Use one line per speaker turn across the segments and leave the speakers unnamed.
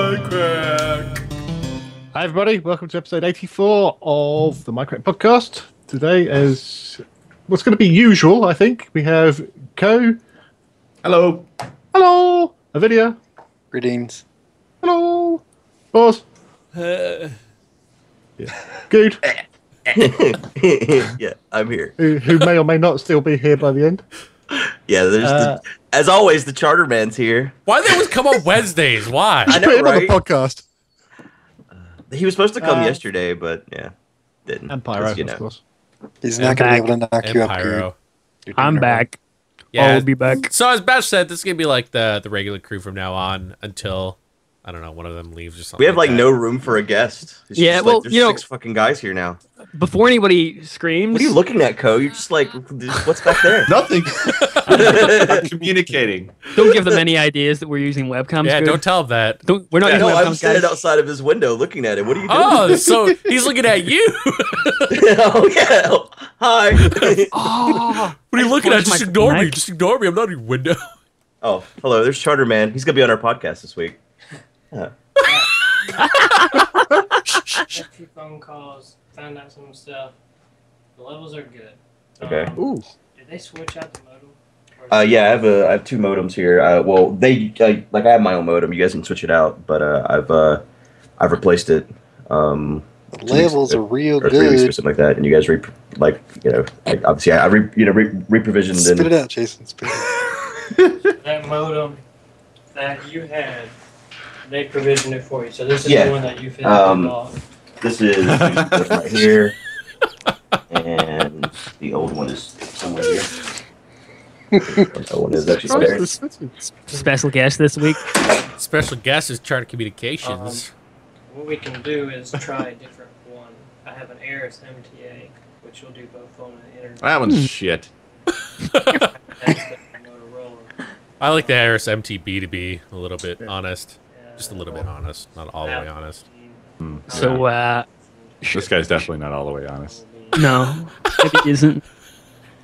Minecraft.
Hi, everybody. Welcome to episode 84 of the Minecraft podcast. Today is what's going to be usual, I think. We have Co.
Hello.
Hello. Avidia.
Greetings.
Hello. Boss. yeah. Good.
yeah, I'm here.
Who, who may or may not still be here by the end.
Yeah, there's
Uh,
the, as always the charter man's here.
Why they always come on Wednesdays? Why?
I
Put
know,
him on the
right?
podcast.
He was supposed to come
Uh,
yesterday, but yeah, didn't.
And
'cause,
Pyro,
you
of
know.
course.
He's not going to
back.
be able to knock you
And
up.
Pyro.
dude. You're doing
I'm
it
back.
Yeah.
I'll Oh, be back.
so as Bash said, this is gonna be like the the regular crew from now on until I don't know one of them leaves or something.
We have like
that.
no room for a guest. It's
Yeah,
just,
well,
like, there's
you know-
six fucking guys here now.
Before anybody screams,
What are you looking at, Co? You're just like, what's back there?
Nothing. I'm communicating.
don't give them any ideas that we're using webcams.
Yeah,
dude.
don't tell them that.
Don't- We're not
no,
using
I'm
webcams,
standing
guys.
outside of his window looking at it. What are you doing?
Oh, so he's looking at you.
oh yeah. Oh, Hi.
Oh,
What are you
I
looking at?
flushed
Just
my
ignore me.
mic.
Just ignore me. I'm not in your window.
oh, hello. There's Charter Man. He's gonna be on our podcast this week.
had a few phone calls, found out some stuff. The levels are good.
Okay.
Um,
Ooh.
did they switch out the modem? Or
Uh,
is it-
yeah, I have a, I have two modems here. Uh, well, they uh, like I have my own modem. You guys can switch it out, but uh, I've uh, I've replaced it, um,
The levels are real
or three weeks or
good.
something like that. And you guys re like you know like obviously I re- you know re- reprovisioned
Spit it
and
out, Jason. Spit it out.
That modem that you had, they provisioned it for you. So this is
Yeah.
the one that you fit
Um,
off.
this is this right here, and the old one is somewhere here. that one is actually
Christ,
spare.
this- this is-
special guest this week.
Special guest is Charter Communications.
What we can do is try a different one. I have an Aris MTA, which will do both phone and internet.
That one's shit.
That's the Motorola.
I like the Iris MTB to be a little bit honest,
Yeah,
just a little bit honest, not all the way honest.
So uh,
Mm. This guy's definitely not all the way honest.
no, it isn't.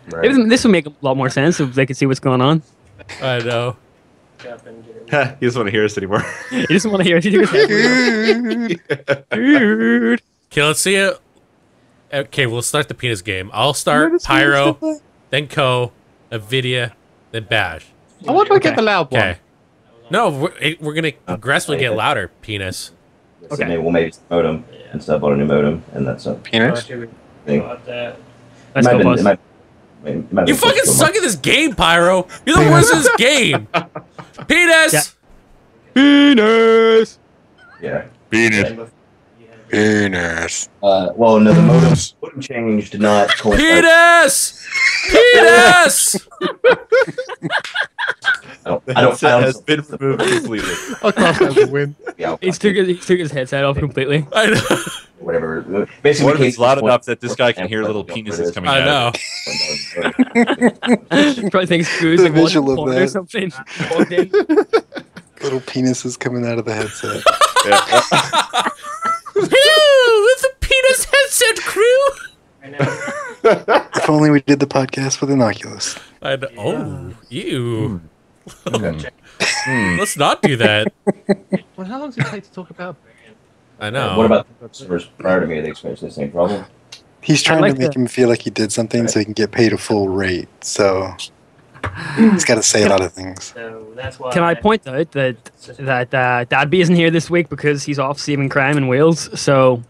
Right.
It, this would make a lot more sense if they could see what's going on.
I know.
Up and get it.
Heh, he doesn't want to hear us anymore.
You just want to hear it. Dude.
Okay, let's see it. Okay, we'll start the penis game. I'll start Pyro, then Co, Avidia, then Bash.
I want to
Okay.
get the loud one.
Okay. No, we're, it- we're gonna progressively get louder. Penis.
So maybe we'll make a modem and stuff on a new modem, and that's a
Penis.
Should we
thing.
go up that?
Let's
Might
go,
have been-
boss.
it might- it might have
You
been
fucking
close to a
suck at this game, Pyro. You're the worst at this game. Penis.
Yeah.
Penis.
month. Yeah.
Venus.
You had
Penis.
Uh, well, no, the modem, modem change did not coincide.
Penis. Penis.
I don't. I
The
don't.
headset
I
has
don't
been removed completely.
I can't have the win.
yeah,
He took, his, he took his headset off completely.
I know.
whatever. Basically,
What if
we can't
it's loud
just
enough
one-
that this guy can hear little
Yeah,
penises coming
I
out?
know.
He probably thinks Goose
The
like watching
visual of
porn
that.
or something. Logged in.
Little penises coming out of the headset.
Hello, it's the penis headset crew.
Right now,
if only we did the podcast with an Oculus.
I know. Oh, you.
Hmm. Hmm.
Let's not do that.
Well, how long does it take to talk about?
I know.
What about the customers prior to me? They experienced the same problem.
He's trying
like
to make
the-
him feel like he did something so he can get paid a full rate. So he's got to say a lot of things.
so that's why.
Can I point out that that uh, Dadby isn't here this week because he's off saving crime in Wales. So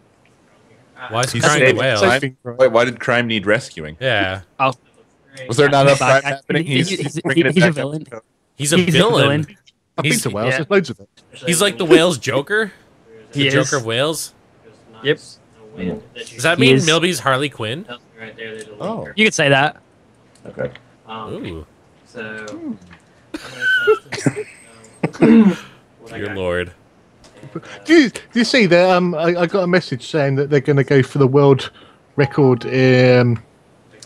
Why is he
He's
crying to
saving-
wail?
saving- Wait, why did crime need rescuing?
Yeah.
Was there not enough crime
Back-
happening?
he's-
He's,
he's-
bringing it
he's a
back up.
villain.
He's a villain.
I've been
He's-
to Wales.
yeah.
There's loads of it.
He's like the Wales Joker. The
He is.
Joker of Wales.
Yep.
Does that
He
mean
is.
Milby's Harley Quinn?
Right there, there's a link.
Oh.
You could say that.
Okay.
Um,
Ooh,
so. I'm gonna tell you, um, what I
dear
got,
lord.
and,
Do you, do you see that? Um, I, I got a message saying that they're going to go for the world record um,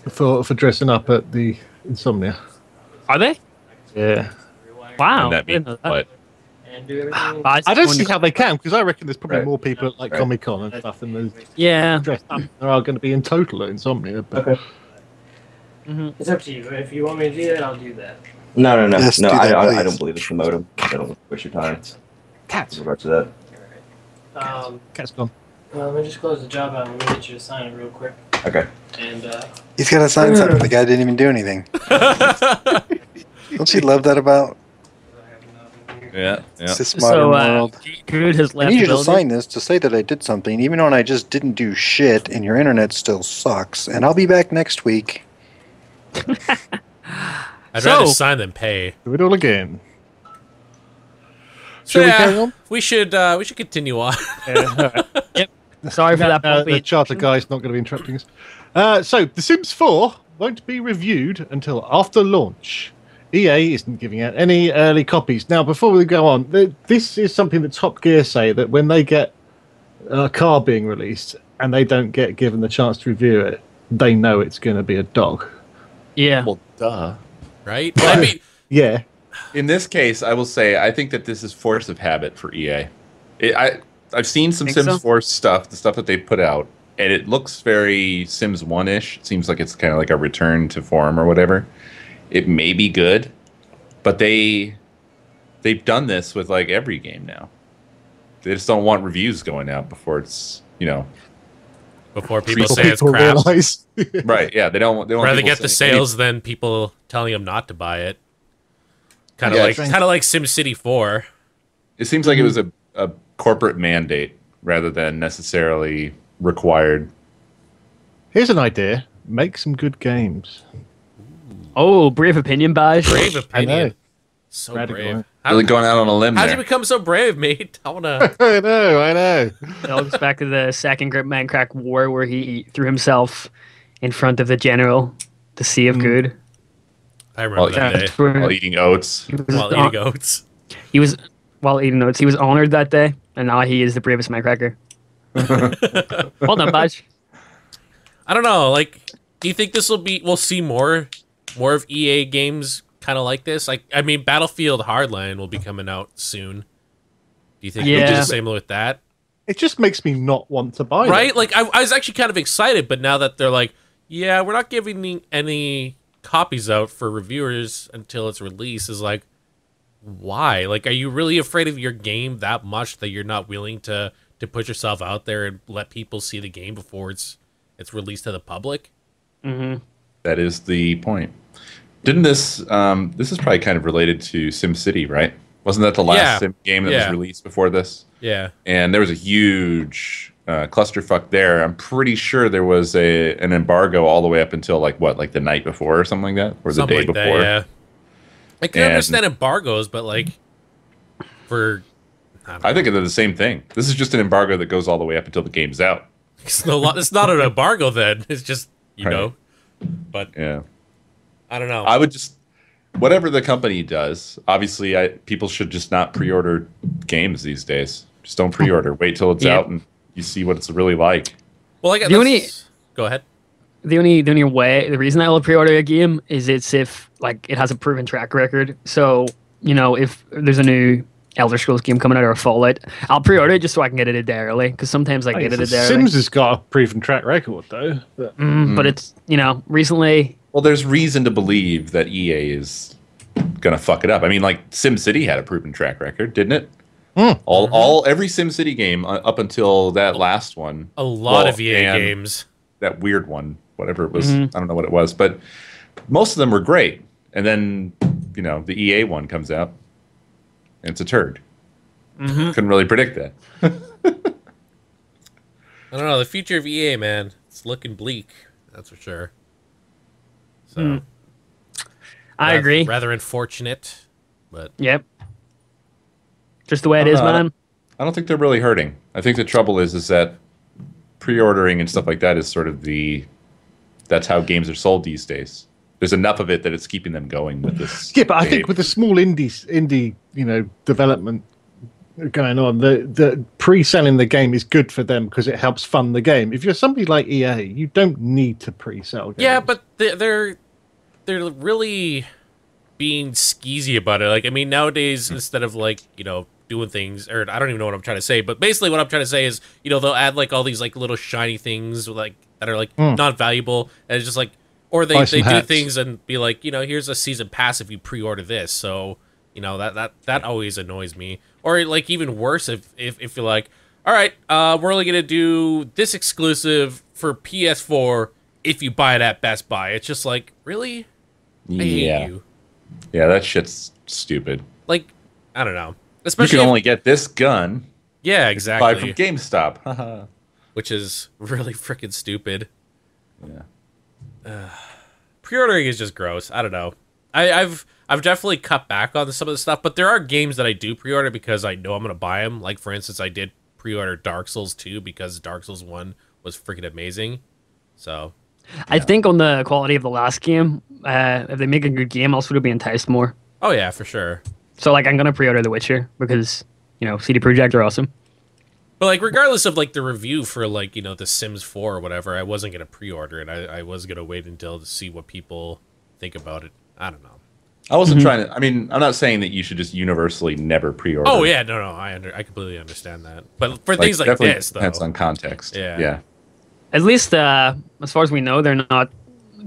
for for dressing up at the insomnia.
Are they?
Yeah,
uh, rewire
Wow.
And
I
that
didn't
means
know that.
what?
And do
But
everything.
I, just
I don't see
wondered-
how they can because I reckon there's probably
Right.
more people at like
Right.
Comic Con and stuff than there's
Yeah.
dressed up. There are going to be in total at insomnia. But
Okay.
It's up to you. If you want me to do that, I'll do that.
No, no, no,
Yes,
no.
do
I,
that,
I, I
please.
don't believe it's promoted. I don't waste your time with
Cats.
regard to that.
All right. Um,
Cat's gone.
well, let me just close the job out. and Let me get you to sign it real quick.
Okay.
And uh,
He's got to sign something. The guy didn't even do anything. Don't you love that about
I have nothing here.
Yeah, yeah.
it's this modern
So, uh,
world?
Druid has
I
left.
need you to
ability.
sign this to say that I did something, even when I just didn't do shit, and your internet still sucks. And I'll be back next week.
I'd rather
So-
sign than pay.
Do it all again.
So
Shall we
yeah,
carry on?
we should uh, we should continue on.
Sorry for that.
Uh, the
puppy.
charter guy's not going to be interrupting us. Uh, so, The Sims 4 won't be reviewed until after launch. EA isn't giving out any early copies. Now, before we go on, th- this is something that Top Gear say that when they get a car being released and they don't get given the chance to review it, they know it's going to be a dog.
yeah.
Well, duh.
right? I mean,
Yeah.
In this case, I will say I think that this is force of habit for EA. It, I I've seen some
Think
Sims
so?
4 stuff, the stuff that they put out, and it looks very Sims 1-ish. It seems like it's kind of like a return to form or whatever. It may be good, but they they've done this with like every game now. They just don't want reviews going out before it's, you know,
before people
Before
say it's crap,
realise.
right? Yeah, they don't. want- They want
rather
people
get the
saying, "Hey,
sales than people telling them not to buy it. Kind of
Yeah,
like
thanks.
kind of like SimCity Four.
It seems
Mm-hmm.
like it was a, a corporate mandate rather than necessarily required.
Here's an idea make some good games.
Oh, brave opinion, Baj.
Brave
I know.
opinion, so
Radical, eh?
brave. How,
Really going out on a limb
how'd
there.
you become so brave, mate? I wanna.
I know, I know.
It all goes back to the second Grip Man Crack War where he threw himself in front of the general, the Sea of Good.
I remember
Well,
that
yeah.
day
while eating oats.
Mm. He, was
while eating oats.
he was, while eating notes, he was honored that day, and now he is the bravest man cracker. well done, Baj.
I don't know. Like, do you think this will be? We'll see more, more of EA games kind of like this. Like, I mean, Battlefield Hardline will be coming out soon. Do you think yeah. it'll be
Yeah.
the same with that?
It just makes me not want to buy
right? Like I, I was actually kind of excited, but now that they're like, yeah, we're not giving any- any copies out for reviewers until it's released, is like, why? Like, are you really afraid of your game that much that you're not willing to to put yourself out there and let people see the game before it's it's released to the public?
hmm
That is the point. Didn't this? Um, this is probably kind of related to SimCity, right? Wasn't that the last
Yeah.
Sim game that
Yeah.
was released before this?
Yeah,
And there was a huge uh, clusterfuck there. I'm pretty sure there was a an embargo all the way up until like what, like the night before or something like that, or the
something
day
like
before.
that. Yeah, I can
And-
understand embargoes, but like for I don't
I think they're the same thing. This is just an embargo that goes all the way up until the game's out.
it's no lo- it's not an embargo then. It's just you
Right.
know. But
Yeah.
I don't know.
I would just whatever the company does. Obviously, I, people should just not pre-order games these days. Just don't pre-order. Wait till it's
Yeah.
out and you see what it's really like.
well, I got
The only-
that's- go ahead.
The only, the only way, the reason I will pre-order a game is it's if like it has a proven track record. So you know, if there's a new Elder Scrolls game coming out or a Fallout, I'll pre-order it just so I can get it a day early. Because sometimes I
Hey,
get it a day early.
Sims has got a proven track record, though. But
Mm, But it's you know recently
Well, there's reason to believe that EA is gonna fuck it up. I mean, like SimCity had a proven track record, didn't it? All, all, every SimCity game uh, up until that last one,
a lot
Well,
of EA
and-
games.
that weird one, whatever it was.
Mm-hmm.
I don't know what it was, but most of them were great. And then, you know, the EA one comes out, and it's a turd.
Mm-hmm.
Couldn't really predict that.
I don't know the future of EA, man. It's looking bleak, that's for sure. So
I
rath-
agree.
Rather unfortunate, but
Yep. Just the way it is,
Uh,
man.
I don't think they're really hurting. I think the trouble is, is that pre-ordering and stuff like that is sort of the that's how games are sold these days. There's enough of it that it's keeping them going with this.
yeah, but I think
behavior.
with the small indie indie you know development going on, the the pre-selling the game is good for them because it helps fund the game. If you're somebody like EA, you don't need to pre-sell. Games.
yeah, but they- they're they're really being skeezy about it. Like I mean, nowadays instead of like you know doing things, or I don't even know what I'm trying to say, but basically what I'm trying to say is you know they'll add like all these like little shiny things like that are like not valuable, and it's just like Or they,
Buy some
they do
hats.
things and be like, you know, here's a season pass if you pre-order this. So, you know, that that that always annoys me. Or like even worse if if, if you're like, all right, uh, we're only gonna do this exclusive for PS4 if you buy it at Best Buy. It's just like, really? I
yeah,
hate you.
yeah, that shit's stupid.
Like, I don't know.
You
Especially
can
if-
only get this gun
yeah,
buy
exactly.
from GameStop. Haha.
which is really freaking stupid.
Yeah.
Pre-ordering is just gross. I don't know. I, I've I've definitely cut back on some of the stuff, but there are games that I do pre-order because I know I'm gonna buy them. Like for instance, I did pre-order Dark Souls 2 because Dark Souls 1 was freaking amazing. So
I think on the quality of the last game, uh, if they make a good game, I'll sort of be enticed more.
oh yeah, for sure.
So like I'm gonna pre-order The Witcher because you know CD Projekt are awesome.
But like regardless of like the review for like, you know, the Sims 4 or whatever, I wasn't gonna pre-order it. I, I was gonna wait until to see what people think about it. I don't know.
I wasn't
Mm-hmm.
trying to. I mean, I'm not saying that you should just universally never pre-order.
Oh yeah, no no, I under I completely understand that. But for things like
definitely
this though.
depends on context.
Yeah.
yeah.
At least uh, as far as we know, they're not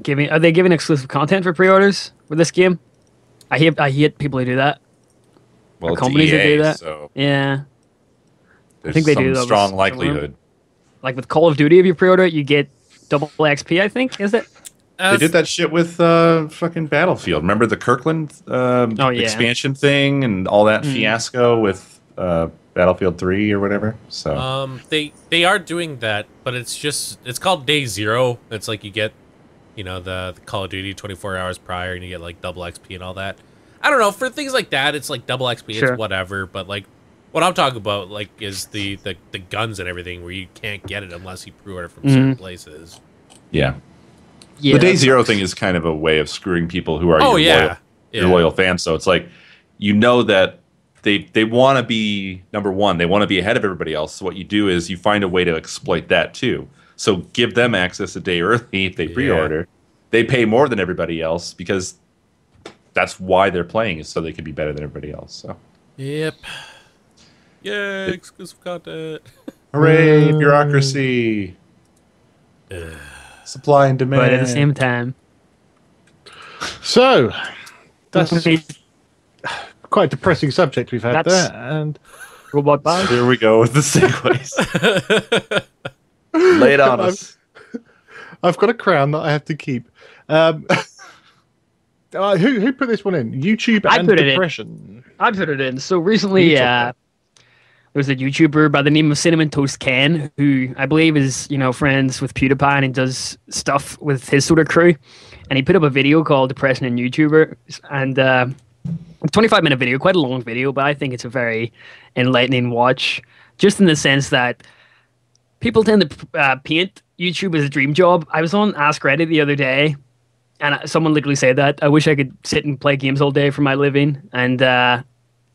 giving. Are they giving exclusive content for pre-orders with this game? I hate I hate people who do that.
Well, it's
companies that
EA,
do that.
So
Yeah,
there's
think they
some
do that with
strong
Skyrim.
likelihood.
like with Call of Duty, if you pre-order it, you get double XP. I think is it.
They
Uh,
did that shit with uh, fucking Battlefield. Remember the Kirkland um,
Oh, yeah. Mm.
expansion thing and all that fiasco with uh, Battlefield Three or whatever. So
Um, they they are doing that, but it's just it's called Day Zero. It's like you get, you know, the, the Call of Duty 24 hours prior, and you get like double XP and all that. I don't know for things like that. It's like double XP,
Sure.
it's whatever. But like, what I'm talking about like is the the, the guns and everything where you can't get it unless you pre-order from
Mm-hmm.
certain places.
yeah.
Yeah.
the Day Zero thing is kind of a way of screwing people who are
Oh
your
yeah,
loyal, your loyal fans. So it's like you know that they they want to be number one. They want to be ahead of everybody else. So what you do is you find a way to exploit that too. So give them access a day early if they
Yeah.
pre-order. They pay more than everybody else because that's why they're playing is so they can be better than everybody else. So
Yep. Yeah, exclusive content.
hooray bureaucracy, supply and demand.
but at the same time,
So that's
companies,
quite a depressing subject we've had
That's-
there. And
robot bugs.
Here we go with the segues. Lay it on us.
I've got a crown that I have to keep. Um, uh, who who put this one in? YouTube
I
and
put it in.
depression.
I put it in. So recently,
YouTube.
uh, there was a YouTuber by the name of Cinnamon Toast Ken, who I believe is you know friends with PewDiePie and he does stuff with his sort of crew. And he put up a video called "Depression and YouTubers," and uh, a 25 minute video, quite a long video, but I think it's a very enlightening watch, just in the sense that people tend to uh, paint YouTube as a dream job. I was on Ask Reddit the other day, and I- someone literally said that I wish I could sit and play games all day for my living. And uh,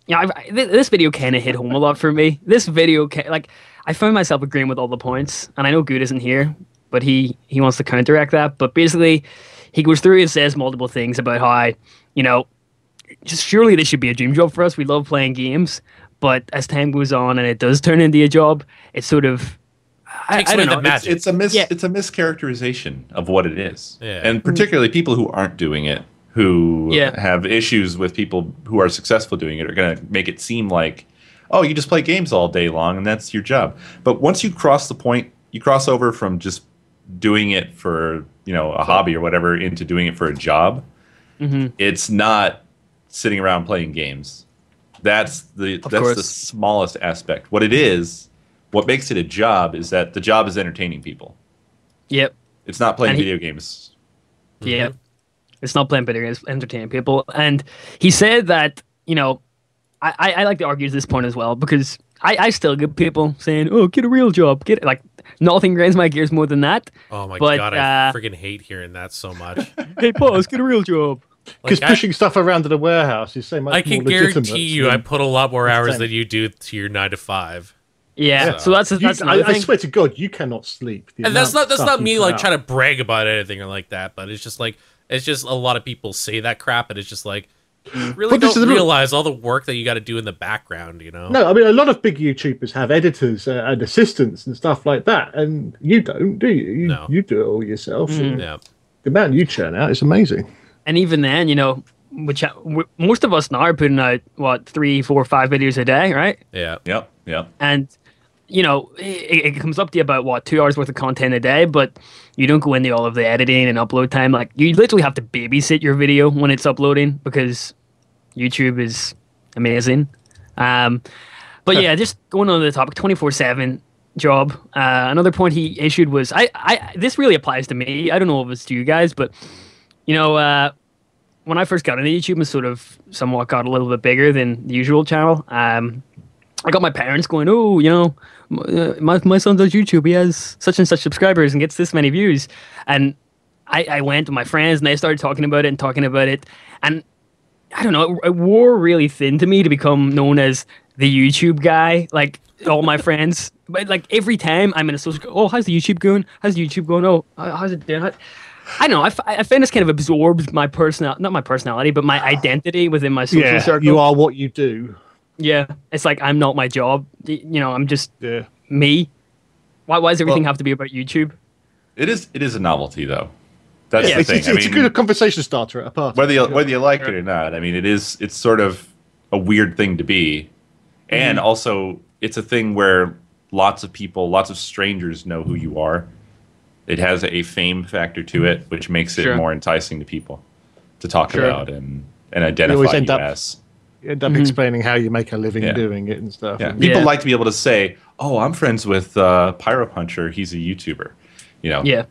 yeah, I've, I- th- this video kind of hit home a lot for me. This video, ca- like, I found myself agreeing with all the points, and I know Good isn't here, but he he wants to counteract that. But basically, he goes through and says multiple things about how you know just surely this should be a dream job for us. We love playing games, but as time goes on and it does turn into a job, it's sort of I,
Takes
I
away
don't
the
know.
magic.
It's a mis
Yeah.
it's a mischaracterization of what it is.
Yeah.
And particularly people who aren't doing it, who
Yeah.
have issues with people who are successful doing it are going to make it seem like oh, you just play games all day long and that's your job. But once you cross the point, you cross over from just doing it for, you know, a hobby or whatever into doing it for a job.
Mm-hmm.
It's not sitting around playing games. That's the
Of
that's the
course.
smallest aspect. What it is, what makes it a job is that the job is entertaining people.
Yep.
It's not playing
And he-
video games.
Yeah. Mm-hmm. It's not playing video games, entertaining people. And he said that, you know, I, I, I like to argue this point as well because I, I still get people saying, oh, get a real job. Get Like, nothing grinds my gears more than that.
Oh my
But,
god, I
uh,
freaking hate hearing that so much.
hey, boss, get a real job.
Because
Like, I-
pushing stuff around in a warehouse is so much
I
more
can
legitimate
guarantee you, I
than-
put a lot more hours
Same.
than you do to your nine to five.
Yeah.
So-
So, that's,
You-
that's
I,
another
I
thing.
swear to God, you cannot sleep. the
and that's
amount
not
of
that's
stuff
not
you
me
put
like
out.
trying to brag about anything or like that but it's just like it's just a lot of people say that crap and it's just like you really
But this
don't
is the-
realize all the work that you got to do in the background you know
No, I mean a lot of big YouTubers have editors uh, and assistants and stuff like that, and you don't, do you? You,
No. Mm.
you do it all yourself.
yeah
The amount you churn out is amazing.
and even then, you know, which uh, w- most of us now are putting out what three, four, five videos a day, right?
Yeah.
Yep. Yep.
And you know, it, it comes up to you about what two hours worth of content a day, but you don't go into all of the editing and upload time. Like you literally have to babysit your video when it's uploading because YouTube is amazing. Um, but yeah, just going on to the topic, twenty four seven job. Uh, another point he issued was I, I this really applies to me. I don't know if it's to you guys, but you know, uh, when I first got into YouTube and sort of somewhat got a little bit bigger than the usual channel, um, I got my parents going, oh, you know, m- uh, my, my son does YouTube. He has such and such subscribers and gets this many views. And I, I went to my friends and they started talking about it and talking about it. And I don't know, it, it wore really thin to me to become known as the YouTube guy. Like all my friends, but like every time I'm in a social, oh, how's the YouTube going? How's the YouTube going? Oh, uh, how's it doing? How- I don't know. I, f- I find this kind of absorbs my personal, not my personality, but my identity within my social circle.
you are what you do.
Yeah, it's like I'm not my job. Y- You know, I'm just
Yeah.
me. Why, why does everything
Well-
have to be about YouTube?
It is. It is a novelty, though. That's
Yeah,
the
It's,
thing.
it's,
I
it's a
mean,
good conversation starter at a party.
whether you whether you like it or not. I mean, it is. It's sort of a weird thing to be, and
Mm-hmm.
also it's a thing where lots of people, lots of strangers know who you are. It has a fame factor to it, which makes it
Mm-hmm. Sure.
more enticing to people to talk
Sure.
about and and identify
always
you
end up-
as.
You end up
Mm-hmm.
explaining how you make a living
Yeah.
doing it and stuff.
Yeah.
And
People
Yeah.
like to be able to say, "Oh, I'm friends with uh, Pyro Puncher. He's a YouTuber." You know,
Yeah,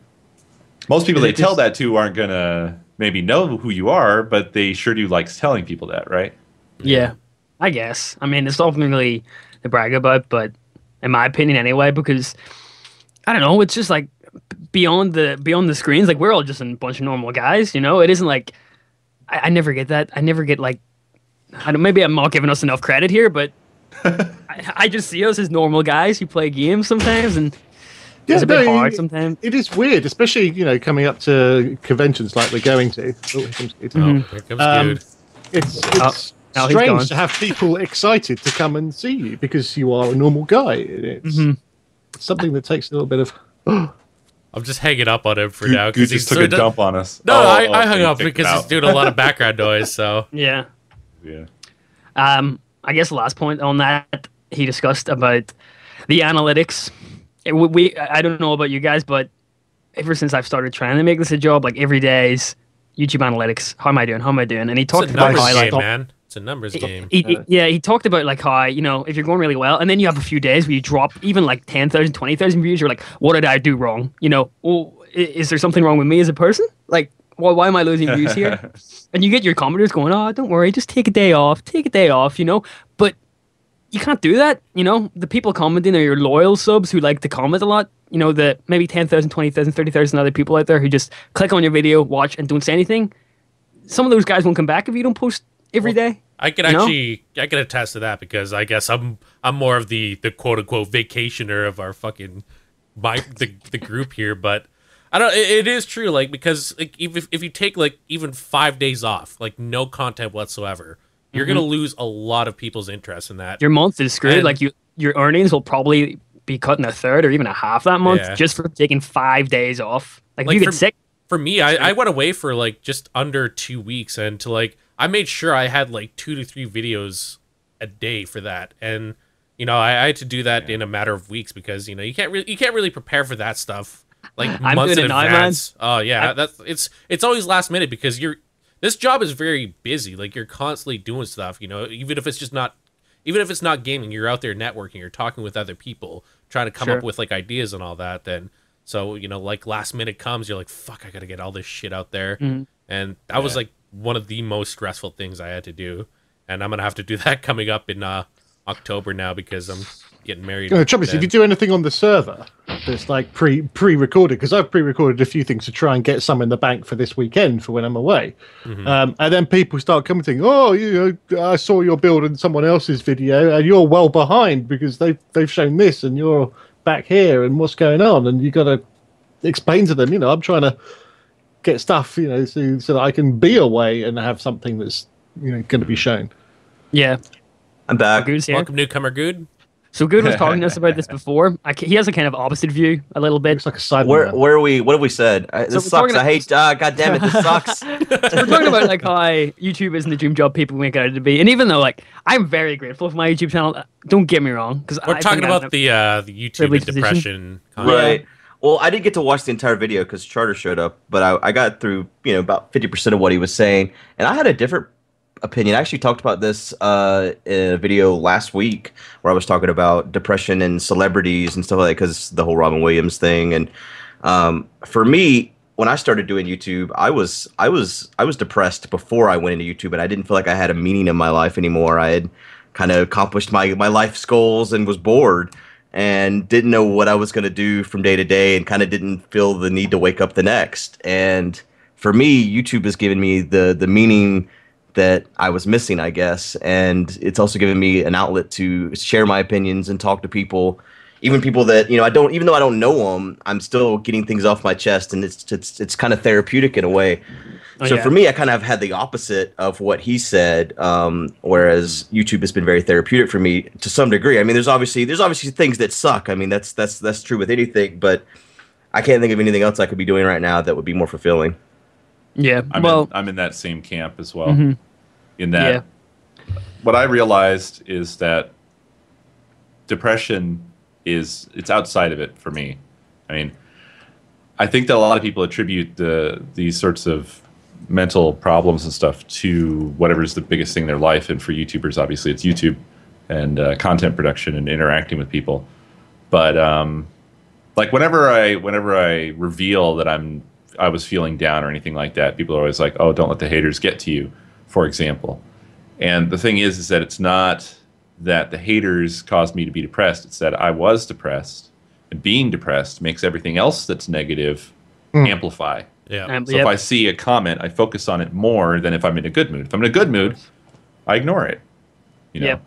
most people they
It
tell
is-
that to aren't gonna maybe know who you are, but they sure do likes telling people that, right?
yeah. I guess. I mean, it's ultimately to brag about, but in my opinion, anyway, because I don't know. It's just like beyond the beyond the screens. Like we're all just a bunch of normal guys. You know, it isn't like I, I never get that. I never get like. I don't, maybe I'm not giving us enough credit here, but I, I just see us as normal guys who play games sometimes, and it's a bit
no,
hard
it-
sometimes.
It is weird, especially you know coming up to conventions like we're going to. Oh, here comes Keith.
Mhm.
Here comes
Um,
dude.
It's,
Oh,
it's
now he's gone.
strange to have people excited to come and see you because you are a normal guy. It's
Mhm.
something that takes a little bit of.
I'm just hanging up on him for
Goo-
now
Goo
because he's
just took
so
a
done-
dump on us.
No,
Oh,
I,
oh,
I hung
they
up
kicked it
because he's
out.
doing a lot of background noise. So
Yeah.
Yeah.
Um, I guess the last point on that he discussed about the analytics. It, we, we, I don't know about you guys, but ever since I've started trying to make this a job, like every day is YouTube analytics. How am I doing? How am I doing? And he
it's
talked
a
about
numbers
how like
game, man. It's a numbers game.
he- he- yeah, he talked about like how, you know, if you're going really well and then you have a few days where you drop even like 10,000, 20,000 views, you're like, what did I do wrong? You know, well, i- is there something wrong with me as a person? Like, why, why am I losing views here? and you get your commenters going, oh, don't worry, just take a day off, take a day off, you know? But you can't do that, you know? The people commenting are your loyal subs who like to comment a lot. You know, the maybe 10,000, 20,000, 30,000 other people out there who just click on your video, watch, and don't say anything. Some of those guys won't come back if you don't post every day.
I can
You know?
actually I can attest to that because I guess I'm I'm more of the the quote unquote vacationer of our fucking my the, the group here, but I don't. It, it is true, like because like even if you take like even five days off, like no content whatsoever, you're gonna
Mm-hmm.
lose a lot of people's interest in that.
your month is screwed.
And-
like you, your earnings will probably be cut in a third or even a half that month
Yeah.
just for taking five days off. Like,
Like
if you
for-
get sick,
for me, I, I went away for like just under two weeks, and to like I made sure I had like two to three videos a day for that, and you know I, I had to do that in a matter of weeks because you know you can't really you can't really prepare for that stuff like
I'm
months in
doing it now, man.
advance. Oh yeah,
I-
that's it's it's always last minute because you're this job is very busy. Like you're constantly doing stuff. You know, even if it's just not even if it's not gaming, you're out there networking, you're talking with other people, trying to come
Sure.
up with like ideas and all that. Then, so you know, like last minute comes, you're like, fuck, I gotta get all this shit out there.
Mhm.
And that was like one of the most stressful things I had to do. And I'm gonna have to do that coming up in uh, October now because I'm getting married.
You know, the Uh, trouble is, if
then.
you do anything on the server that's like pre pre recorded, because I've pre recorded a few things to try and get some in the bank for this weekend for when I'm away, um, and then people start commenting, "Oh, you know, I saw your build in someone else's video, and you're well behind because they they've shown this, and you're back here, and what's going on?" And you got to explain to them, you know, I'm trying to get stuff, you know, so, so that I can be away and have something that's you know going to be shown.
yeah,
I'm back.
Goose here.
Welcome, newcomer good.
So Good was talking to us about this before. I, ca- he has a kind of opposite view, a little bit.
It's like a side.
Where where are we? What have we said? I, this
we're
sucks.
talking
I hate. Uh, God damn it! This sucks.
We're talking about like how YouTube isn't the dream job people make it out to be, and even though like I'm very grateful for my YouTube channel, uh, don't get me wrong, because
We're talking about the uh, the YouTube
Privileged
and
position.
depression. content.
Right. Well, I didn't get to watch the entire video because Charter showed up, but I, I got through you know about fifty percent of what he was saying, and I had a different opinion. I actually talked about this uh, in a video last week where I was talking about depression and celebrities and stuff like that because the whole Robin Williams thing. And um, for me, when I started doing YouTube, I was I was I was depressed before I went into YouTube, and I didn't feel like I had a meaning in my life anymore. I had kind of accomplished my my life's goals and was bored and didn't know what I was going to do from day to day and kind of didn't feel the need to wake up the next. And for me, YouTube has given me the the meaning that I was missing, I guess. And it's also given me an outlet to share my opinions and talk to people, even people that, you know, I don't even though I don't know them, I'm still getting things off my chest and it's it's it's kind of therapeutic in a way so for me, I kind of had the opposite of what he said. Um, whereas YouTube has been very therapeutic for me to some degree. I mean, there's obviously there's obviously things that suck. I mean, that's that's that's true with anything. But I can't think of anything else I could be doing right now that would be more fulfilling.
yeah.
I'm,
well,
in, I'm in that same camp as well.
mhm,
In that,
yeah.
what I realized is that depression is it's outside of it for me. I mean, I think that a lot of people attribute the these sorts of mental problems and stuff to whatever's the biggest thing in their life, and for YouTubers, obviously, it's YouTube and uh, content production and interacting with people. But um, like whenever I whenever I reveal that I'm I was feeling down or anything like that, people are always like, "Oh, don't let the haters get to you," for example. And the thing is, is that it's not that the haters caused me to be depressed. It's that I was depressed, and being depressed makes everything else that's negative amplify.
Yeah.
Um,
So
yep.
if I see a comment, I focus on it more than if I'm in a good mood. If I'm in a good mood, I ignore it. You know,
Yep.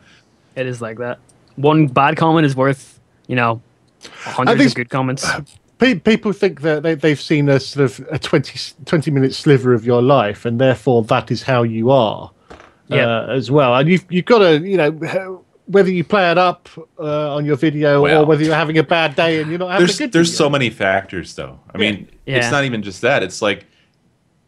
It is like that. One bad comment is worth, you know, hundreds
think-
of good comments.
Pe- people think that they, they've seen a sort of a 20, 20 minute sliver of your life, and therefore that is how you are
Yeah.
uh, as well. And you've, you've got to, you know, whether you play it up uh, on your video
Well.
or whether you're having a bad day and you're not having
there's
a good
there's
video.
so many factors though. I mean,
Yeah.
it's not even just that. It's like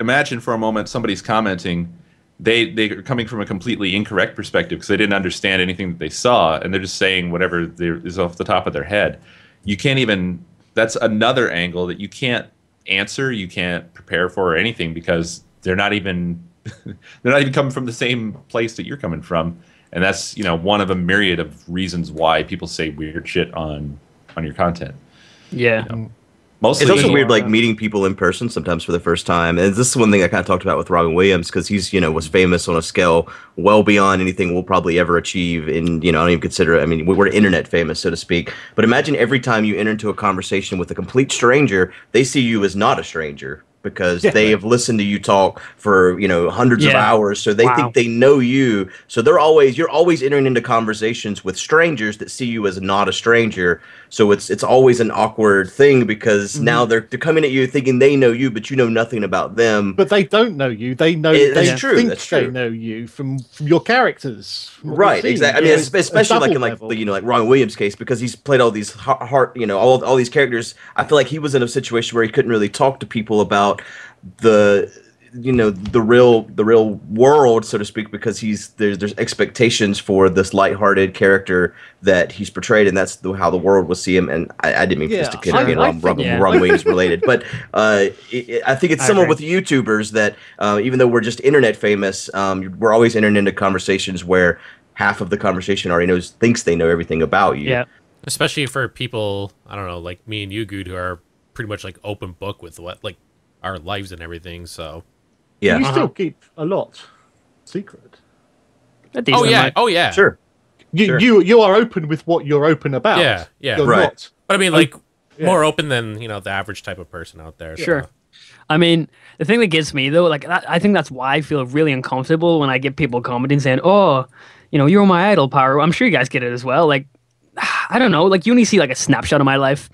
imagine for a moment somebody's commenting they they are coming from a completely incorrect perspective because they didn't understand anything that they saw and they're just saying whatever there is off the top of their head. You can't even that's another angle that you can't answer, you can't prepare for or anything because they're not even they're not even coming from the same place that you're coming from. And that's, you know, one of a myriad of reasons why people say weird shit on on your content.
yeah.
Mostly,
It's also weird, like meeting people in person sometimes for the first time. And this is one thing I kind of talked about with Robin Williams because he's you know was famous on a scale well beyond anything we'll probably ever achieve. And you know I don't even consider. I mean we- we're internet famous so to speak. But imagine every time you enter into a conversation with a complete stranger, they see you as not a stranger because they have listened to you talk for you know hundreds of
Yeah.
hours, so they
Wow.
think they know you. So they're always you're always entering into conversations with strangers that see you as not a stranger. So it's it's always an awkward thing because now they're they're coming at you thinking they know you, but you know nothing about them.
But they don't know you. They know.
It-
they
that's true,
think
that's
they
true.
know you from, from your characters. from what
right
they've seen.
exactly i mean
It's
espe-
a
especially like
double
in like
level.
the, you know like ron williams case because he's played all these har- har you know all, all these characters i feel like he was in a situation where he couldn't really talk to people about the you know the real the real world so to speak because he's there's there's expectations for this lighthearted character that he's portrayed and that's the, how the world will see him and i, I didn't mean for this to
Yeah,
kid
I-
again
I
ron,
think-
ron,
yeah.
ron williams related but uh, it, it- i think it's
I
similar
agree.
with YouTubers that uh, even though we're just internet famous, um, we're always entering into conversations where half of the conversation already knows thinks they know everything about you.
Yeah.
Especially for people, I don't know, like me and you, Good, who are pretty much like open book with what like our lives and everything. So.
yeah,
You
Uh-huh.
still keep a lot secret.
A
Oh
decent
yeah.
amount.
Oh yeah.
sure.
You
Sure.
you you are open with what you're open about.
Yeah. Yeah.
You're
Right.
not.
But I mean, like
yeah.
more open than you know the average type of person out there. so-
Sure. I mean, the thing that gets me though, like that, I think that's why I feel really uncomfortable when I get people commenting saying, "Oh, you know, you're my idol, Pyro." I'm sure you guys get it as well. Like, I don't know. Like, you only see like a snapshot of my life,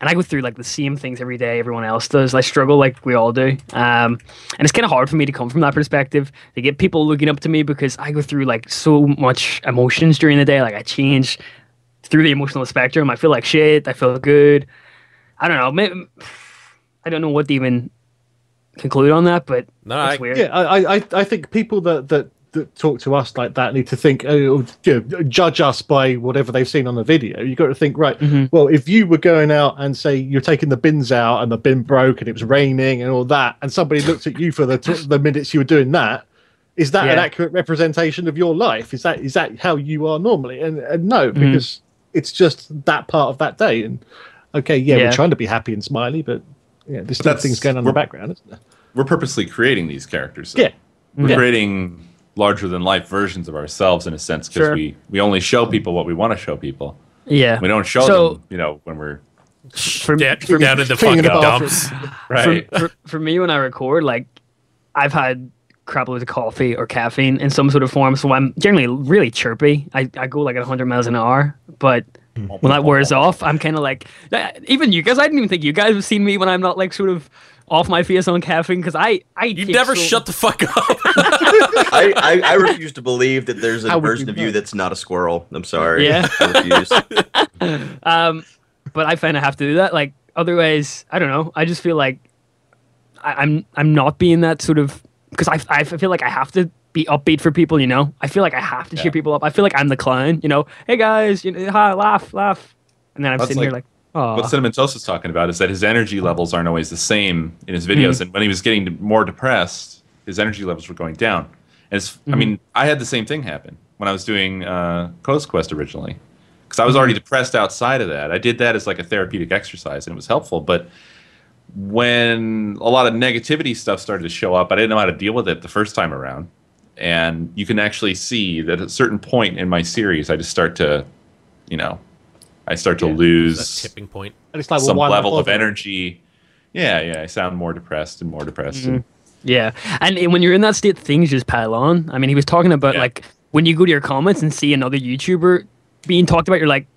and I go through like the same things every day. Everyone else does. I struggle like we all do. Um, and it's kind of hard for me to come from that perspective to get people looking up to me because I go through like so much emotions during the day. Like, I change through the emotional spectrum. I feel like shit. I feel good. I don't know. Maybe, I don't know what to even conclude on that, but
No, I,
it's weird.
Yeah, I, I- I, I think people that, that, that talk to us like that need to think, uh, you know, judge us by whatever they've seen on the video. You've got to think, right,
Mhm.
well, if you were going out and say you're taking the bins out and the bin broke and it was raining and all that, and somebody looked at you for the, t- the minutes you were doing that, is that an
Yeah.
accurate representation of your life? Is that is that how you are normally? And, and no,
Mm-hmm.
because it's just that part of that day. And okay, yeah,
Yeah.
we're trying to be happy and smiley, but yeah, there's still
that's-
things going on in the
we're-
background, isn't there?
We're purposely creating these characters. though.
Yeah.
We're
Yeah.
creating larger than life versions of ourselves in a sense because
Sure.
we, we only show people what we want to show people.
yeah.
We don't show
So-
them, you know, when we're
For,
down,
for-
down in the
cleaning
fucking
the bathroom.
dumps.
right.
for, for me when I record, like I've had crap loads of coffee or caffeine in some sort of form, so I'm generally really chirpy. I, I go like at 100 miles an hour, but when that wears off, I'm kind of like even you guys. I didn't even think you guys have seen me when I'm not like sort of off my face on caffeine because I I
You never shut the fuck up.
I, I, I refuse to believe that there's
How
a
would
version
you
of you
know?
that's not a squirrel. I'm sorry.
Yeah.
I refuse.
um, but I find I have to do that. Like otherwise, I don't know. I just feel like I, I'm I'm not being that sort of because I I feel like I have to be upbeat for people. You know, I feel like I have to cheer people up. I feel like I'm the clown. You know, hey guys, you know, hi, laugh, laugh, and then I'm
That's
sitting here
like-
like, oh,
What Cinnamon Toast is talking about is that his energy levels aren't always the same in his videos. And when he was getting more depressed, his energy levels were going down. And it's, I mean, I had the same thing happen when I was doing uh, Coast Quest originally because I was already depressed outside of that. I did that as like a therapeutic exercise and it was helpful. But when a lot of negativity stuff started to show up, I didn't know how to deal with it the first time around. And you can actually see that at a certain point in my series, I just start to, you know, I start to
That
lose
tipping point.
And it's like well,
some
why am I
level of
bothering?
energy. Yeah, yeah. I sound more depressed and more depressed. and-
Yeah, and i- when you're in that state, things just pile on. I mean, he was talking about
Yeah.
like when you go to your comments and see another YouTuber being talked about, you're like,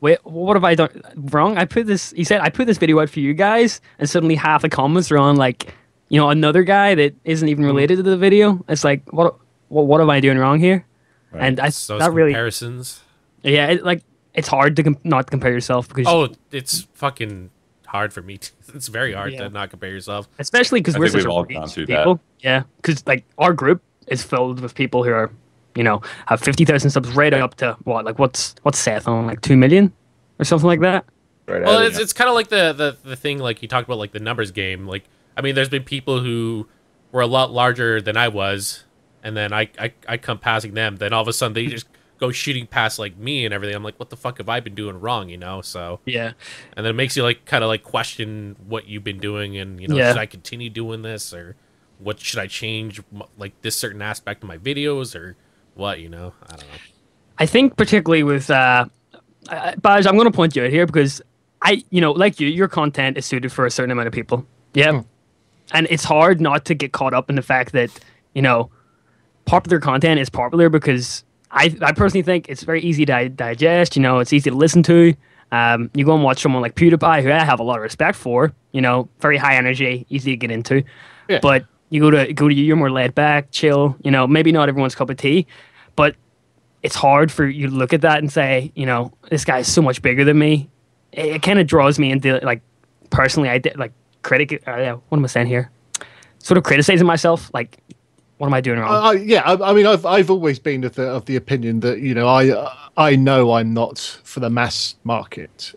wait, what have I done wrong? I put this. He said I put this video out for you guys, and suddenly half the comments are on like, you know, another guy that isn't even
Mm-hmm.
related to the video. It's like, what, what, what am I doing wrong here?
Right.
And I
So
that really,
comparisons.
yeah, it, like it's hard to com- not compare yourself because,
Oh, it's fucking hard for me. To, it's very hard
Yeah.
to not compare yourself.
especially because
I
we're
think
such
we've
a
all
range
gone
of
through that.
people. Yeah, because like our group is filled with people who are, you know, have fifty thousand subs right up to what? Like what's what's Seth on like two million or something like that?
Right,
Well,
I-
it's, it's kind of like the, the the thing like you talked about like the numbers game. Like I mean, there's been people who were a lot larger than I was, and then I I, I come passing them. Then all of a sudden they just go shooting past like me and everything. I'm like, what the fuck have I been doing wrong? You know? So
Yeah,
and then it makes you like kind of like question what you've been doing and you know
Yeah.
should I continue doing this or what should I change m- like this certain aspect of my videos or what you know? I don't know.
I think particularly with uh, uh, Baj, I'm going to point you out here because I, you know, like you, your content is suited for a certain amount of people. Yeah, and it's hard not to get caught up in the fact that you know popular content is popular because I, I personally think it's very easy to digest. You know, it's easy to listen to. Um, you go and watch someone like PewDiePie, who I have a lot of respect for. You know, very high energy, easy to get into.
Yeah.
But you go to go to you're more laid back, chill. You know, maybe not everyone's cup of tea, but it's hard for you to look at that and say, you know, this guy is so much bigger than me. It, it kind of draws me into like personally, I did like critic. Uh, what am I saying here? Sort of criticizing myself. Like, what am I doing wrong?
Uh, yeah, I, I mean, I've I've always been of the of the opinion that you know I I know I'm not for the mass market,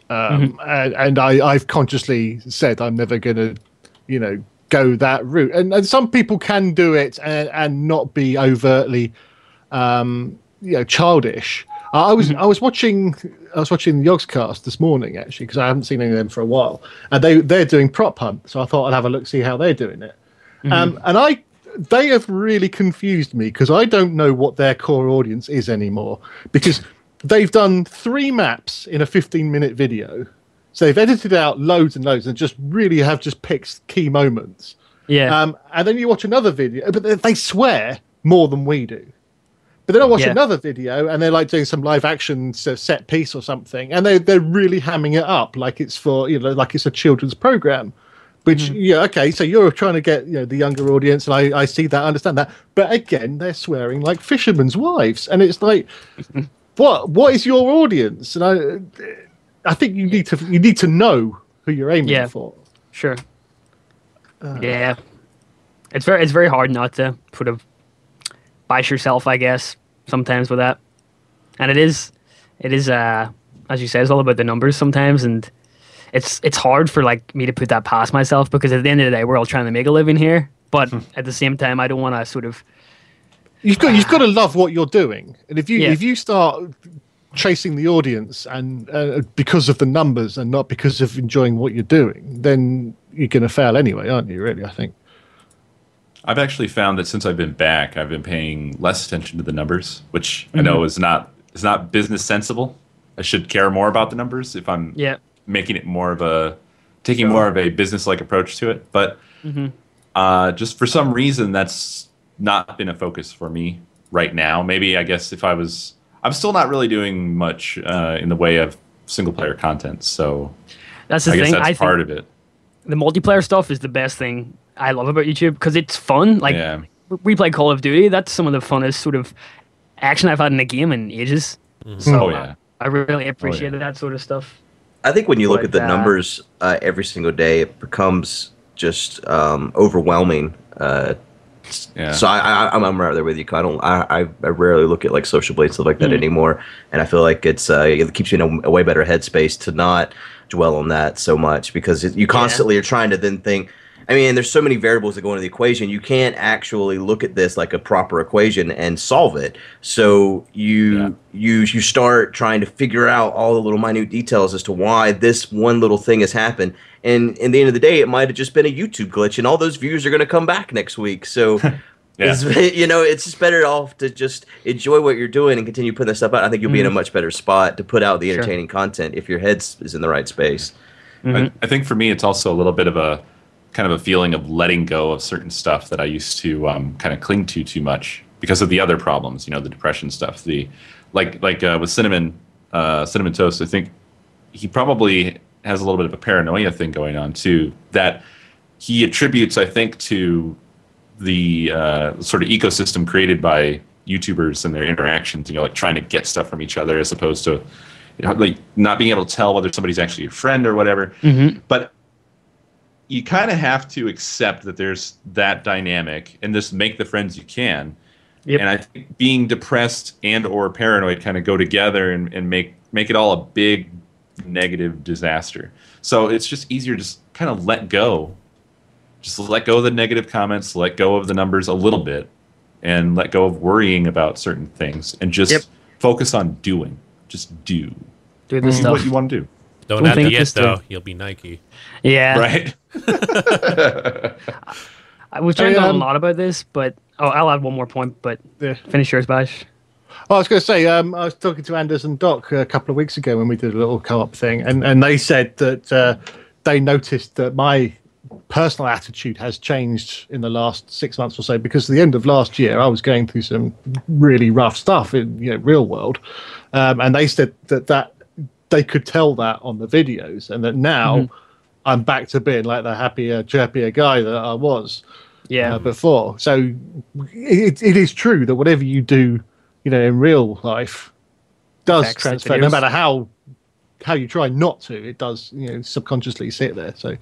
um,
Mm-hmm.
and, and I I've consciously said I'm never going to, you know, go that route. And and some people can do it and and not be overtly, um, you know, childish. I I was
Mm-hmm.
I was watching I was watching the Yogscast this morning actually because I haven't seen any of them for a while, and they they're doing prop hunt, so I thought I'd have a look see how they're doing it. Um, and I, they have really confused me because I don't know what their core audience is anymore because they've done three maps in a 15 minute video. So they've edited out loads and loads and just really have just picked key moments.
yeah,
Um, and then you watch another video, but they- they swear more than we do. But then I watch
Yeah.
another video, and they're like doing some live action s- set piece or something, and they they're really hamming it up like it's for you know like it's a children's program. Which
Mm-hmm.
yeah okay, so you're trying to get you know the younger audience, and I I see that, I understand that. But again, they're swearing like fishermen's wives, and it's like what what is your audience? And I, I think you need to you need to know who you're aiming
Yeah.
for.
Sure. yeah, it's very it's very hard not to sort of bias yourself, I guess, sometimes with that. And it is, it is, uh, as you say, it's all about the numbers sometimes, and it's it's hard for like me to put that past myself because at the end of the day, we're all trying to make a living here. But at the same time, I don't want to sort of
You've got you've got to love what you're doing, and if you
Yeah.
if you start chasing the audience and uh, because of the numbers and not because of enjoying what you're doing, then you're going to fail anyway, aren't you? Really, I think.
Mm-hmm.
I've actually found that since I've been back, I've been paying less attention to the numbers, which I
Mm-hmm.
know is not is not business sensible. I should care more about the numbers if I'm
yeah
making it more of a taking more of a business like approach to it. But
Mm-hmm.
uh, just for some reason, that's not been a focus for me right now. Maybe I guess if I was, I'm still not really doing much uh, in the way of single player content. So
that's the
I guess
thing.
that's
I
part
think
of it.
the multiplayer stuff is the best thing I love about YouTube because it's fun. Like
yeah.
we play Call of Duty. That's some of the funnest sort of action I've had in a game in ages. So
oh
uh,
yeah.
I
Oh,
really appreciated that sort of stuff.
I think when you look
Like
at the
that.
numbers uh, every single day, it becomes just um, overwhelming. Uh,
Yeah.
So I, I, I'm, I'm right there with you. 'cause I don't. I, I- I rarely look at like social blade stuff like
Hmm.
that anymore, and I feel like it's uh, it keeps you in a, a way better headspace to not dwell on that so much because it, you constantly are trying to then think. I mean, there's so many variables that go into the equation. You can't actually look at this like a proper equation and solve it. So you
Yeah.
you you start trying to figure out all the little minute details as to why this one little thing has happened. And in the end of the day, it might have just been a YouTube glitch, and all those views are going to come back next week. So.
Yeah.
It's, you know, it's just better off to just enjoy what you're doing and continue putting that stuff out. I think you'll be in a much better spot to put out the
Sure.
entertaining content if your head s- is in the right space.
I, I think for me, it's also a little bit of a kind of a feeling of letting go of certain stuff that I used to um, kind of cling to too much because of the other problems, you know, the depression stuff, the like like uh, with cinnamon uh, cinnamon toast. I think he probably has a little bit of a paranoia thing going on too that he attributes, I think, to the uh, sort of ecosystem created by YouTubers and their interactions. You know, like trying to get stuff from each other as opposed to you know, like not being able to tell whether somebody's actually your friend or whatever. But you kind of have to accept that there's that dynamic and just make the friends you can.
Yep.
And I think being depressed and or paranoid kind of go together and, and make make it all a big negative disaster. So it's just easier to just kind of let go. Just let go of the negative comments, let go of the numbers a little bit, and let go of worrying about certain things and just
Yep.
focus on doing. Just do.
Do this
Do
stuff.
Mm. what you want to do.
Don't
Don't
have to
think
yet,
this
though.
through.
You'll be Nike.
yeah,
Right?
I- we've talked
I,
a
um,
lot about this, but oh, I'll add one more point. But
Yeah.
finish yours, Bash.
Oh, I was going to say, um, I was talking to Anders and Doc a couple of weeks ago when we did a little co-op thing, and, and they said that uh, they noticed that my personal attitude has changed in the last six months or so because at the end of last year I was going through some really rough stuff in you know, real world, um, and they said that that they could tell that on the videos, and that now I'm back to being like the happier, chirpier guy that I was
Yeah,
uh, before. So it, it is true that whatever you do, you know, in real life, does
Affects the
transfer. No
videos.
matter how how you try not to, it does. You know, subconsciously sit there. So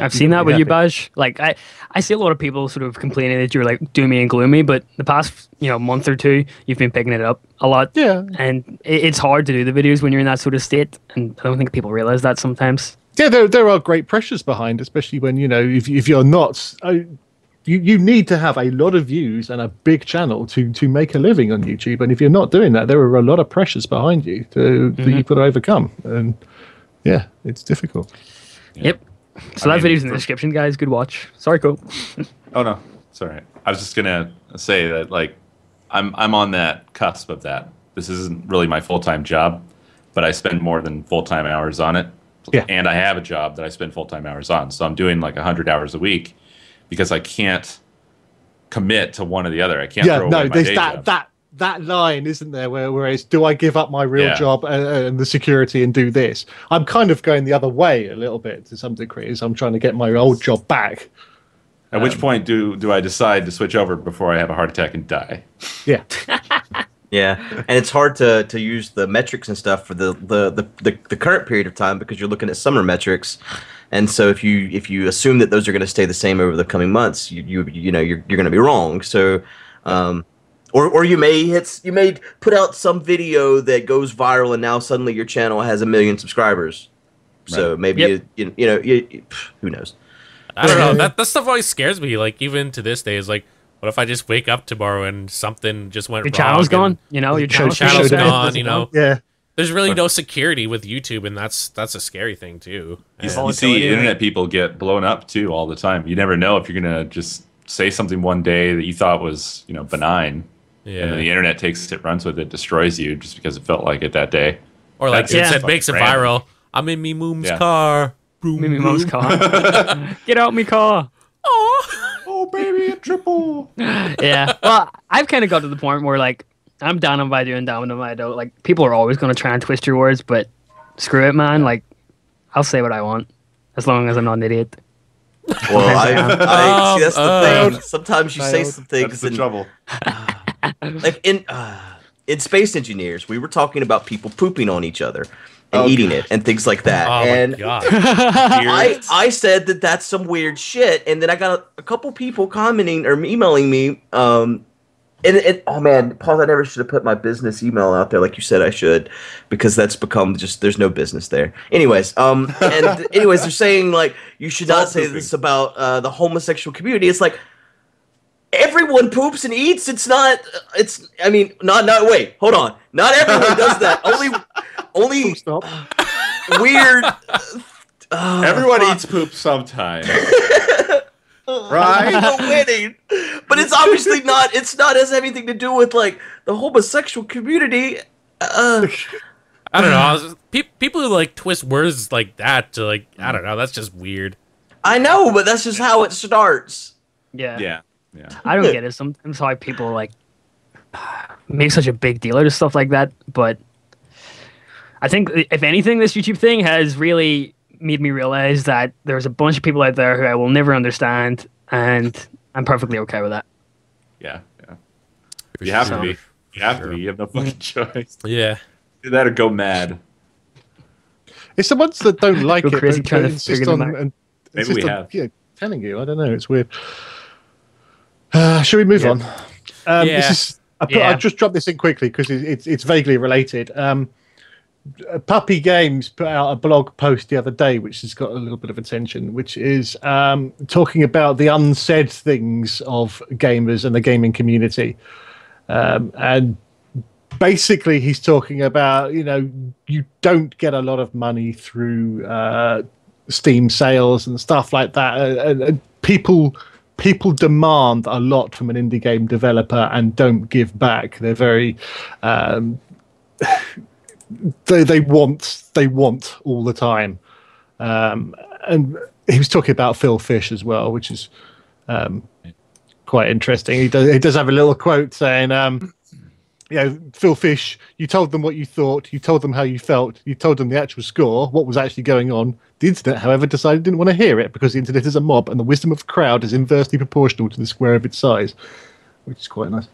I've seen that
be
with you,
happy.
Bash. Like I, I see a lot of people sort of complaining that you're like doomy and gloomy, but the past you know month or two, you've been picking it up a lot.
yeah,
And it, it's hard to do the videos when you're in that sort of state, and I don't think people realize that sometimes.
yeah, there there are great pressures behind, especially when you know if if you're not. Uh, you, you need to have a lot of views and a big channel to, to make a living on YouTube. And if you're not doing that, there are a lot of pressures behind you to, that
Mm-hmm.
you've got to overcome. And yeah, it's difficult.
Yep. So that
mean,
video's in the
for-
description, guys. Good watch. Sorry, Cole.
Oh no, it's all right. I was just gonna say that like I'm I'm on that cusp of that. This isn't really my full time job, but I spend more than full time hours on it.
Yeah.
And I have a job that I spend full time hours on. So I'm doing like hundred hours a week because I can't commit to one or the other. I can't
yeah,
throw
no,
away my
there's
day
that
job.
that that line, isn't there? Where where it's do I give up my real
Yeah.
job and, and the security and do this? I'm kind of going the other way a little bit to some degree. Is I'm trying to get my old job back.
At which point do do I decide to switch over before I have a heart attack and die?
Yeah,
Yeah, and it's hard to, to use the metrics and stuff for the, the, the, the, the current period of time because you're looking at summer metrics, and so if you if you assume that those are going to stay the same over the coming months, you you, you know you're, you're going to be wrong. So, um, or or you may hit you may put out some video that goes viral and now suddenly your channel has a million subscribers. So maybe
Yep.
you, you, you know you, you- pff, who knows.
I don't know. That that stuff always scares me. Like even to this day, is like, what if I just wake up tomorrow and something just went
Your
wrong?
channel's
and
gone. You know, your
The
channel's,
channel's
shut down.
gone. You know,
Yeah.
there's really no security with YouTube, and that's that's a scary thing too.
You,
And-
you see internet people get blown up too all the time. You never know if you're gonna just say something one day that you thought was you know benign, and then
yeah.
the internet takes it, runs with it, destroys you just because it felt like it that day.
Or like
That's
it
just
said,
like
makes it
random.
viral. I'm in me mom's
Yeah.
car. Boom,
Mimi mom's car. Get out me car.
Oh baby, a triple.
yeah. Well, I've kind of got to the point where like I'm down by doing down on my dough. Like people are always going to try and twist your words, but screw it, man. Like I'll say what I want as long as I'm not an idiot.
Well, I, I see that's the
Um,
thing. Sometimes you say
Failed.
some things
That's the
and uh,
trouble.
like in uh, in space engineers, we were talking about people pooping on each other and
Oh,
eating it and things like that.
Oh
and
my god.
I, I said that that's some weird shit, and then I got a, a couple people commenting or emailing me. Um, and, and oh man, Paul, I never should have put my business email out there like you said I should, because that's become just there's no business there. Anyways, um, and anyways, they're saying like you should not say
pooping.
this about uh, the homosexual community. It's like everyone poops and eats. It's not. It's I mean, not not wait, hold on, not everyone does that. Only only
Stop.
weird. Uh,
Everyone
fuck.
eats poop sometime, right?
People winning. But it's obviously not. It's not has anything to do with like the homosexual community. Uh,
I don't know. I was, pe- people who like twist words like that to like I don't know. That's just weird.
I know, but that's just how it starts.
Yeah.
Yeah, yeah.
I don't get it. Sometimes why people like make such a big deal out of stuff like that. But I think if anything, this YouTube thing has really made me realize that there's a bunch of people out there who I will never understand, and I'm perfectly okay with that.
Yeah, yeah. You have to
sure.
be. You have
sure.
to be. You have no fucking choice.
Yeah.
Do that or go mad.
It's the ones that don't like
Go
it. but
crazy
they
trying to
insist
figure them
on-
out.
and
Maybe
insist
we
on,
have.
Yeah, telling you. I don't know. It's weird. Uh, should we move on? Um,
Yeah.
This is, I, put,
Yeah.
I just dropped this in quickly because it, it's it's vaguely related. Um, uh, Puppy Games put out a blog post the other day, which has got a little bit of attention, which is um, talking about the unsaid things of gamers and the gaming community. Um, and basically, he's talking about you know you don't get a lot of money through uh, Steam sales and stuff like that. Uh, And, and people people demand a lot from an indie game developer and don't give back. They're very um, they they want they want all the time. Um, and he was talking about Phil Fish as well, which is um, quite interesting. He does he does have a little quote saying. Um, you know, Phil Fish, you told them what you thought, you told them how you felt, you told them the actual score, what was actually going on. The internet, however, decided it didn't want to hear it because the internet is a mob and the wisdom of the crowd is inversely proportional to the square of its size, which is quite nice.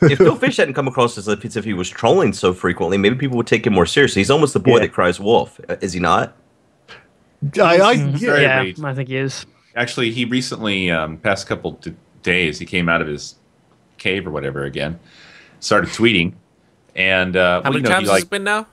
If Bill Fish hadn't come across as if, as if he was trolling so frequently, maybe people would take him more seriously. He's almost the boy
Yeah.
that cries wolf, uh, is he not?
I, I, yeah,
Very
yeah,
great.
I think he is.
Actually, he recently, um, past couple d- days, he came out of his cave or whatever again, started tweeting, and uh,
How
well,
many
you know, he,
times has
like,
it been now?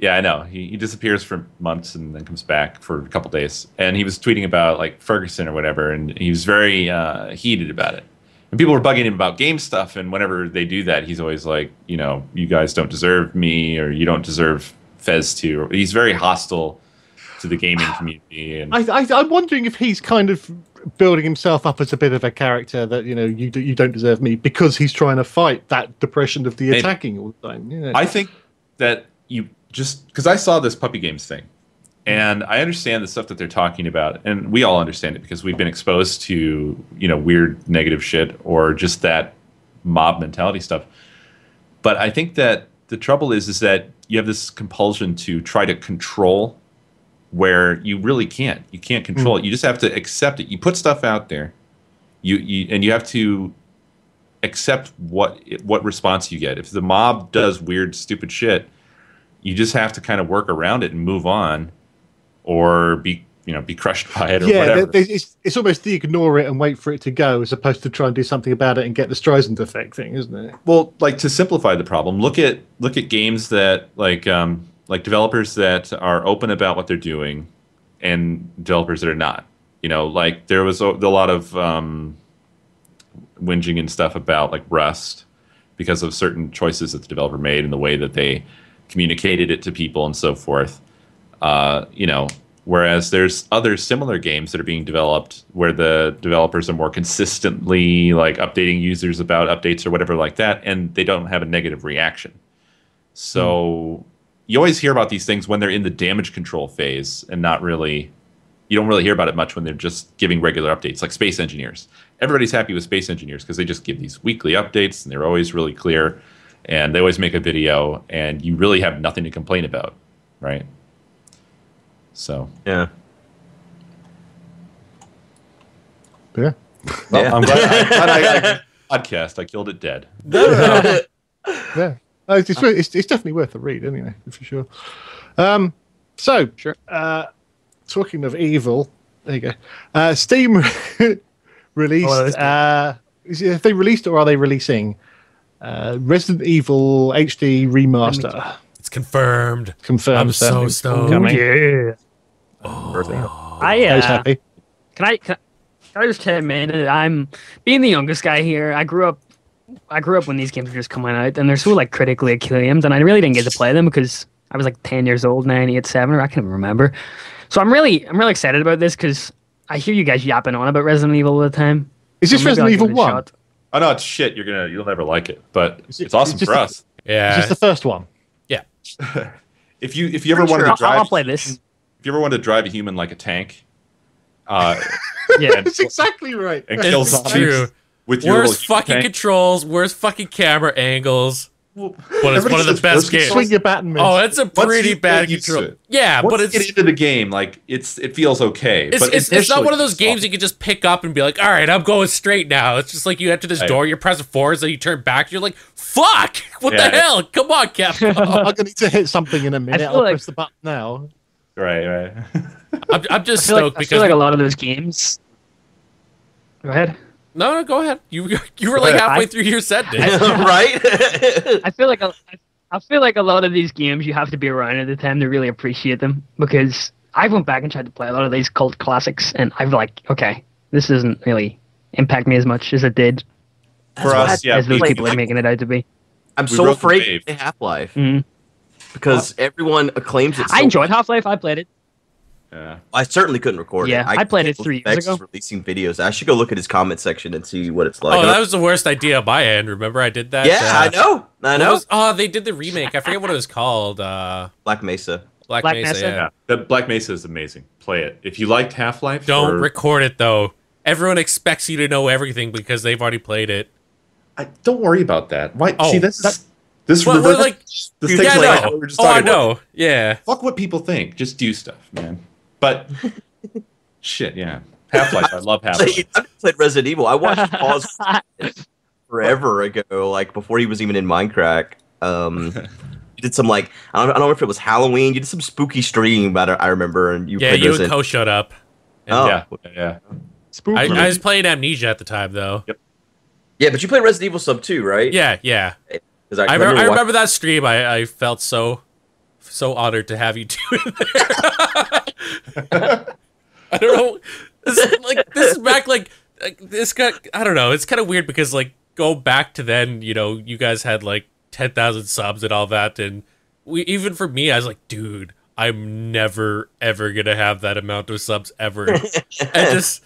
yeah, I know he, he disappears for months and then comes back for a couple days, and he was tweeting about like Ferguson or whatever, and he was very uh, heated about it, and people were bugging him about game stuff, and whenever they do that, he's always like, you know, you guys don't deserve me, or you don't deserve Fez two. He's very hostile to the gaming community, and
I, I, I'm wondering if he's kind of building himself up as a bit of a character that, you know, you, do, you don't deserve me because he's trying to fight that depression of the
Maybe.
attacking all the time. Yeah.
I think that you just because I saw this puppy games thing, and I understand the stuff that they're talking about, and we all understand it because we've been exposed to you know weird negative shit or just that mob mentality stuff. But I think that the trouble is is that you have this compulsion to try to control where you really can't. You can't control it. You just have to accept it. You put stuff out there. You, you and you have to accept what what response you get. If the mob does weird, stupid shit, you just have to kind of work around it and move on, or be you know be crushed by it or
yeah,
whatever.
th- th- it's, it's almost the ignore it and wait for it to go as opposed to try and do something about it and get the Streisand effect thing, isn't it?
well like to simplify the problem look at look at games that like um like developers that are open about what they're doing and developers that are not you know like there was a, a lot of um whinging and stuff about like rust because of certain choices that the developer made and the way that they communicated it to people and so forth uh, you know whereas there's other similar games that are being developed where the developers are more consistently like updating users about updates or whatever like that and they don't have a negative reaction so you always hear about these things when they're in the damage control phase and not really you don't really hear about it much when they're just giving regular updates like space engineers everybody's happy with space engineers because they just give these weekly updates and they're always really clear and they always make a video and you really have nothing to complain about right so
Yeah.
Yeah.
well,
Yeah.
I'm glad, I'm glad I, I podcast I killed it dead
yeah. No, it's, it's, worth- it's, it's definitely worth a read anyway, for sure. Um, so,
Sure.
uh, talking of evil, there you go. Uh, Steam released.
Oh, that's-
uh, is it- have they released or are they releasing uh, Resident Evil HD remaster?
It's confirmed.
Confirmed.
I'm so
that is
stoned.
coming.
Yeah. I
Who's
uh,
happy?
can I can I- can I just chime in? I'm being the youngest guy here. I grew up. I grew up when these games were just coming out, and they're so like critically acclaimed, and I really didn't get to play them because I was like ten years old, nine, eight, seven, or I can't even remember. So I'm really, I'm really excited about this because I hear you guys yapping on about Resident Evil all the time.
Is this
So maybe I'll
Resident
give
Evil
it a
1?
shot.
Oh no, it's shit. You're gonna you'll never like it, but
It's-
it's,
it's
awesome
just
for
a-
us.
Is
Yeah.
this the first one?
If you if you ever
Sure,
wanted
I'll,
to drive,
I'll play this.
if you ever wanted to drive a human like a tank, uh,
Yeah,
and,
exactly right.
and kill
it's
zombies
true.
with your
Worst
little human
fucking
tank,
controls, worst fucking camera angles. But it's one of the best games.
Swing your bat and miss.
Oh, it's a
Once
pretty
you get
bad
used to
control.
it.
Yeah,
Once
but
you
it's
get into the game, like it's it feels okay.
it's,
but
it's, it's not
initially
one of those
it's
games you
awful.
can just pick up and be like, all right, I'm going straight now. It's just like you enter this
Right.
door, you're pressing forwards, then you turn back, you're like, fuck, what
Yeah.
the hell? Come on, Capcom.
I'm going to need to hit something in a minute.
feel
I'll
like-
press the button now.
right, right.
I'm, I'm just
I
stoked
feel, like, I feel
because
like a lot of those games. Go ahead.
no, no, go ahead. You you were like
ahead.
halfway through your sentence.
right?
I feel like a, I feel like a lot of these games you have to be around at the time to really appreciate them because I went back and tried to play a lot of these cult classics and I've like okay this doesn't really impact me as much as it did
For us, yeah,
as those
we-
people are making it out to be.
I'm
We
so
wrote Mm-hmm. the
afraid
wave.
of Half Life
Mhm.
because everyone acclaims it. So
I enjoyed Half Life. I played it.
yeah.
I certainly couldn't record
Yeah,
it.
I played it
can't
three
believe Vex
years ago.
is releasing videos. I should go look at his comment section and see what it's like.
oh, that was the worst idea on my end. Remember, I did that.
yeah,
uh,
I know. I
what
know.
was- oh, they did the remake. I forget what it was called. Uh,
Black Mesa.
Black,
Black
Mesa.
Mesa?
Yeah.
yeah. The Black Mesa is amazing. Play it if you liked Half Life.
Don't
or,
record it though. Everyone expects you to know everything because they've already played it.
I, don't worry about that. Why?
Oh,
see, this is this
Well,
reverse,
like-
this
Yeah,
takes
Yeah,
Exactly.
like
no.
we were just
oh, I
talking about.
know. Yeah.
fuck what people think. Just do stuff, man. But shit, yeah. Half Life. I love Half Life.
I've played Resident Evil. I watched Pause forever ago, like before he was even in Minecraft. Um, you did some like I don't, I don't know if it was Halloween. You did some spooky stream, but I, I remember, and you
Yeah,
played
you and
Resident.
Co showed up.
oh.
Yeah, yeah.
I,
Spooky.
I was playing Amnesia at the time though.
yeah, but you played Resident Evil sub too, right?
Yeah, yeah.
'Cause
I, remember, I
wa-
remember that stream. I, I felt so so honored to have you two in there. I don't know. This, like this is back like, like this got I don't know. It's kind of weird because like go back to then, you know, you guys had like 10,000 subs and all that and we even for me I was like, dude, I'm never ever going to have that amount of subs ever. I just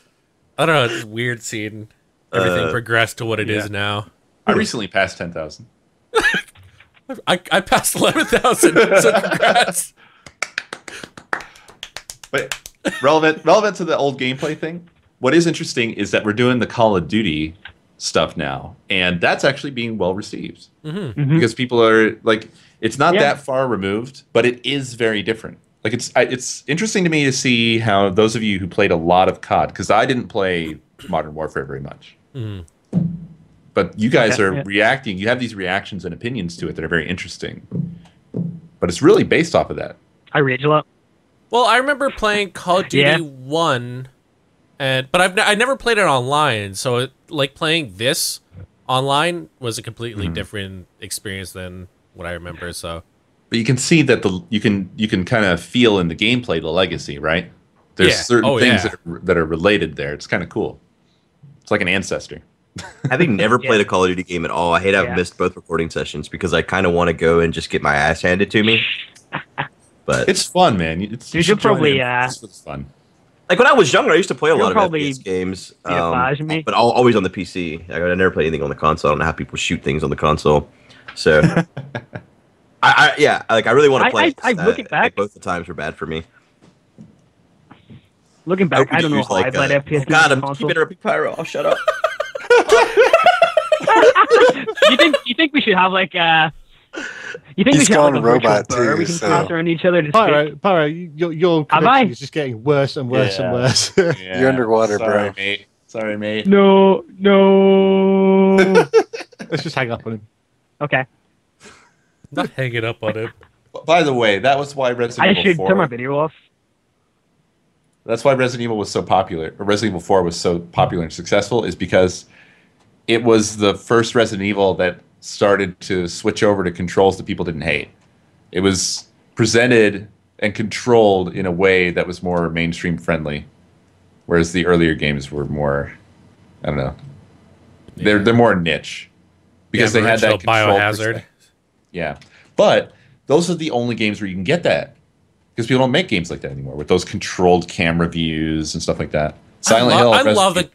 I don't know, it's weird seeing everything
Uh,
progress to what it is
yeah.
now.
I recently passed ten thousand.
I, I passed 11,000, so congrats.
But relevant relevant to the old gameplay thing. What is interesting is that we're doing the Call of Duty stuff now, and that's actually being well received
hmm
because people are like, it's not
Yeah.
that far removed, but it is very different. Like it's I, it's interesting to me to see how those of you who played a lot of COD because I didn't play Modern Warfare very much.
hmm
But you guys
Okay,
are
yeah.
reacting. You have these reactions and opinions to it that are very interesting. But it's really based off of that.
I rage a lot.
Well, I remember playing Call of Duty
Yeah.
One, and but I've n- I never played it online. So it, like playing this online was a
Mm-hmm.
completely different experience than what I remember. So
But you can see that the you can you can kind of feel in the gameplay the legacy, right? There's
Yeah.
certain
Oh,
things
yeah.
that, are, that are related there. It's kind of cool. It's like an ancestor.
Having never
Yeah.
played a Call of Duty game at all, I hate I've
Yeah.
missed both recording sessions because I kind of want to go and just get my ass handed to me. But
It's fun, man. It's,
You should
join
probably,
in.
uh,
It's it's fun.
like when I was younger, I used to play a
You'll
lot of
probably
FPS games, um,
be a Faj me.
but all, always on the PC. Like, I never played anything on the console. I don't know how people shoot things on the console. So, I, I yeah, like I really want
I-
to play.
I-
it,
I
just, uh,
look it back.
Both the times were bad for me.
Looking back, I,
would
don't know
use,
how I played
uh,
FPS
oh, God,
on
I'm
console.
keeping it up in pyro. I'll shut up.
you think you think we should have like uh you think we
He's
should have like
gone
a virtual
robot,
bar
too,
we can
so-
pass around each other to
Pyro, Pyro, you- your your
Have I?
connection is just getting worse and worse
Yeah.
and worse.
You're underwater, bro.
mate. Sorry, mate.
speak. No, no.
Let's just hang up on him.
okay,
not hanging up on it.
By the way, that was why
I
Resident Evil
should
4.
turn my video off.
That's why Resident Evil was so popular. Or Resident Evil 4 was so popular and successful is because it was the first Resident Evil that started to switch over to controls that people didn't hate. It was presented and controlled in a way that was more mainstream friendly, whereas the earlier games were more, I don't know, they're they're more niche because
Yeah,
they had that
original
control
biohazard.
perspective. Yeah, but those are the only games where you can get that because people don't make games like that anymore with those controlled camera views and stuff like that. Silent
I,
Hill.
lo- I
Resident
love the
Evil-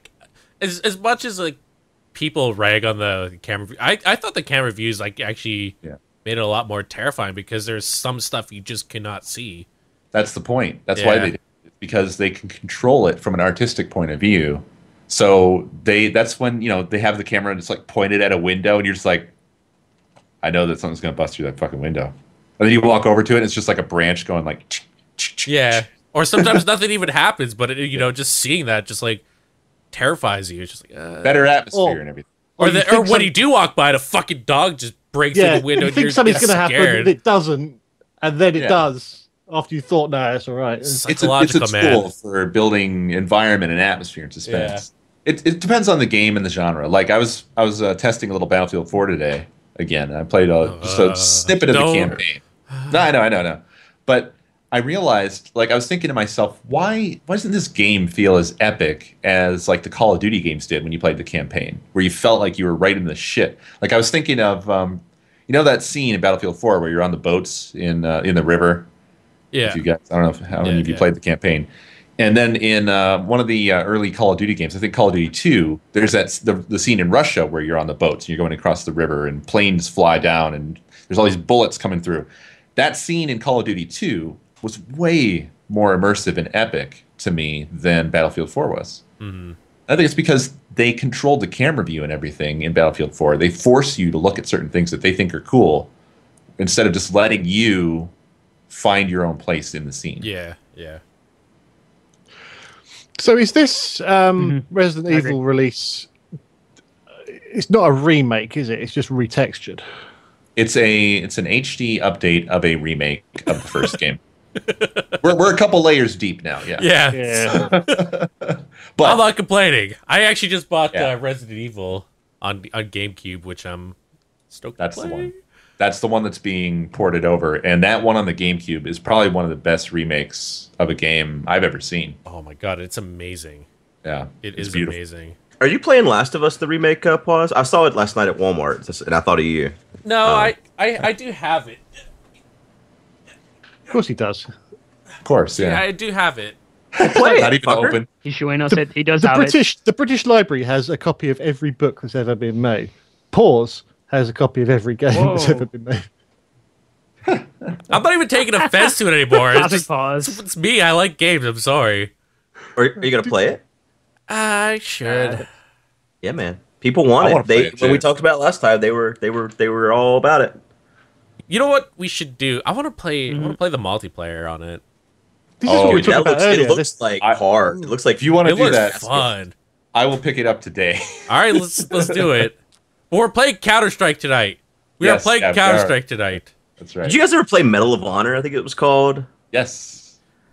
as as much as like people rag on the camera. View, I I thought the camera views like actually
Yeah.
made it a lot more terrifying because there's some stuff you just cannot see.
That's the point. That's why
Yeah.
they did it, because they can control it from an artistic point of view. So they that's when you know they have the camera and it's like pointed at a window and you're just like, I know that something's gonna bust through that fucking window, and then you walk over to it and it's just like a branch going like.
Yeah. Or sometimes nothing even happens, but it, you know, just seeing that just like terrifies you. It's just like, uh,
better atmosphere
Well,
and everything.
or
you
the, or
think
when
some-
you do walk by, the fucking dog just breaks
yeah,
through the window.
you
and
think
you're
something's
just
going to happen,
scared.
and it doesn't, and then it
Yeah.
does after you thought, no, it's all right.
It's
It's a, it's a
psychological,
tool
man.
for building environment and atmosphere and suspense. It, it depends on the game and the genre. Like I was I was uh, testing a little Battlefield 4 today again. I played a, just a
Uh,
snippet of the
don't.
campaign. No, I know, I know, I know. But I realized, like, I was thinking to myself, why, why doesn't this game feel as epic as like the Call of Duty games did when you played the campaign, where you felt like you were right in the shit? Like I was thinking of, um, you know, that scene in Battlefield 4 where you're on the boats in uh, in the river
Yeah.
if you guys, I don't know if, how many
Yeah,
of you
yeah.
played the campaign. And then in uh, one of the uh, early Call of Duty games, I think Call of Duty 2, there's that s- the, the scene in Russia where you're on the boats and you're going across the river and planes fly down and there's all these bullets coming through. That scene in Call of Duty 2 was way more immersive and epic to me than Battlefield 4 was.
Mhm.
I think it's because they controlled the camera view and everything in Battlefield 4. They force you to look at certain things that they think are cool instead of just letting you find your own place in the scene.
Yeah. Yeah.
So is this um, Resident
I agree.
Evil release? It's not a remake, is it? It's just retextured.
It's a it's an HD update of a remake of the first game. We're, we're a couple layers deep now, yeah.
Yeah.
Yeah.
I'm
But
not complaining. I actually just bought
Yeah.
uh, Resident Evil on on GameCube, which I'm stoked
That's
to
the
play.
one. that's the one that's being ported over, and that one on the GameCube is probably one of the best remakes of a game I've ever seen.
Oh my god, it's amazing.
Yeah,
it's
it's beautiful.
amazing.
Are you playing Last of Us the remake? Uh, pause. I saw it last night at Walmart, just- and I thought of you.
No,
Oh.
I, I I do have it.
of course he does.
Of course,
Yeah,
yeah.
I do have it.
Play
Not even
fucker.
open.
He's showing us it. He does
The
have it.
British the British Library has a copy of every book that's ever been made. Pause has a copy of every game that's
Whoa.
ever been made.
I'm not even taking offense to it anymore. It's,
Classic
just,
pause.
it's me. I like games. I'm sorry.
Are, are you gonna play it?
I should.
Yeah, man. People want
I wanna
it. They
play it,
when we
too.
talked about it last time, they were they were they were all about it.
You know what we should do? I want to play. I
Mm-hmm.
want to play the multiplayer on it.
This is
Oh,
what we
dude,
talked about
that looks,
earlier.
it looks
This-
like
I-
hard. It looks like
If you want to
It
do
looks
that,
fun.
I will pick it up today.
All right, let's let's do it. But we're playing Counter Strike tonight. We
Yes,
are playing
yeah, we
Counter
are.
Strike tonight.
That's right.
Did you guys ever play Medal of Honor? I think it was called.
yes.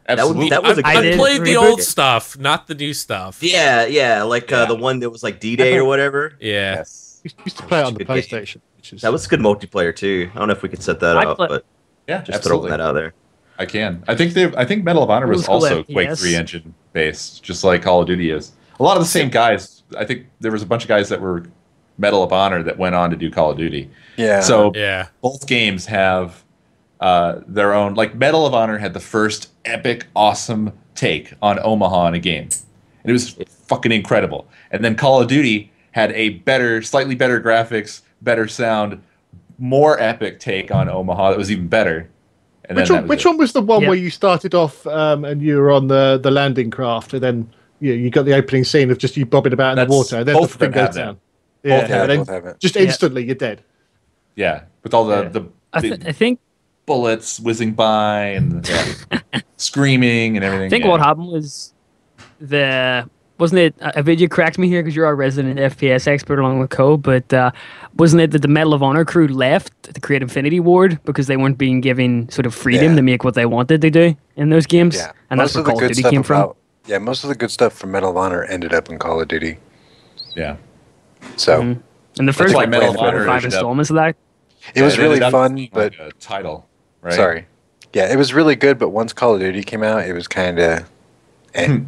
That would
Absolutely.
be, that was a
I,
I
good
I
did
played the
reboot
old
it.
stuff, not the new stuff.
Yeah, yeah, like
Yeah.
Uh, the one that was like D Day or whatever.
Yeah.
yes.
We used to play it on the
Good game.
PlayStation, which is
That was good multiplayer too. I don't know if we could set that
I
up,
play-
but
Yeah,
just
absolutely.
throwing that out there.
I can. I think they. I think Medal of Honor
Old
was
school
also Quake
FPS.
Three engine based, just like Call of Duty is. A lot of the same guys. I think there was a bunch of guys that were Medal of Honor that went on to do Call of Duty.
Yeah.
So
Yeah.
both games have uh, their own. Like Medal of Honor had the first epic, awesome take on Omaha in a game, and it was fucking incredible. And then Call of Duty had a better, slightly better graphics, better sound, more epic take on Omaha that was even better. And
Which
then
one,
that was
which
it.
one was the one
Yeah.
where you started off um, and you were on the, the landing craft, and then you, you got the opening scene of just you bobbing about in
That's-
the water, and then
both
the
of
thing
them
goes
have that.
down.
both
Yeah,
have,
and then
both have it.
just
Yeah.
instantly you're dead.
Yeah, with all the
Yeah.
the,
I,
the
th- I think
bullets whizzing by and the, screaming and everything.
I think
yeah.
what happened was the wasn't it? Uh, Avid, you correct me here because you're our resident FPS expert along with Co. But uh, wasn't it that the Medal of Honor crew left to create Infinity Ward because they weren't being given sort of freedom
Yeah.
to make what they wanted to do in those games,
Yeah.
and
Most
that's where
of the
Call of
good
Duty
stuff
came from.
about- Yeah, most of the good stuff from Medal of Honor ended up in Call of Duty.
Yeah,
So
Mhm. And the
That's
first
why
like
Medal
of
four or
Honor
five
ended up-
installments of that.
it was
Yeah,
really
ended up
fun,
being
but
like a title, right?
sorry. Yeah, it was really good, but once Call of Duty came out, it was kind of. Eh.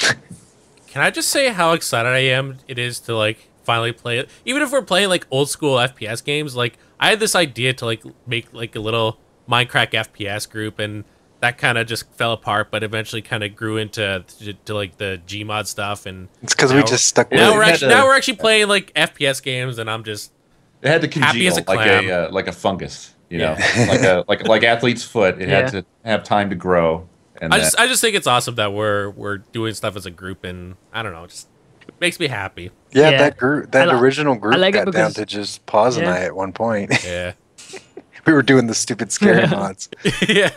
Can I just say how excited I am it is to like finally play it? Even if we're playing like old school FPS games, like I had this idea to like make like a little Minecraft FPS group and that kind of just fell apart, but eventually kind of grew into to, to like the Gmod stuff, and
it's because we
Now-
just stuck with
now
it.
we're
had
actually
a-
now we're actually playing like FPS games, and I'm just
It had to
Happy
congeal
as a
like
clam.
a uh, like a fungus, you know, like a like like athlete's foot. It had
Yeah.
to have time to grow. And
I
then-
just I just think it's awesome that we're we're doing stuff as a group, and I don't know, it just makes me happy.
Yeah,
Yeah.
that group, that
I li-
original group
like it
got down
because-
to just Paws and
Yeah.
I at one point.
Yeah,
we were doing the stupid scary mods.
yeah.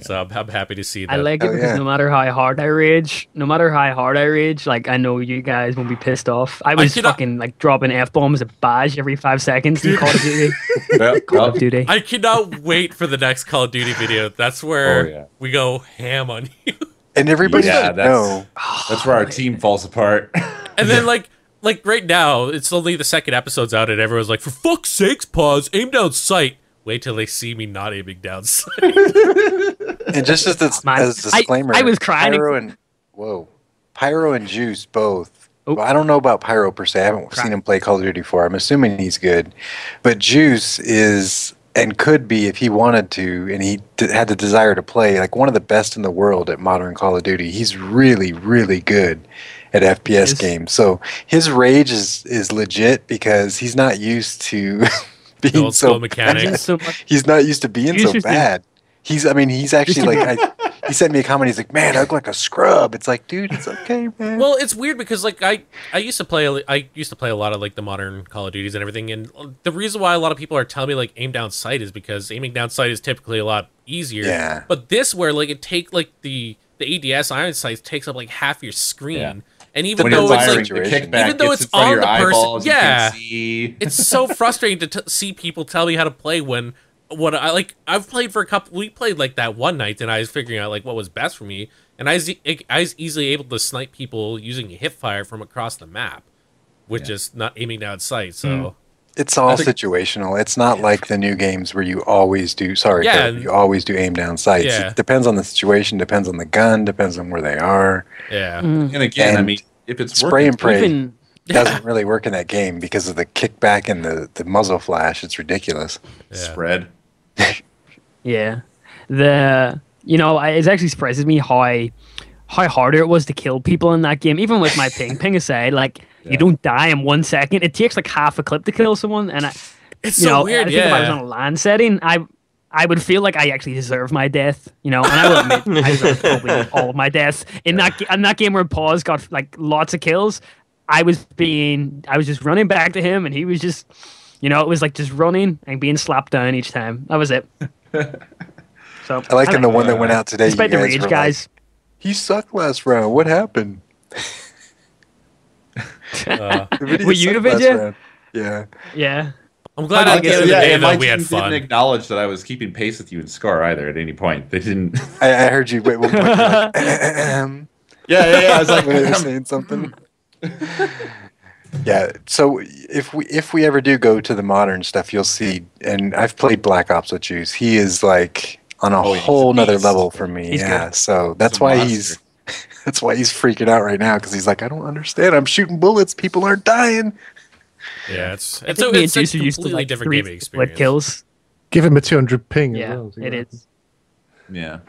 So I'm, I'm happy to see that.
I like it
Oh,
because
yeah.
no matter how hard I rage, no matter how hard I rage, like I know you guys won't be pissed off. I was
cannot-
fucking like dropping f bombs at Baj every five seconds in Call of Duty.
Yeah,
Call
well,
of Duty.
I cannot wait for the next Call of Duty video. That's where
Oh, yeah.
we go ham on you.
And everybody
Yeah,
should
that's-
know.
that's where our team falls apart.
And then like like right now, it's only the second episode's out, and everyone's like, "For fuck's sakes, pause, aim down sight." Wait till they see me not aiming down sight.
And just as, the,
Man,
as
I-
disclaimer,
I was crying.
Pyro and whoa, Pyro and Juice both.
Oh.
Well, I don't know about Pyro per se. I haven't
Cry.
seen him play Call of Duty before. I'm assuming he's good, but Juice is and could be if he wanted to, and he d- had the desire to play. Like one of the best in the world at modern Call of Duty. He's really, really good at FPS
Yes.
games. So his rage is is legit because he's not used to
The
being
old school
so
Using
mechanics.
so much-
he's not used to being
He's
so
just in-
bad. He's, I mean, he's actually like, I, he sent me a comment. He's like, man, I look like a scrub. It's like, dude, it's okay, man.
Well, it's weird because like I I used to play I used to play a lot of like the modern Call of Duties and everything, and the reason why a lot of people are telling me like aim down sight is because aiming down sight is typically a lot easier.
Yeah.
But this where like it take like the the ADS iron sight takes up like half your screen,
Yeah.
and even
when
you're
though
you're
it's
firing,
like
the
Even
kickback
though
gets
it's
in front
on
of
the
your
person-
eyeballs. you
yeah.
can't see.
it's so frustrating to t- see people tell me how to play when what I like I've played for a couple we played like that one night and I was figuring out like what was best for me and I was, e- I was easily able to snipe people using hip fire from across the map with just not aiming down sight so
Mm.
It's all
think-
situational. It's not like the new games where you always do, sorry,
Yeah,
Kurt,
and-
you always do aim down sights.
Yeah.
It depends on the situation, depends on the gun, depends on where they are.
yeah
And again, I
And
mean, if it's
Spray
working,
and pray
Even
doesn't really work in that game because of the kickback and the, the muzzle flash. It's ridiculous.
yeah
spread.
yeah, the you know I, it actually surprises me how how harder it was to kill people in that game. Even with my ping ping aside, like
Yeah.
you don't die in one second. It takes like half a clip to kill someone, and I,
it's
you
so
know, I
weird
think if I was
yeah
on a land setting, I I would feel like I actually deserve my death, you know. And I will admit, I deserve probably all of my deaths in that ga- in that game where Paws got like lots of kills. I was being, I was just running back to him, and he was just, you know, it was like just running and being slapped down each time. That was it. So
I like in the
mean,
one that went out today. you
Uh, despite the
guys
rage,
were like,
guys.
he sucked last round. What happened?
Uh,
The video
Were you
sucked
the
last
video?
round. Yeah.
Yeah.
I'm glad at
I
the
guess-
end of the
yeah,
day
and my
though we
team
had fun.
didn't acknowledge that I was keeping pace with you and Scar either at any point. They didn't.
I, I heard you. Wait, one point, you're like, "Ahem,"
yeah, yeah, yeah. I was like,
when they were
"Come-
saying something. Yeah. So if we if we ever do go to the modern stuff, you'll see. And I've played Black Ops with Juice. He is like on a
Oh, he's a
whole nother
beast.
level for me.
He's
yeah. So that's
a
why
monster.
he's that's why he's freaking out right now because he's like, I don't understand. I'm shooting bullets. People aren't dying.
Yeah, it's
I
it's,
think
a,
me
it's
and
a
Juicer
completely
used to like
different
three
gaming
split
experience.
kills.
Give him a 200 ping. as
Yeah,
well, see
it
what
is.
Yeah.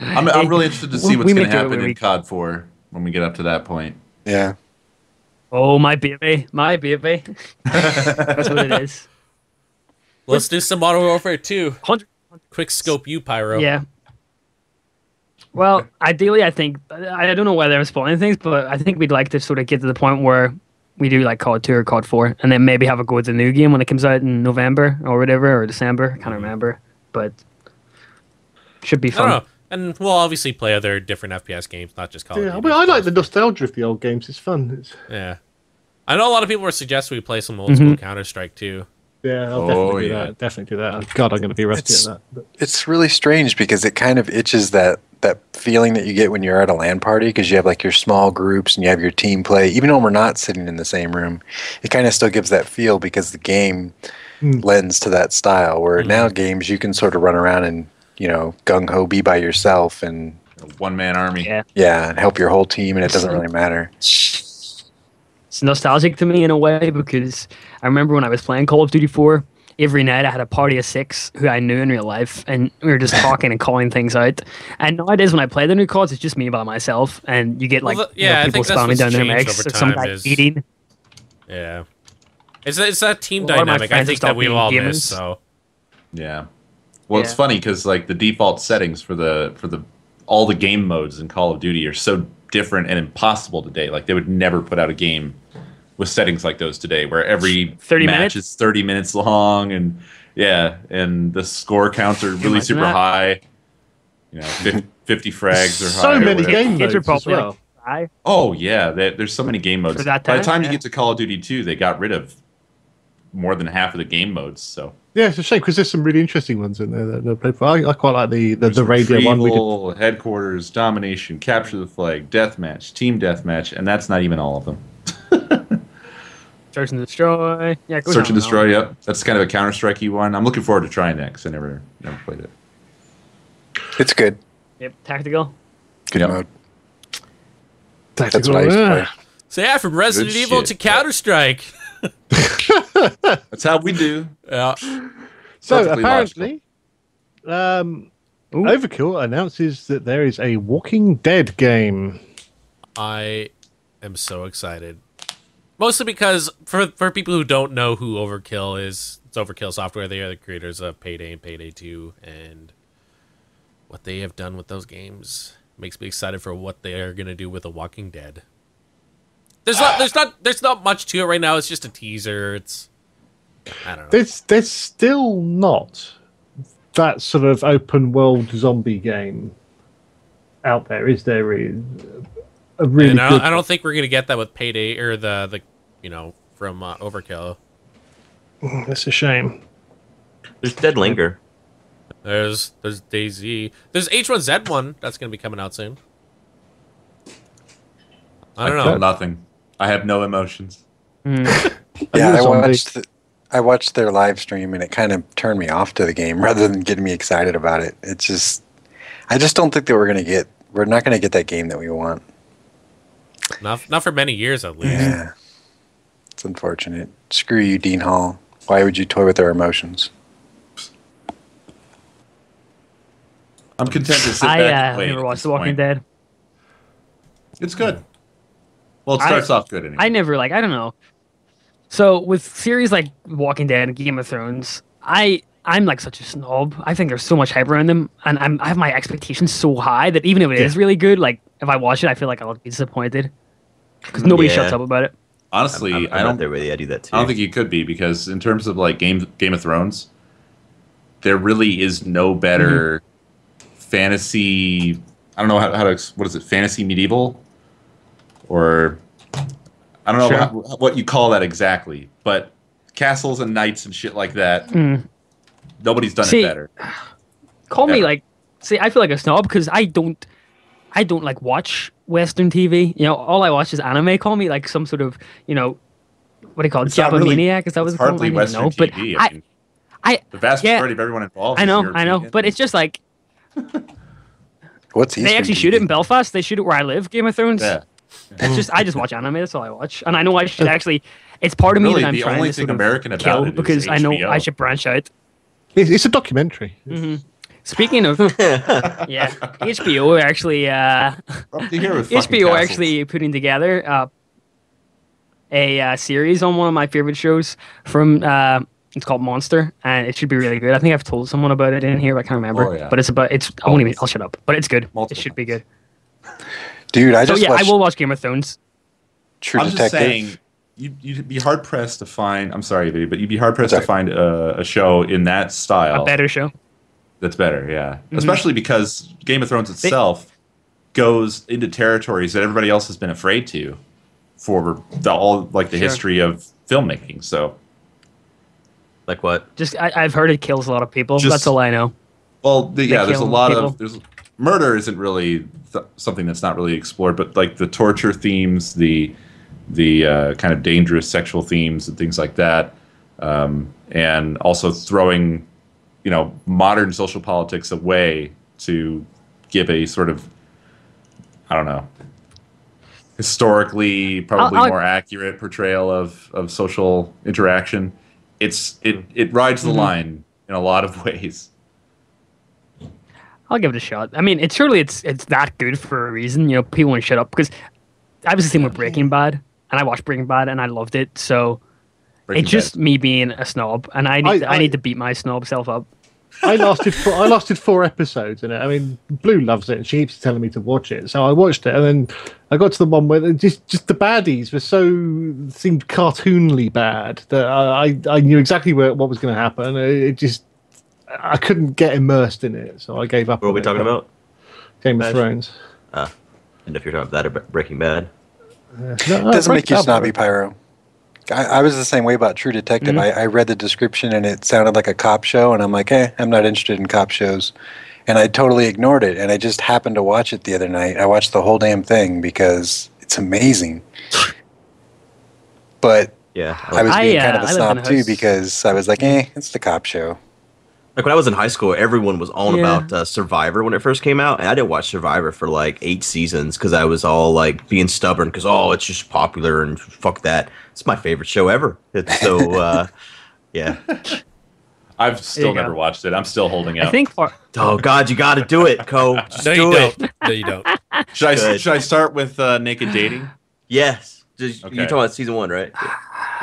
I'm, I'm really interested to see
We-
what's
we
going
may
to
do it
happen
when
in
we-
COD 4 when we get up to that point.
Yeah.
Oh my baby, my baby. That's what it is.
Let's do some Modern Warfare 2.
Hundred-
Quick scope you, Pyro.
Yeah. Well, ideally, I think I I don't know whether I'm spoiling things, but I think we'd like to sort of get to the point where we do like COD two or COD four, and then maybe have a go at the new game when it comes out in November or whatever or December. I can't remember, but should be
Mm-hmm. I don't
fun.
know. And we'll obviously play other different FPS games, not just Call
Yeah,
of
I
Duty.
mean, I like the nostalgia of the old games. It's fun. It's,
Yeah. I know a lot of people were suggesting we play some old
Mm-hmm.
school Counter Strike too.
yeah, I'll
Oh,
definitely do
yeah.
that. Definitely do that. Oh, God, I'm going to be rusty
It's-
at that. But
It's really strange because it kind of itches that that feeling that you get when you're at a LAN party because you have like your small groups and you have your team play. Even though we're not sitting in the same room, it kind of still gives that feel because the game
Mm.
lends to that style. Where now games you can sort of run around and you know gung ho be by yourself and
One man army.
Yeah.
yeah and help your whole team and it doesn't really matter.
It's nostalgic to me in a way because I remember when I was playing Call of Duty four. Every night I had a party of six who I knew in real life, and we were just talking and calling things out. And nowadays, when I play the new cards, it's just me by myself, and you get
Well,
like
the-
you know,
yeah, I
people
think that's
spamming
what's
down their
changed
mics,
over
or some
time
guy
is-
eating.
Yeah. It's that, it's that team
A lot of my
dynamic I
friends
think
stopped
that we've
being
all
gamers.
missed, so
Yeah. Well, it's
Yeah.
funny because like the default settings for the for the all the game modes in Call of Duty are so different and impossible today. Like they would never put out a game with settings like those today, where every
30
match
minutes?
is thirty minutes long, and yeah, and the score counts are really
imagine
super
that?
high. You know, fif- fifty frags or high.
so
or
many
whatever.
game modes
Kids are
as
probably
well.
like, "Why?"
Oh yeah, there, there's so many game modes.
For that
By the
time,
time
yeah.
you get to Call of Duty 2, they got rid of more than half of the game modes. So
Yeah, it's a shame because there's some really interesting ones in there that no play for. I, I quite like the the, the
There's
radio one we did.
retrieval, headquarters, domination, capture the flag, deathmatch, team deathmatch, and that's not even all of them.
Search and destroy. Yeah, it goes
Search
on
and destroy. Yep, that's kind of a Counter Strike one. I'm looking forward to trying that because I never never played it.
It's good.
on. Yep, tactical.
Good
Yep.
mode. That's
Tactical,
what I used
yeah.
to play.
so yeah, from Resident
Good
Evil
shit.
to Counter Strike.
That's how we do.
Yeah.
So
Perfectly
apparently, um,
Ooh.
Overkill announces that there is a Walking Dead game.
I am so excited. Mostly because for for people who don't know who Overkill is, it's Overkill Software. They are the creators of Payday and Payday 2 and what they have done with those games makes me excited for what they are going to do with The Walking Dead. There's not there's not there's not much to it right now. It's just a teaser. It's I don't know.
There's there's still not that sort of open world zombie game out there, is there? Really, a really
and I
good.
don't, I don't think we're going to get that with Payday or the the you know from uh, Overkill.
That's a shame.
There's Dead Linger.
There's there's Daisy. There's H1Z1 that's going to be coming out soon. I don't
I
know.
felt nothing. I have no emotions.
Hmm.
Yeah,
Are you
I
a zombie?
watched. The, I watched their live stream and it kind of turned me off to the game rather than getting me excited about it. It's just, I just don't think that we're gonna get. We're not gonna get that game that we want.
Not not for many years at least.
Mm.
Yeah, it's unfortunate. Screw you, Dean Hall. Why would you toy with our emotions?
I'm content to sit
I
back. and
uh,
play it
never
at
watched
this
The Walking
point.
Dead.
It's good. Well, it
I-
starts off good. Anyway.
I never like I don't know. So with series like Walking Dead and Game of Thrones, I I'm like such a snob. I think there's so much hype around them, and I'm I have my expectations so high that even if it is really good, like if I watch it, I feel like I'll be disappointed because nobody
Yeah.
shuts up about it.
Honestly,
I'm,
I'm,
I'm,
I
I'm
do
not
not
there with you. I do that too.
I don't think you could be because in terms of like Game Game of Thrones, there really is no better
Mm-hmm.
fantasy. I don't know how, how to ex- what is it fantasy medieval or I don't know
Sure.
what, what you call that exactly, but castles and knights and shit like that.
Mm.
Nobody's done
See,
it better.
Call me
Yeah.
like, see, I feel like a snob because I don't, I don't like watch Western TV. You know, all I watch is anime. Call me like some sort of, you know, what do you call it,
It's not really-
Japomaniac? Is that what
It's
it's called?
hardly
I don't
Western
know, but
TV.
I,
mean,
I,
the vast
yeah.
majority of everyone involved.
I
is
know, I
European.
know, but it's just like
What's
they
Eastern
actually shoot it
TV?
in Belfast. They shoot it where I live. Game of Thrones.
yeah.
It's just I just watch anime. That's all I watch, and I know I should actually. It's part of me
Really,
that I'm
the
trying
only
to
thing
sort of
American about
kill
it is
because I know
HBO.
I should branch out.
It's, it's a documentary.
Hmm.
Speaking of, yeah, HBO actually, uh,
Up to here with fucking
HBO
castles.
actually putting together uh, a uh, series on one of my favorite shows from. Uh, it's called Monster, and it should be really good. I think I've told someone about it in here, but I can't remember.
Oh, yeah.
But it's about it's. I won't even. I'll shut up. But it's good.
Multiple
it should be
times.
good.
Dude, I
So
just
yeah, I
watched
will watch Game of Thrones.
True
I'm
Detective.
just saying, you, you'd be hard pressed to find. I'm sorry, dude, but you'd be hard pressed
That's
to find a, a show in that style
A better Mm-hmm. show.
that's better. Yeah, especially because Game of Thrones itself goes into territories that everybody else has been afraid to for the all like the
Sure.
history of filmmaking. So,
Like what?
Just I, I've heard it kills a lot of people.
Just-
That's all I know.
well, the, yeah, there's a
kill
lot
people.
of there's murder isn't really th- something that's not really explored, but like the torture themes, the the uh, kind of dangerous sexual themes and things like that, um, and also throwing you know modern social politics away to give a sort of I don't know historically probably
I'll- I'll-
more accurate portrayal of of social interaction. It's it it rides
Mm-hmm.
the line in a lot of ways.
I'll give it a shot. I mean, it's surely it's it's that good for a reason. You know, people want to shut up because I was the same with Breaking Bad, and I watched Breaking Bad and I loved it. So
Breaking
it's just me being a snob, and I need I,
I- I-
need to beat my snob self up.
I lasted four, I lasted four episodes in it. I mean, Blue loves it, and she keeps telling me to watch it. So I watched it, and then I got to the one where they just just the baddies were so seemed cartoonly bad that I I, I knew exactly where, what was going to happen. It, it just I couldn't get immersed in it, so I gave up.
What are
on
we
it.
talking about?
Game of
Bash?
Thrones.
And if you're talking about that or Breaking Bad,
Oh,
No,
doesn't
I
make you
broke up.
snobby pyro. I, I was the same way about True Detective.
Mm-hmm.
I, I read the description and it sounded like a cop show, and I'm like, eh, I'm not interested in cop shows. And I totally ignored it, and I just happened to watch it the other night. I watched the whole damn thing because it's amazing. But
yeah.
I was
I,
being
uh,
kind of a
I live in
snob
a
too
house-
because I was like, eh, it's the cop show.
Like when I was in high school, everyone was on
Yeah.
about uh, Survivor when it first came out, and I didn't watch Survivor for like eight seasons because I was all like being stubborn because oh, it's just popular and fuck that. It's my favorite show ever. It's so uh, yeah.
I've
There
still
you go.
never watched it. I'm still holding out.
I think for
Oh God, you got to do it, Co. Just
No,
do
you
it.
don't. No, you don't.
should I
Good.
should I start with uh, naked dating?
Yes. Just,
Okay.
You're talking about season one, right?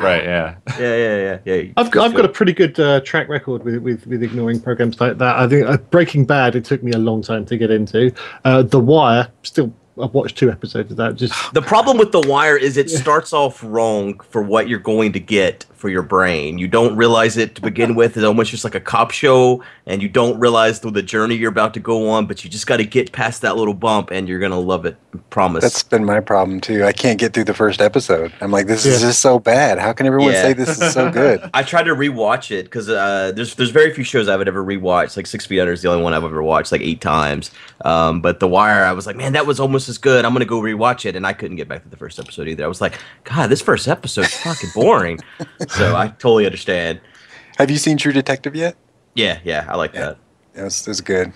Right. Yeah.
Yeah, yeah, yeah, yeah. yeah.
I've got, I've got a pretty good uh, track record with, with with ignoring programs like that. I think uh, Breaking Bad it took me a long time to get into. Uh, the Wire still I've watched two episodes of that. Just
The problem with The Wire is it starts off wrong for what you're going to get for your brain. You don't realize it to begin with. It's almost just like a cop show, and you don't realize the, the journey you're about to go on, but you just got to get past that little bump, and you're going to love it. Promise.
That's been my problem too. I can't get through the first episode. I'm like, this is
Yeah.
just so bad. How can everyone
Yeah.
say this is so good?
I tried to rewatch it because uh, there's there's very few shows I would ever rewatch. Like Six Feet Under is the only one I've ever watched like eight times. Um, but The Wire, I was like, man, that was almost as good. I'm gonna go rewatch it, and I couldn't get back to the first episode either. I was like, God, this first episode's fucking boring. So I totally understand.
Have you seen True Detective yet?
Yeah, yeah, I like that.
It was, it was good.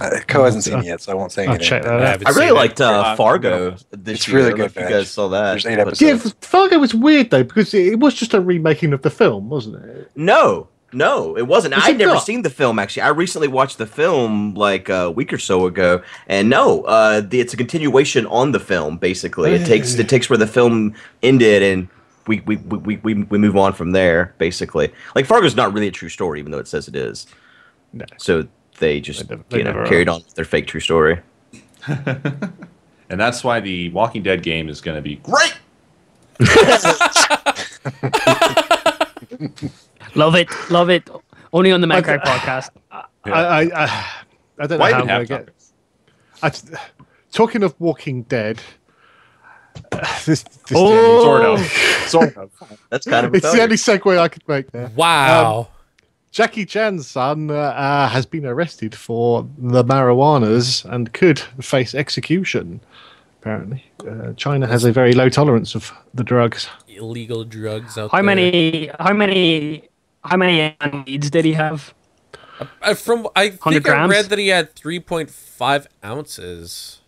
Uh, Co hasn't seen it yet, so I won't say
I'll
anything.
check that
I,
out.
haven't
I really
seen it.
liked
Uh,
uh,
I'm
Fargo
gonna-
this
It's
year.
really
I don't know
good,
if
Batch.
you guys saw that.
There's eight
but-
episodes.
Yeah, F- Fargo was weird though because it, it was just a remaking of the film, wasn't it?
No, no, it wasn't.
Is
I'd
it
never
not?
seen the film actually. I recently watched the film like a week or so ago, and no, uh, the, it's a continuation on the film. Basically, it takes it takes where the film ended, and we we, we, we- we we move on from there. Basically, like Fargo's not really a true story, even though it says it is.
No.
So they just
They never- they
you know
never
carried on with their fake true story.
And that's why the Walking Dead game is going to be great.
love it, love it. Only on the Mad Crack podcast.
Yeah.
I, I, I, I don't know
Why
how
even
I'm gonna
have
get.
topics?
I, talking of Walking Dead, This, this
Oh.
Sort of. Sort of.
That's kind of a
it's the
failure.
only segue I could make there.
Um,
Wow.
Jackie Chan's son uh, uh, has been arrested for the marijuanas and could face execution. Apparently, uh, China has a very low tolerance of the drugs.
Illegal drugs out
How
there.
many? How many? How many leads did he have?
Uh, from I
100
think
grams?
I read that he had 3.5 ounces.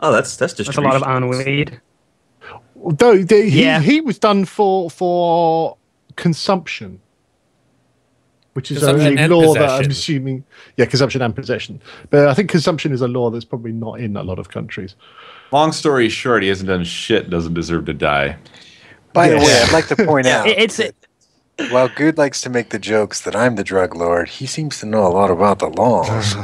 Oh, that's that's
That's a lot of
distribution.
an weed.
Though the, he,
Yeah.
he was done for for consumption, which is
Consumption
a
and
law that I'm
possession.
assuming, yeah, consumption and possession. But I think consumption is a law that's probably not in a lot of countries.
Long story short, he hasn't done shit, doesn't deserve to die.
By the
Yes.
way, I'd like to point out
It, it's it,
while Good likes to make the jokes that I'm the drug lord, he seems to know a lot about the laws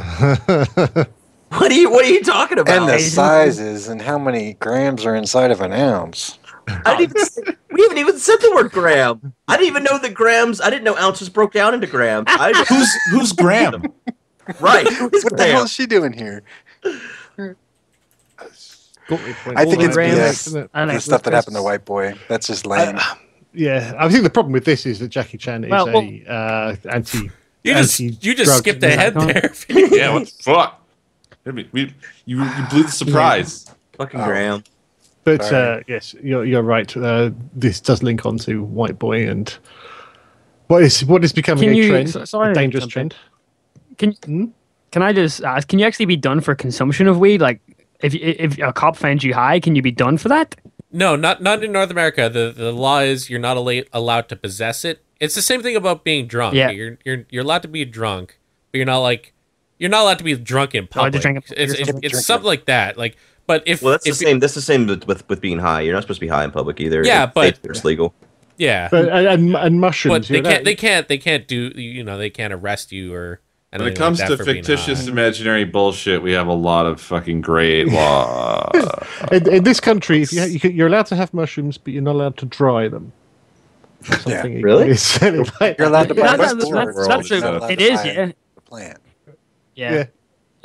What are you What are you talking about?
and the sizes and how many grams are inside of an ounce.
I didn't even say, we haven't even said the word gram. I didn't even know the grams. I didn't know ounces broke down into grams. I,
Who's who's Graham?
right? Who's
What the
gram?
hell is she doing here? I
All
think
the
it's
grams,
BS.
isn't it?
I know.
The stuff that happened to White Boy. That's just lame.
Yeah, I think the problem with this is that Jackie Chan is
Well, well-
a uh, anti.
You just
Anti-drug
you just skipped ahead
drug.
there.
Yeah, what the fuck? I mean, we- you, you blew the surprise.
Fucking gram.
But
All
uh, yes, you're you're right. Uh, this does link on to White Boy and what is what is becoming
Can
a
you-
trend,
so- sorry
a
to
dangerous
jump in.
trend.
Can I just ask? Can you actually be done for consumption of weed? Like, if if a cop finds you high, can you be done for that?
No, not not in North America. The the law is you're not alla- allowed to possess it. It's the same thing about being drunk.
Yeah.
You're you're you're allowed to be drunk, but you're not like you're not allowed to be drunk in
Allowed
public.
to drink in
it's
public or
it's,
something.
it's something like that. Like but if
Well, that's the
if
same. That's the same with, with with being high. You're not supposed to be high in public either.
Yeah,
If-
but-
if it's legal.
yeah.
But and- and, and
But
mushrooms.
they
you know,
can't they
that-
can't they can't do you know, they can't arrest you or
When it
anything
comes
like
to
that for being
fictitious
high.
imaginary bullshit, we have a lot of fucking gray law.
in, in this country, if you, ha- you can, you're allowed to have mushrooms, but you're not allowed to dry them.
Yeah.
Something
Really?
equally silly like
You're allowed to buy
No, no,
the
that's-
store.
that's- that's
You're not
true.
allowed
It
to
is,
buy
yeah.
The plant.
Yeah.
Yeah.
It's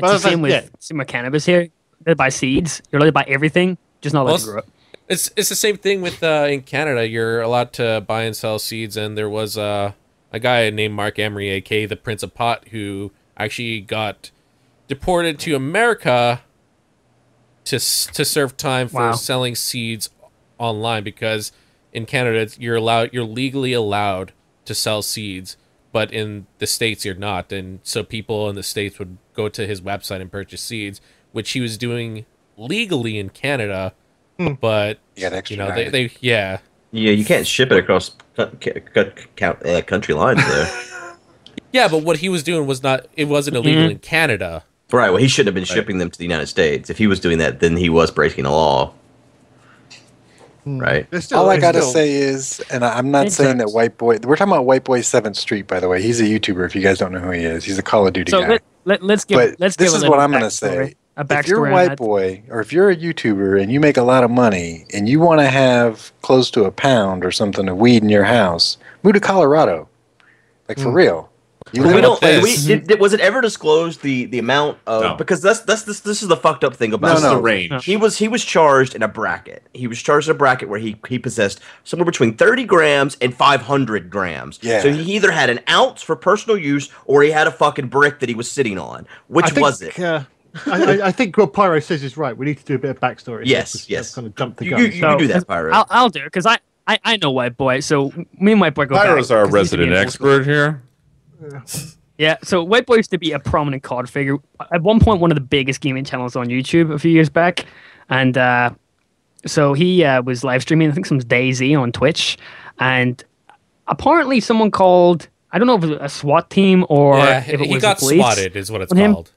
Well,
the
that's-
same with
yeah.
same with cannabis here. They buy seeds. You're allowed to buy everything, just not allowed
Well,
to grow it.
It's it's the same thing with uh, in Canada. You're allowed to buy and sell seeds, and there was uh, a guy named Mark Emery, aka the Prince of Pot, who actually got deported to America to s- to serve time for
Wow.
selling seeds online because in Canada it's- you're allowed you're legally allowed to sell seeds, but in the states you're not, and so people in the states would go to his website and purchase seeds, which he was doing legally in Canada,
Hmm.
but
You got
you
extra.
know they, they yeah
Yeah, you can't ship it across cu- cu- cu- count- uh, country lines there.
yeah but what he was doing was not it wasn't illegal
Mm-hmm.
in canada
right. Well, he shouldn't have been shipping them to the United States. If he was doing that, then he was breaking the law.
Hmm.
Right.
They're still-
All I
they're
gotta
still-
say is, and I- I'm not
It
saying that
sucks.
White Boy. We're talking about White Boy Seventh Street, by the way. He's a YouTuber. If you guys don't know who he is, he's a Call of Duty
So
guy.
let, let let's give
But
let's
this
give a
is
little
what I'm gonna
backstory-
say.
A
if you're
backstory
a
on
white
that.
boy or if you're a YouTuber and you make a lot of money and you want to have close to a pound or something of weed in your house, move to Colorado. Like
Hmm.
for real. You
Well,
we
How
live
about
don't. like, we,
this?
did, did- was it ever disclosed the the amount of
No.
because that's that's this this is the fucked up thing about
That's
it.
the range.
He was he was charged in a bracket. He was charged in a bracket where he he possessed somewhere between 30 grams and 500 grams.
Yeah.
So he either had an ounce for personal use or he had a fucking brick that he was sitting on. Which
I think,
was it?
Uh, I, I- I think what Pyro says is right. We need to do a bit of backstory.
Yes,
Just-
yes.
just Kind of dump the
You,
gun.
you, you
So-
do that, Pyro.
I'll, I'll do it because I, I I know white boy. So me and white boy go. back,
Pyro's our
'cause he used to be
resident
in-
expert here.
Yeah, so White Boy used to be a prominent card figure. At one point, one of the biggest gaming channels on YouTube a few years back. And uh, so he uh, was live streaming, I think, some Daisy on Twitch. And apparently, someone called, I don't know if it was a SWAT team or
yeah
if it
he
was
got
the police.
swatted is what it's
on him.
called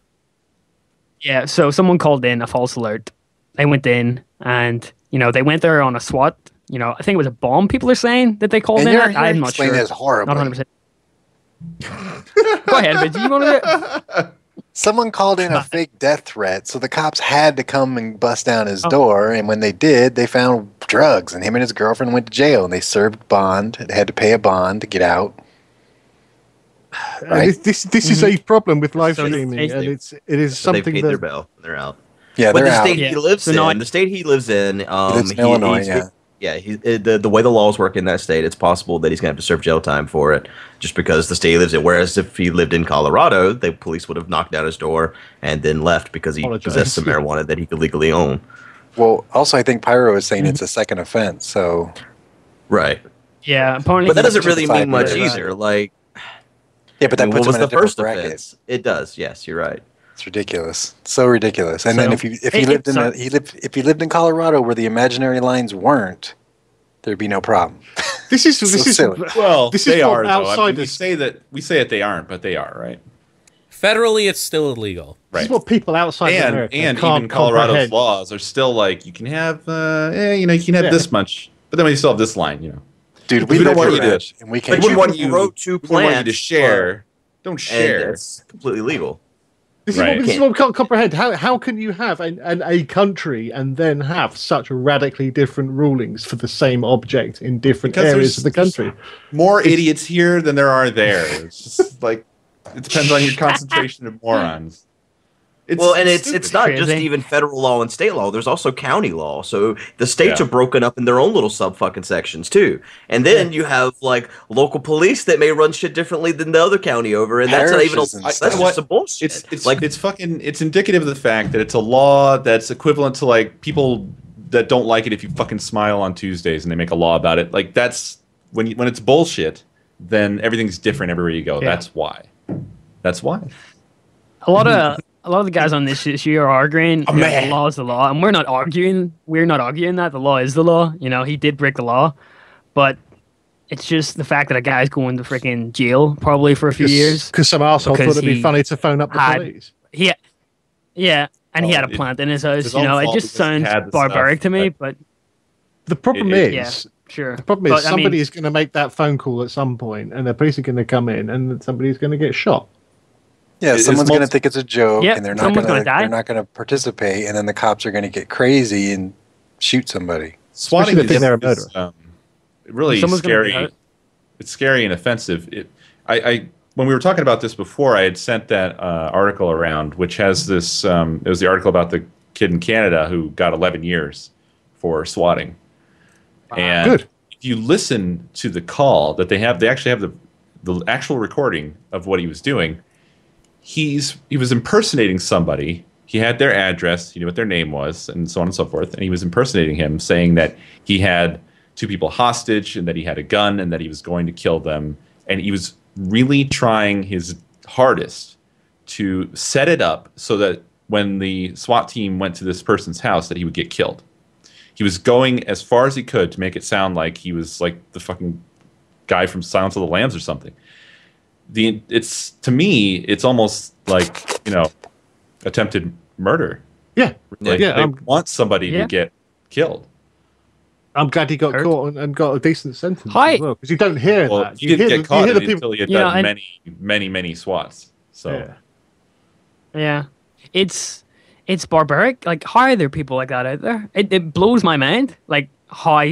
Yeah, so someone called in a false alert. They went in and, you know, they went there on a SWAT. You know, I think it was a bomb, people are saying that they called
and
in.
you're,
at. I'm
you're
not
explaining
sure.
this horribly.
Not 100%. Go ahead, Vince. You want to get.
Someone called in a fake death threat, so the cops had to come and bust down
Oh.
his door. And when they did, they found drugs, and him and his girlfriend went to jail, and they served bond. They had to pay a bond to get out.
And Uh, this this, this is a problem with live
So it's
streaming,
Mm-hmm. tasty.
and it's it is
So they
something
paid their
that
bill. They're out.
Yeah,
but
they're
the
out.
state
Yeah.
he lives
So now I-
in, the state he lives in, um,
lives in Illinois,
he's-
yeah.
yeah, he, uh, the the way the laws work in that state, it's possible that he's gonna have to serve jail time for it, just because the state he lives in. Whereas if he lived in Colorado, the police would have knocked down his door and then left because he
Apologize.
possessed some marijuana that he could legally own.
Well, also, I think Pyro is
Mm-hmm.
saying it's a second offense. So,
Right,
Yeah, apparently.
but that
he's
doesn't really
justified
mean much
in that.
either. Like,
yeah, but that
I mean,
puts him
what was
in a
the first
different bracket.
offense? It does. Yes, you're right.
It's ridiculous. So ridiculous. And then
So-
if you if he
it-
lived
it's
in a,
not-
he lived if he lived in Colorado where the imaginary lines weren't, there'd be no problem.
This is
So
this is
silly.
Well,
This is
they
for
are though. I mean, we
outsiders.
say that we say that they aren't, but they are, right?
Federally, it's still illegal.
This
Right.
is what people outside of
and
America
and
can't
even Colorado's
comprehend.
laws are still like you can have, uh, eh, you know, you can have
Yeah.
this much, but then we still have this line, you know.
Dude, we,
We don't
live
want
here,
you to-
Raj, and we
But
can't
Like,
we
you
don't want
can
you-
grow two
We don't want you to
plants,
share. Don't
but- and
share.
It's completely legal.
This, is
Right.
what, this is what we can't comprehend. How how can you have an, an a country and then have such radically different rulings for the same object in different
Because
areas
there's-
of the country?
More idiots here than there are there. It's just like it depends on your concentration of morons. It's
well, and it's it's
stupid.
not just
Crazy.
even federal law and state law. There's also county law. So the states
Yeah.
are broken up in their own little sub fucking sections too. And then you have like local police that may run shit differently than the other county over, and that's not even a,
Parishes and
that's
stuff.
just some bullshit.
it's it's
like
it's fucking it's indicative of the fact that it's a law that's equivalent to like people that don't like it if you fucking smile on Tuesdays and they make a law about it. Like that's when you, when it's bullshit, then everything's different everywhere you go.
Yeah.
That's why. That's why.
a lot of a lot of the guys on this issue are arguing
Oh,
you know,
man.
the law is the law, and we're not arguing. We're not arguing that the law is the law. You know, he did break the law, but it's just the fact that a guy's going to freaking jail probably for a few years.
because some asshole thought
Because
it'd be
he
funny to phone up the
had-
police.
He, yeah, and he
Oh,
had a
it-
plant in his house.
his
you
own
know, it
fault
just
because he
sounds
had the
barbaric
stuff,
to me, but
The problem
It-
is.
it-
sure.
The problem is
But, I
somebody
mean,
is going to make that phone call at some point, and the police are going to come in, and somebody's going to get shot.
Yeah,
It's
someone's going to
multi-
think it's a joke,
Yep,
and they're not
someone's
going
gonna
to
die.
they're not going to participate, and then the cops are going to get crazy and shoot somebody.
Swatting
Especially if
is,
they're a
is, um, really
Someone's gonna
scary.
get hurt.
It's scary and offensive. It, I, I when we were talking about this before, I had sent that uh, article around, which has this. Um, it was the article about the kid in Canada who got 11 years for swatting. And
Good.
if you listen to the call that they have, they actually have the the actual recording of what he was doing. He's he was impersonating somebody. He had their address, he knew what their name was, and so on and so forth. And he was impersonating him, saying that he had two people hostage and that he had a gun and that he was going to kill them. And he was really trying his hardest to set it up so that when the SWAT team went to this person's house that he would get killed he was going as far as he could to make it sound like he was like the fucking guy from Silence of the Lambs or something. The it's to me, it's almost like you know, attempted murder.
Yeah,
Like,
Yeah, um,
they
I'm-
want somebody
Yeah.
to get killed.
I'm glad he got
Hurt.
caught and, and got a decent sentence
Hi.
as well, because you don't hear
Well,
that.
he didn't
hear
get
the, you
caught
hear the people.
until he had
Yeah,
done
and-
many, many, many swats. So
Yeah.
Yeah, it's it's barbaric. Like, how are there people like that out there? It, it blows my mind. Like how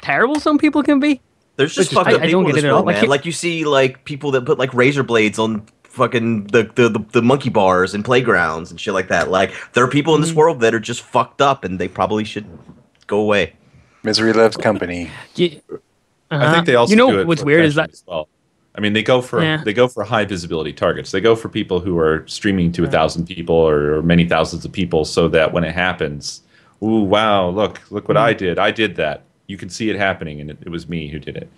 terrible some people can be.
there's just
Which is-
fucked
I-
up
I
people
don't
in
get
this
it at all.
world,
Like,
man.
he-
like you see like people that put like razor blades on fucking the, the, the, the monkey bars and playgrounds and shit like that. Like there are people in
Mm-hmm.
this world that are just fucked up and they probably should go away.
Misery loves company.
Ye-
I
Uh-huh.
think they also
you know
do it
what's
for
weird is
attention
that
as well. I mean, they go for
Yeah.
they go for high visibility targets. They go for people who are streaming to a thousand people or, or many thousands of people, so that when it happens, ooh wow, look look what I
Mm-hmm.
did! I did that. You can see it happening, and it, it was me who did it.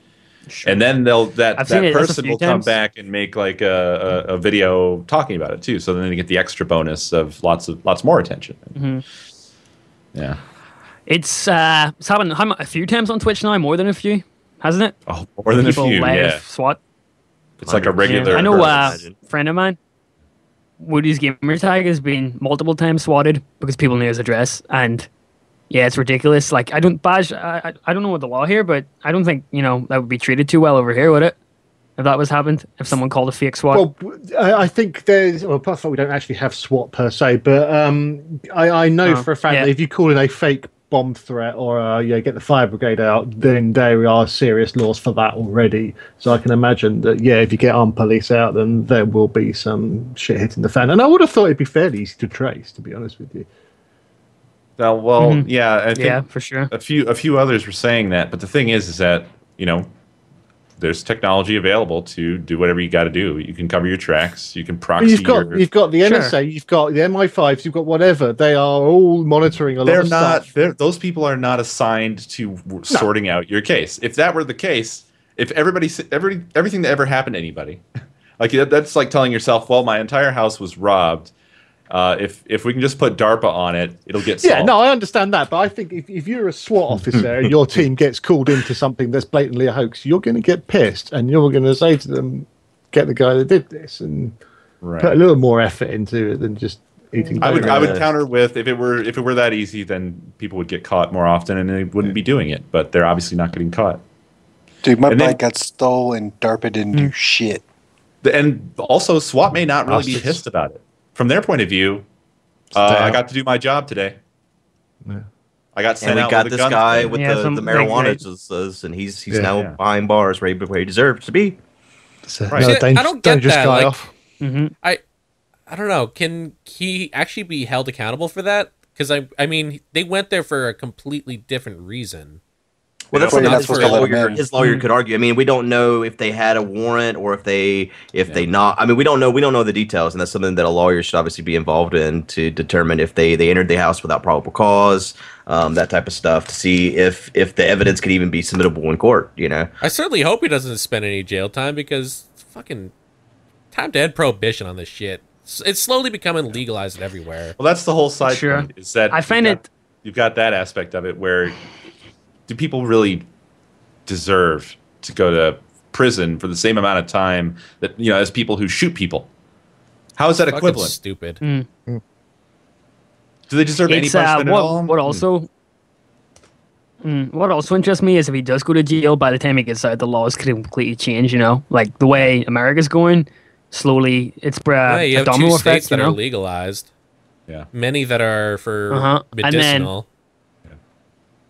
And then they'll that
I've seen
that
it- that's a
person
few
will come
times.
back and make like a, a, a video talking about it too. So then they get the extra bonus of lots of lots more attention.
Mm-hmm.
Yeah.
it's uh, it's happened how mu- a few times on Twitch now, more than a few, hasn't it?
Oh, more than a
people
few.
laugh,
Yeah.
swat.
It's like a regular.
I know
occurrence.
uh, a friend of mine, Woody's gamer tag has been multiple times swatted because people knew his address, and yeah, it's ridiculous. Like I don't badge. I, I I don't know what the law here, but I don't think you know that would be treated too well over here, would it? If that was happened, if someone called a fake swat,
Well, w- I, I think there's. Well, apart from we don't actually have SWAT per se, but um, I, I know
Oh,
for a fact
yeah.
that if you call in a fake bomb threat or uh, you know, get the fire brigade out, then there are serious laws for that already. So I can imagine that yeah, if you get armed police out, then there will be some shit hitting the fan. And I would have thought it'd be fairly easy to trace, to be honest with you.
Now, well,
Mhm.
yeah, I think
yeah, for sure.
a few a few others were saying that, but the thing is, is that you know, there's technology available to do whatever you got to do. You can cover your tracks. You can proxy.
you've got
your,
you've got the
Sure.
NSA, you've got the MI5s, you've got whatever. They are all monitoring a lot
they're
of
not.
stuff.
They're, those people are not assigned to w sorting out your case. If that were the case, if everybody, s- every everything that ever happened to anybody, like that, that's like telling yourself, well, my entire house was robbed. Uh, if if we can just put DARPA on it, it'll get solved.
Yeah, no, I understand that, but I think if, if you're a SWAT officer and your team gets called into something that's blatantly a hoax, you're going to get pissed, and you're going to say to them, "Get the guy that did this," and
right.
put a little more effort into it than just eating.
I would
donuts.
I would
Yeah.
counter with if it were if it were that easy, then people would get caught more often and they wouldn't be doing it. But they're obviously not getting caught.
Dude, my
And then-
bike got stolen. DARPA didn't
Hmm.
do shit.
The- And also, SWAT may not really be pissed about it from their point of view. Uh, I got to do my job today.
Yeah.
I got sent
and we
out
got
with a
this
gun
guy
today.
with
Yeah,
the,
some-
the
like,
marijuana
right.
juices, and he's he's
Yeah,
now
yeah.
behind bars right where he deserves to be.
It's a-
Right.
another
See, I
dang-
don't get
dangerous
that,
guy
like-
off.
hmm
I don't know. Can he actually be held accountable for that? Because I, I mean, they went there for a completely different reason.
Well, that's
Well, you're
another
not supposed
thing
to
a
let him
lawyer-
in.
His lawyer could argue. I mean, we don't know if they had a warrant or if they if they not. I mean, we don't know. We don't know the details, and that's something that a lawyer should obviously be involved in to determine if they they entered the house without probable cause, um, that type of stuff, to see if if the evidence could even be submittable in court. You know,
I certainly hope he doesn't spend any jail time because it's fucking time to end prohibition on this shit. S- It's slowly becoming legalized everywhere.
Well, that's the whole side
Sure.
point. Is that
I find
you've got-
it-
You've got that aspect of it where do people really deserve to go to prison for the same amount of time that you know as people who shoot people? How is that
Fucking
equivalent?
stupid.
Mm.
Do they deserve any
It's uh,
punishment at all? Hmm.
what, what also. Mm, what also interests me is if he does go to jail, by the time he gets out, the laws could completely change. You know, like the way America's going, slowly it's uh,
yeah, you
a
have two
domino
states
effect. You
that are
know,
legalized.
Yeah.
Many that are for
Uh-huh. And then-
medicinal.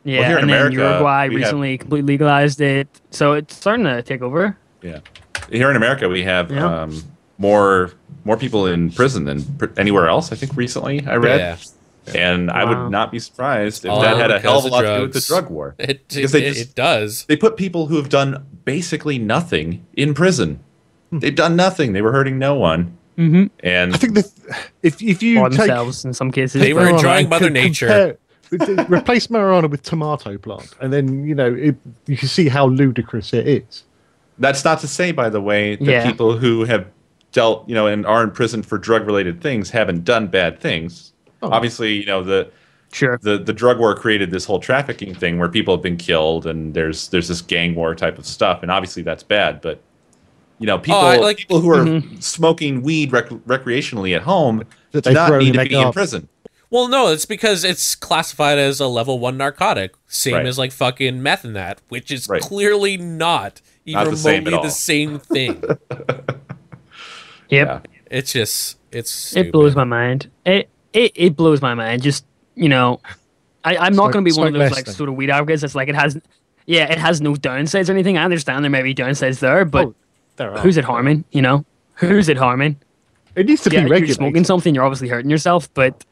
yeah,
here in
and then
America,
Uruguay
we have-
recently completely legalized it, so it's starting to take over.
Here in America, we have
Yeah.
um, more more people in prison than pr- anywhere else. I think recently I read,
Yeah.
and I
Wow.
would not be surprised if
All
that had a hell
because
of a
of
lot to do with the
drugs.
drug war.
It, it,
Because they
it-
just-
it does.
They put people who have done basically nothing in prison. They've done nothing. They were hurting no one,
Hmm. Mm-hmm.
and
I think that if if you
Or
take
themselves in some cases.
They
but-
were
marijuana
enjoying
and
Mother
could
Nature.
compare- replace marijuana with tomato plant, and then you know it, you can see how ludicrous it is.
That's not to say, by the way, that
Yeah.
people who have dealt, you know, and are in prison for drug-related things haven't done bad things.
Oh.
Obviously, you know the,
sure.
the the drug war created this whole trafficking thing where people have been killed, and there's there's this gang war type of stuff, and obviously that's bad. But you know, people
I like-
people who are
Mhm.
smoking weed rec- recreationally at home
That
do
they
not
throw
need
in
to
their
be in
garbage.
prison.
Well, no, it's because it's classified as a level one narcotic, same
Right.
as like fucking meth and that, which is
Right.
clearly not even
Not the
remotely
same at
the
all.
same thing.
Yep.
Yeah.
it's just it's stupid.
It blows my mind. It it, it blows my mind. Just you know, I, I'm not
like-
going to be
it's
one
like
of those
less
like
than-
sort of weed advocates. It's like it has, yeah, it has no downsides or anything. I understand there may be downsides there, but
Oh, There are.
who's it harming? You know, who's it harming?
It needs to
Yeah,
be
if you're
regulated.
smoking something, you're obviously hurting yourself. But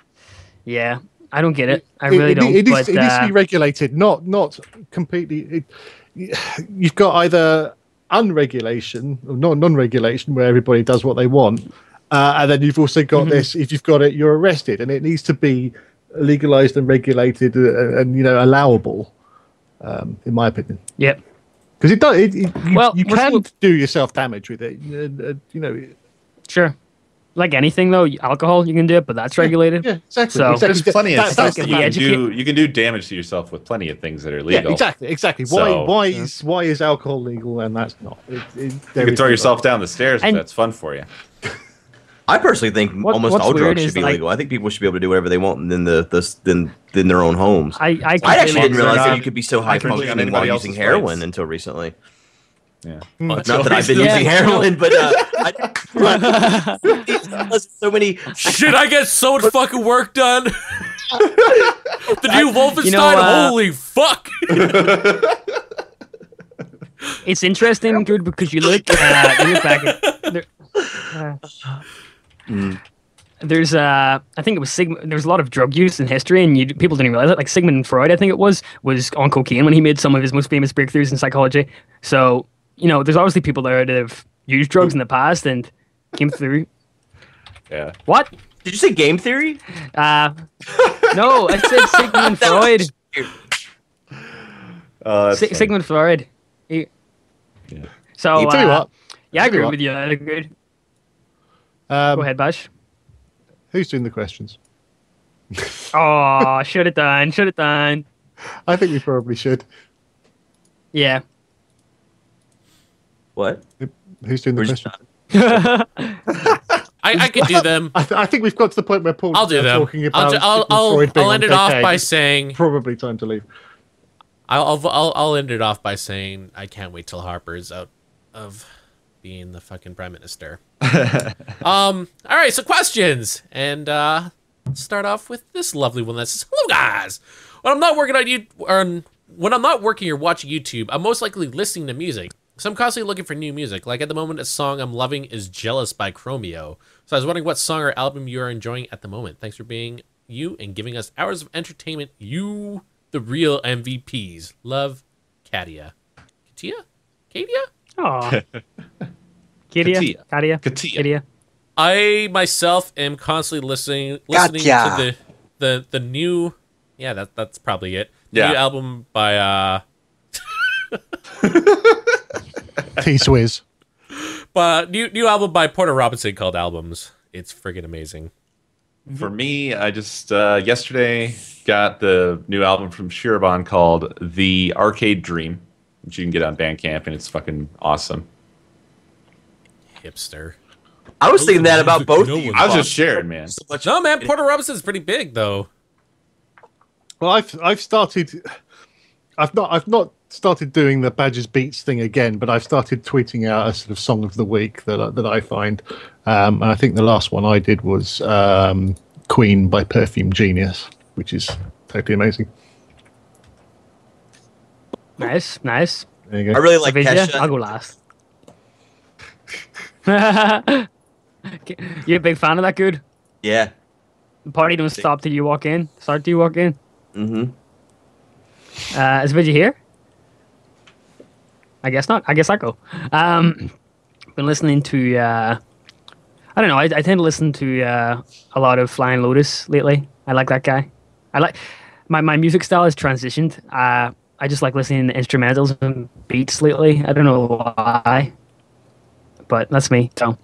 yeah, I don't get it. I really
it,
don't.
It, needs-
but
it needs to
uh,
be regulated, not not completely. It, you've got either unregulation or non non-regulation, where everybody does what they want, uh, and then you've also got
Mm-hmm.
this: if you've got it, you're arrested, and it needs to be legalized and regulated uh, and you know allowable, um, in my opinion.
yep.
Because it does. It, it- you,
Well,
you
what's-
can
what-
do yourself damage with it. Uh, uh, you know.
Sure. Like anything though, alcohol you can do it, but that's regulated.
Yeah, exactly.
So-
exactly.
There's plenty of
That-
stuff
that's the
that you can
bad.
do. You can do damage to yourself with plenty of things that are legal.
Yeah, exactly, exactly.
So-
why, why is why is alcohol legal and that's not? It, it,
You
there
can
is
throw
no-
yourself down the stairs if
And-
that's fun for you.
I personally think
What-
almost
what's
all
weird
drugs
is,
should be
like-
legal. I think people should be able to do whatever they want in the the in, in their own homes.
I
I
I,
actually
completely
didn't realize
not
that you could be so high
infringing on
functioning
anybody
while using
else's
heroin
rights.
until recently.
Yeah.
Mm. Not that I've been
Yeah.
using heroin, but uh, I, so many.
Shit, I get so much fucking work done. the new Wolfenstein,
You know, uh,
holy fuck!
It's interesting, dude,
Mm.
because you look, uh, you look back at. there- uh, there's uh, I think it was Sigmund. There was a lot of drug use in history, and you, people didn't realize it. Like Sigmund Freud, I think it was, was on cocaine when he made some of his most famous breakthroughs in psychology. So you know, there's obviously people there that have used drugs in the past and came through.
Yeah.
What?
Did you say game theory?
Uh, no, I said Sigmund Freud.
Uh, that's
Si-
funny.
Sigmund Freud. He-
Yeah.
So
You tell you
uh,
what.
yeah, I
tell you
agree
what.
with you. I agree.
Um,
Go ahead, Bash.
Who's doing the questions?
Oh, should have done. Should have done.
I think we probably should.
Yeah.
What?
Who's doing the
We're just
questions?
I, I could do them.
I, th- I think we've got to the point where Paul
I'll do them.
talking
I'll,
about
ju- I'll,
Sigmund
I'll,
Freud being
I'll
on
end it off
cocaine.
by saying
probably time to leave.
I'll, I'll I'll I'll end it off by saying I can't wait till Harper is out of being the fucking prime minister. um. All right. So questions, and uh, let's start off with this lovely one that says, "Hello guys, when I'm not working on you, um, when I'm not working or watching YouTube, I'm most likely listening to music. So I'm constantly looking for new music. Like at the moment, a song I'm loving is "Jealous" by Chromeo. So I was wondering what song or album you are enjoying at the moment. Thanks for being you and giving us hours of entertainment. You, the real MVPs. Love, Katia. Katia? Katia?
Oh. Kidia.
Katia.
Katia.
Katia.
Katia.
I myself am constantly listening listening
Gotcha.
to the the the new yeah that that's probably it The
Yeah.
new album by uh
T Swizz.
but new new album by Porter Robinson called Albums. It's friggin' amazing.
For me, I just uh, yesterday got the new album from Shirobon called The Arcade Dream, which you can get on Bandcamp, and it's fucking awesome.
Hipster.
I was thinking that about both
No
of you.
one-
I was just sharing, man.
So much-
No man, Porter Robinson's pretty big though.
Well, I've I've started. I've not I've not started doing the Badgers Beats thing again, but I've started tweeting out a sort of song of the week that I- that I find. Um, and I think the last one I did was um, Queen by Perfume Genius, which is totally amazing.
Nice. Nice.
There you
I
go.
really like
Savija,
Kesha.
I'll go last. you a big fan of that, good?
Yeah.
The party don't stop till you walk in. Start till you walk in.
Mm-hmm.
Uh, is Vigi here? I guess not. I guess I go. Um, been listening to. Uh, I don't know. I, I tend to listen to uh, a lot of Flying Lotus lately. I like that guy. I like my my music style has transitioned. Uh, I just like listening to instrumentals and beats lately. I don't know why, but that's me. So,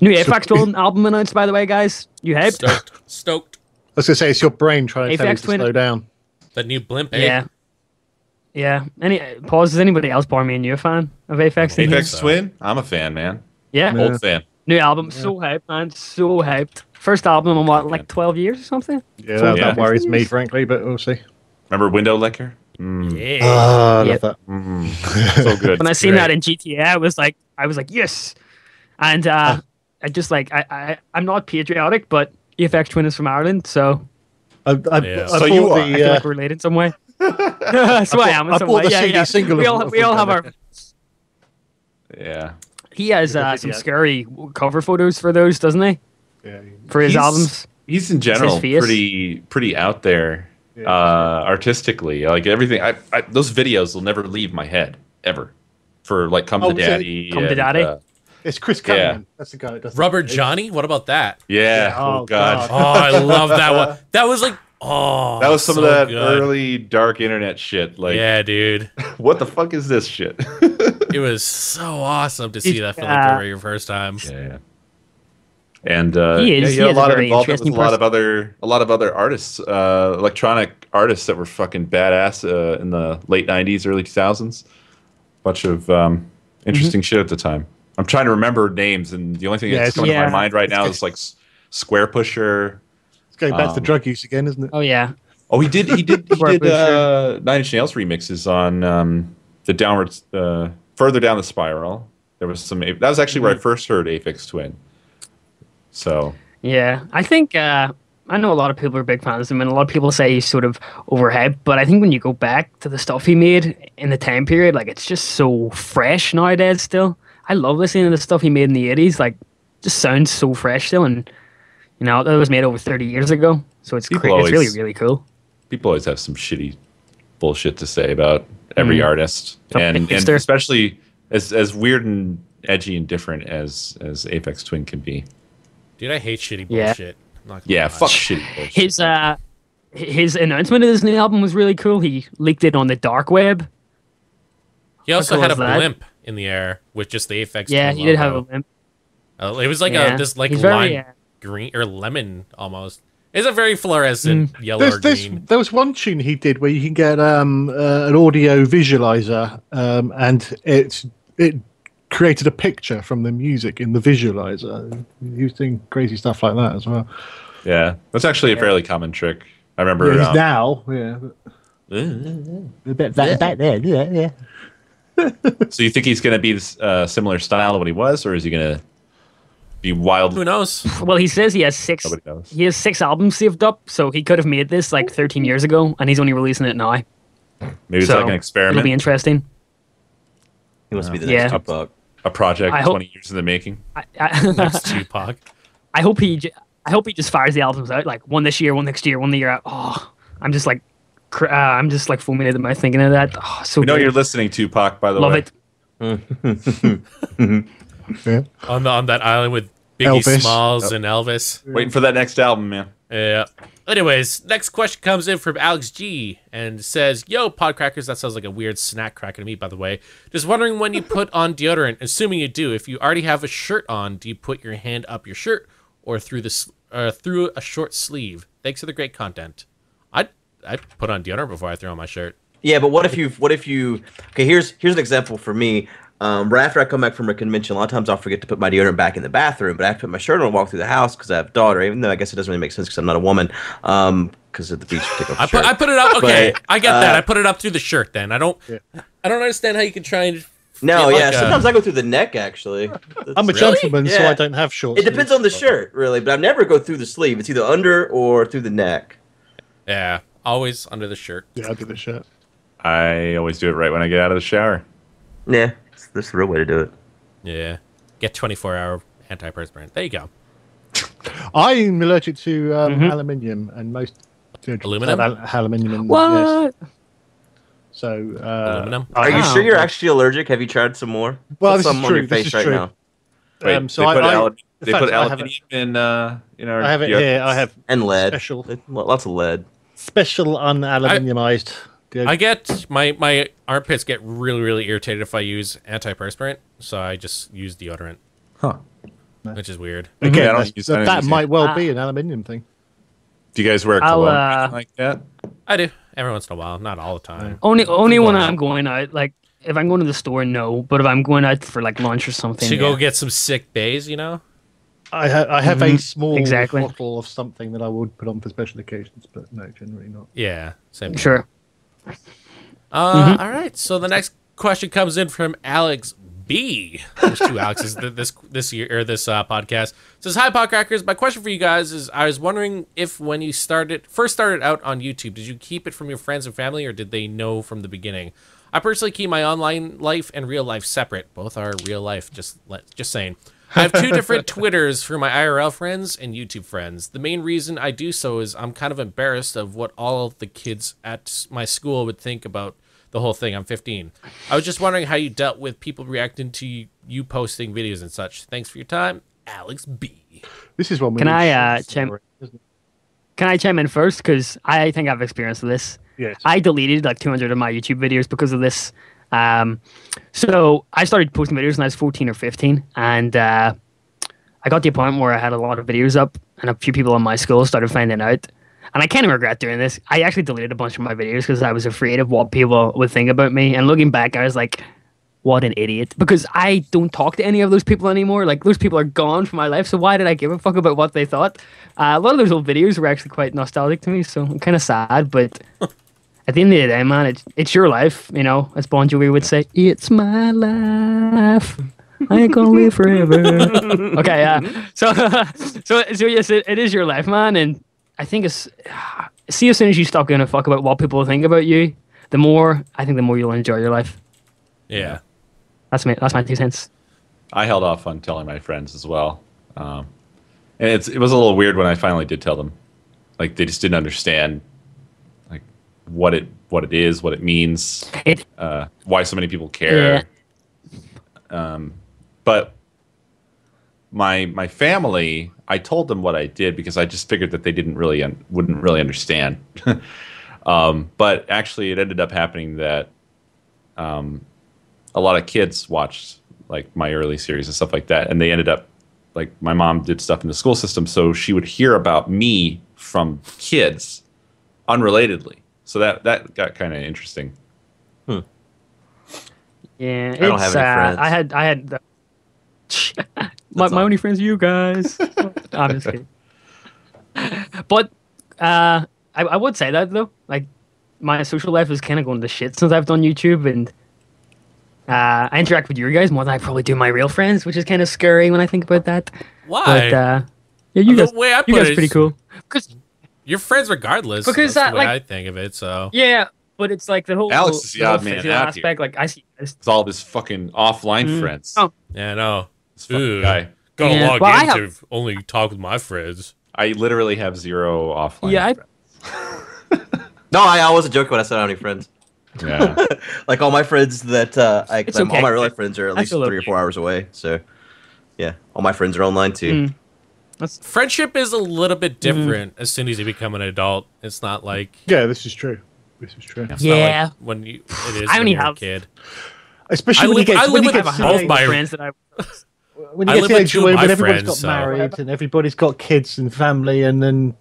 new Apex Twin album announced, by the way, guys. You hyped?
Stoked. Stoked.
I was gonna say it's your brain trying to tell you
Aphex
to
Twin-
slow down.
The new blimp. eh?
Yeah. Yeah. Any pause? Is anybody else bar me and you a fan of Apex? in here?
Apex Twin, I'm a fan, man.
Yeah.
Yeah.
Old fan.
New album. So hyped, man. So hyped. First album in what,
Yeah.
like 12 years or something?
Yeah, that,
yeah.
that worries me frankly, but we'll see.
Remember Window Licker? Mm,
Yeah.
Ah, I
Yeah.
love that.
so good.
When I seen
great.
that in GTA, I was like, I was like, yes. And uh, I just like, I, I, I'm not patriotic, but EFX Twin is from Ireland, so
I, I,
Yeah.
I
So
bought
Oh, you are.
I
the,
feel
uh,
like we're related in some way. so I, am in
I bought
some way.
the
yeah,
CD
yeah.
single
we
of-
all,
of
we all have our
Window
Yeah.
he has
Look at
uh,
the
some
video.
scary cover photos for those, doesn't he?
yeah, you-
For his
He's-
albums.
He's in general
fierce.
pretty pretty out there
Yeah.
uh, artistically. Like everything, I, I those videos will never leave my head ever. For like come
Oh,
to
was it-
daddy,
Come to
and,
Daddy?
uh,
it's Chris
Yeah.
Cunningham. That's the guy that does
Rubber Johnny. What about that?
yeah.
Yeah,
Oh,
oh,
god.
Oh, I love that one. That was like oh.
That was some
so
of that
good.
early dark internet shit. Like,
yeah, dude.
what the fuck is this shit?
It was so awesome to see
It's,
that for
uh,
like the very first time.
yeah. And uh,
He
yeah,
is-
he
he
had a
is a
lot of
very
involvement with a
interesting
lot
person.
of other a lot of other artists, uh, electronic artists that were fucking badass uh, in the late '90s, early 2000s. Bunch of um,
Mm-hmm.
interesting shit at the time. I'm trying to remember names, and the only thing
Yeah,
that's
it's-
coming to
yeah.
my mind right now
It's-
is like S- Square Pusher.
It's going back to
Um,
drug use again, isn't it?
Oh, yeah.
Oh, he did. He did. He
Square
did
Pusher.
uh, Nine Inch Nails remixes on um, the downwards, uh, further down the spiral. There was some. That was actually where I first heard Aphex Twin. So
Yeah, I think uh, I know a lot of people are big fans of him, and a lot of people say he's sort of overhyped. But I think when you go back to the stuff he made in the time period, like it's just so fresh nowadays. Still, I love listening to the stuff he made in the eighties. Like, just sounds so fresh still, and You know, that was made over 30 years ago, so it's
People
cra- it's really
always-
really cool.
people always have some shitty bullshit to say about every artist
Some
and, and
hipster.
especially as as weird and edgy and different as as apex twin can be
Dude, I hate shitty
Yeah.
bullshit. I'm not gonna
yeah
lie.
fuck shitty bullshit
His uh his announcement of this new album was really cool. He leaked it on the dark web.
He also
cool
had a
is that?
blimp in the air with just the Apex.
Yeah,
Twin
he did have a
logo.
limp.
Uh, it was like
yeah.
a this like
He's
lime
very, uh,
green or lemon almost. It's a very fluorescent
Mm.
yellow
There's,
or
there's,
green.
there was one tune he did where you can get um, uh, an audio visualizer, um, and it it created a picture from the music in the visualizer. He was doing crazy stuff like that as well.
yeah that's actually a fairly common trick i remember
Yeah, he's
um,
now, yeah, a bit back, back there, yeah, yeah.
so you think he's going to be uh, similar style to what he was or is he going to be wild
Who knows?
Well, he says he has six.
Nobody knows.
He has six albums saved up, so he could have made this like 13 years ago, and he's only releasing it now.
maybe it's
so
like an
It'll
experiment
be interesting.
He wants to be the
Yeah.
next Tupac.
a project
I hope-
20 years in the making
I, I,
Next Tupac.
I hope he. j- I hope he just fires the albums out like one this year, one next year, one the year out. Oh, I'm just like, cr- uh, I'm just like fulminated by thinking of that. Oh, so
we know
good.
you're listening tupac by the
love
way
it.
On the, on that island with Biggie
Elvis.
Smalls and Elvis.
waiting for that next album man
Yeah. Anyways, next question comes in from Alex G and says, Yo, Podcrackers, that sounds like a weird snack cracker to me, by the way. Just wondering when you put on deodorant, assuming you do, if you already have a shirt on, do you put your hand up your shirt or through this uh, through a short sleeve? Thanks for the great content. I I put on deodorant before I throw on my shirt.
Yeah, but what if you what if you okay? Here's here's an example for me. Um, right after I come back from a convention, a lot of times I'll forget to put my deodorant back in the bathroom, but I have to put my shirt on and walk through the house because I have a daughter. Even though I guess it doesn't really make sense because I'm not a woman. Because at the beach, you take off
I
your shirt.
put, I put it up. Okay,
But,
I get that.
uh,
I put it up through the shirt. Then I don't. I don't understand how you can try and.
no,
it
yeah.
like uh, a-
sometimes I go through the neck actually.
I'm a
That's-
gentleman, so
Yeah.
I don't have shorts.
It depends on the shirt, really, but I never go through the sleeve. It's either under or through the neck.
Yeah, always under the shirt.
Yeah, I did the shirt.
i always do it right when i get out of the shower
Yeah, that's- that's the real way to do it.
Yeah, get twenty four hour antiperspirant. There you go.
I'm allergic to um, aluminium and most
Aluminum?
Al- aluminium. And, yes.
What?
So uh,
Aluminum?
I-
Are you
Wow.
sure you're actually allergic? Have you tried some more?
Well,
Put
this is
some on
true,
your
this
face
is
right
true.
now,
Wait,
Um, so
they
I-
put,
I-
al- they
fact,
put
I have a-
aluminium in uh, in our.
I have it
your-
here. I have
and lead,
Special.
lots of lead.
special unaluminiumized.
I get my my armpits get really really irritated if I use antiperspirant, so I just use deodorant.
Huh.
Which is weird.
Yeah, I
Again,
don't
that's-
use- I
that,
don't
that
use
might well
it.
be an aluminium thing.
Do you guys wear a
I'll,
cologne or
uh,
anything like that?
I do every once in a while, not all the time.
Only only when
Wow.
I'm going out. Like if I'm going to the store, no. But if I'm going out for like lunch or something,
To go
yeah.
get some sick days, you know.
I, ha- I have
Mm-hmm.
a small
exactly.
bottle of something that I would put on for special occasions, but no, generally not.
Yeah, same. thing.
sure.
Uh, all right. So the next question comes in from Alex B. There's two Alexes th- this this year or this uh, podcast. It says hi, Podcrackers. My question for you guys is: I was wondering if when you started first started out on YouTube, did you keep it from your friends and family, or did they know from the beginning? I personally keep my online life and real life separate. Both are real life. Just let just saying. I have two different Twitters for my IRL friends and YouTube friends. The main reason I do so is I'm kind of embarrassed of what all of the kids at my school would think about the whole thing. I'm 15. I was just wondering how you dealt with people reacting to you posting videos and such. Thanks for your time, Alex B.
This is one. we
Can
need
I, uh,
shorts
chim-
for, isn't it?
Can I chime in first? Because I think I've experienced this.
Yes.
I deleted like 200 of my YouTube videos because of this. Um, so I started posting videos when I was 14 or 15, and uh, I got to a point where I had a lot of videos up, and a few people in my school started finding out. And I kind of regret doing this. I actually deleted a bunch of my videos because I was afraid of what people would think about me. And looking back, I was like, what an idiot. Because I don't talk to any of those people anymore. Like, those people are gone from my life. So, why did I give a fuck about what they thought? Uh, a lot of those old videos were actually quite nostalgic to me. So, I'm kind of sad. But at the end of the day, man, it's, it's your life, you know, as Bon Jovi would say, it's my life. I ain't gonna live forever. okay, yeah. So, so, so yes, it, it is your life, man. And I think it's see, as soon as you stop giving a fuck about what people think about you, the more I think the more you'll enjoy your life.
Yeah.
That's my that's my two cents.
I held off on telling my friends as well. Um, and it's it was a little weird when I finally did tell them. Like they just didn't understand, like what it what it is, what it means,
It-
uh, why so many people care. Um, but my my family, I told them what I did because I just figured that they didn't really un- wouldn't really understand. um, but actually, it ended up happening that um, a lot of kids watched like my early series and stuff like that, and they ended up like my mom did stuff in the school system, so she would hear about me from kids unrelatedly. So that that got kind of interesting.
Yeah,
don't have
it's
any
sad.
friends.
I had I had the, my
That's all.
my only friends are you guys. I'm just kidding. But uh, I, I would say that though, like my social life has kind of gone to shit since I've done YouTube, and uh, I interact with you guys more than I probably do my real friends, which is kind of scary when I think about that.
Why?
But uh, yeah, you
The
guys,
way I
you
put
guys
it
are pretty
is-
cool. 'Cause-
You're friends regardless.
Because
Because that's
that,
the way
like-
I think of it. So
yeah, but it's like the whole
Alex is the
whole
odd man
physical
out here.
aspect. Like I see. you guys.
It's all of his fucking offline
Mm.
friends.
Oh.
yeah, no.
This fucking
Ooh.
guy.
Gotta
Yeah.
log
Well, I
in
have-
to only talk with my friends.
I literally have zero offline.
Yeah, I-
friends.
No, I, I wasn't joking when I said I don't have any friends.
yeah.
like all my friends that uh, I,
It's
I'm-
okay.
all my real life friends are at
I
least
still love
three or
you.
four hours away. So, yeah, all my friends are online too.
Mm. That's
Friendship is a little bit different as soon as you become an adult. It's not like
Yeah, this is true. This is true.
it's not like
Yeah.
when you it is
I
when
only
you're a
have-
kid.
Especially
I
when
live-
you
I
get
live
when you
with
get
my
to
whole
the age-
my-
friends that I
when
I
you get
live
to the
with
age
two of
where
my
when everybody's
friends,
got
so-
married and everybody's got kids and family, and then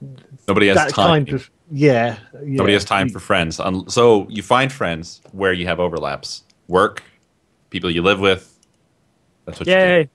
Nobody has
that
time.
kind of yeah, yeah.
Nobody has time for friends. Un- So you find friends where you have overlaps. Work, people you live with. That's what you do.
Yay.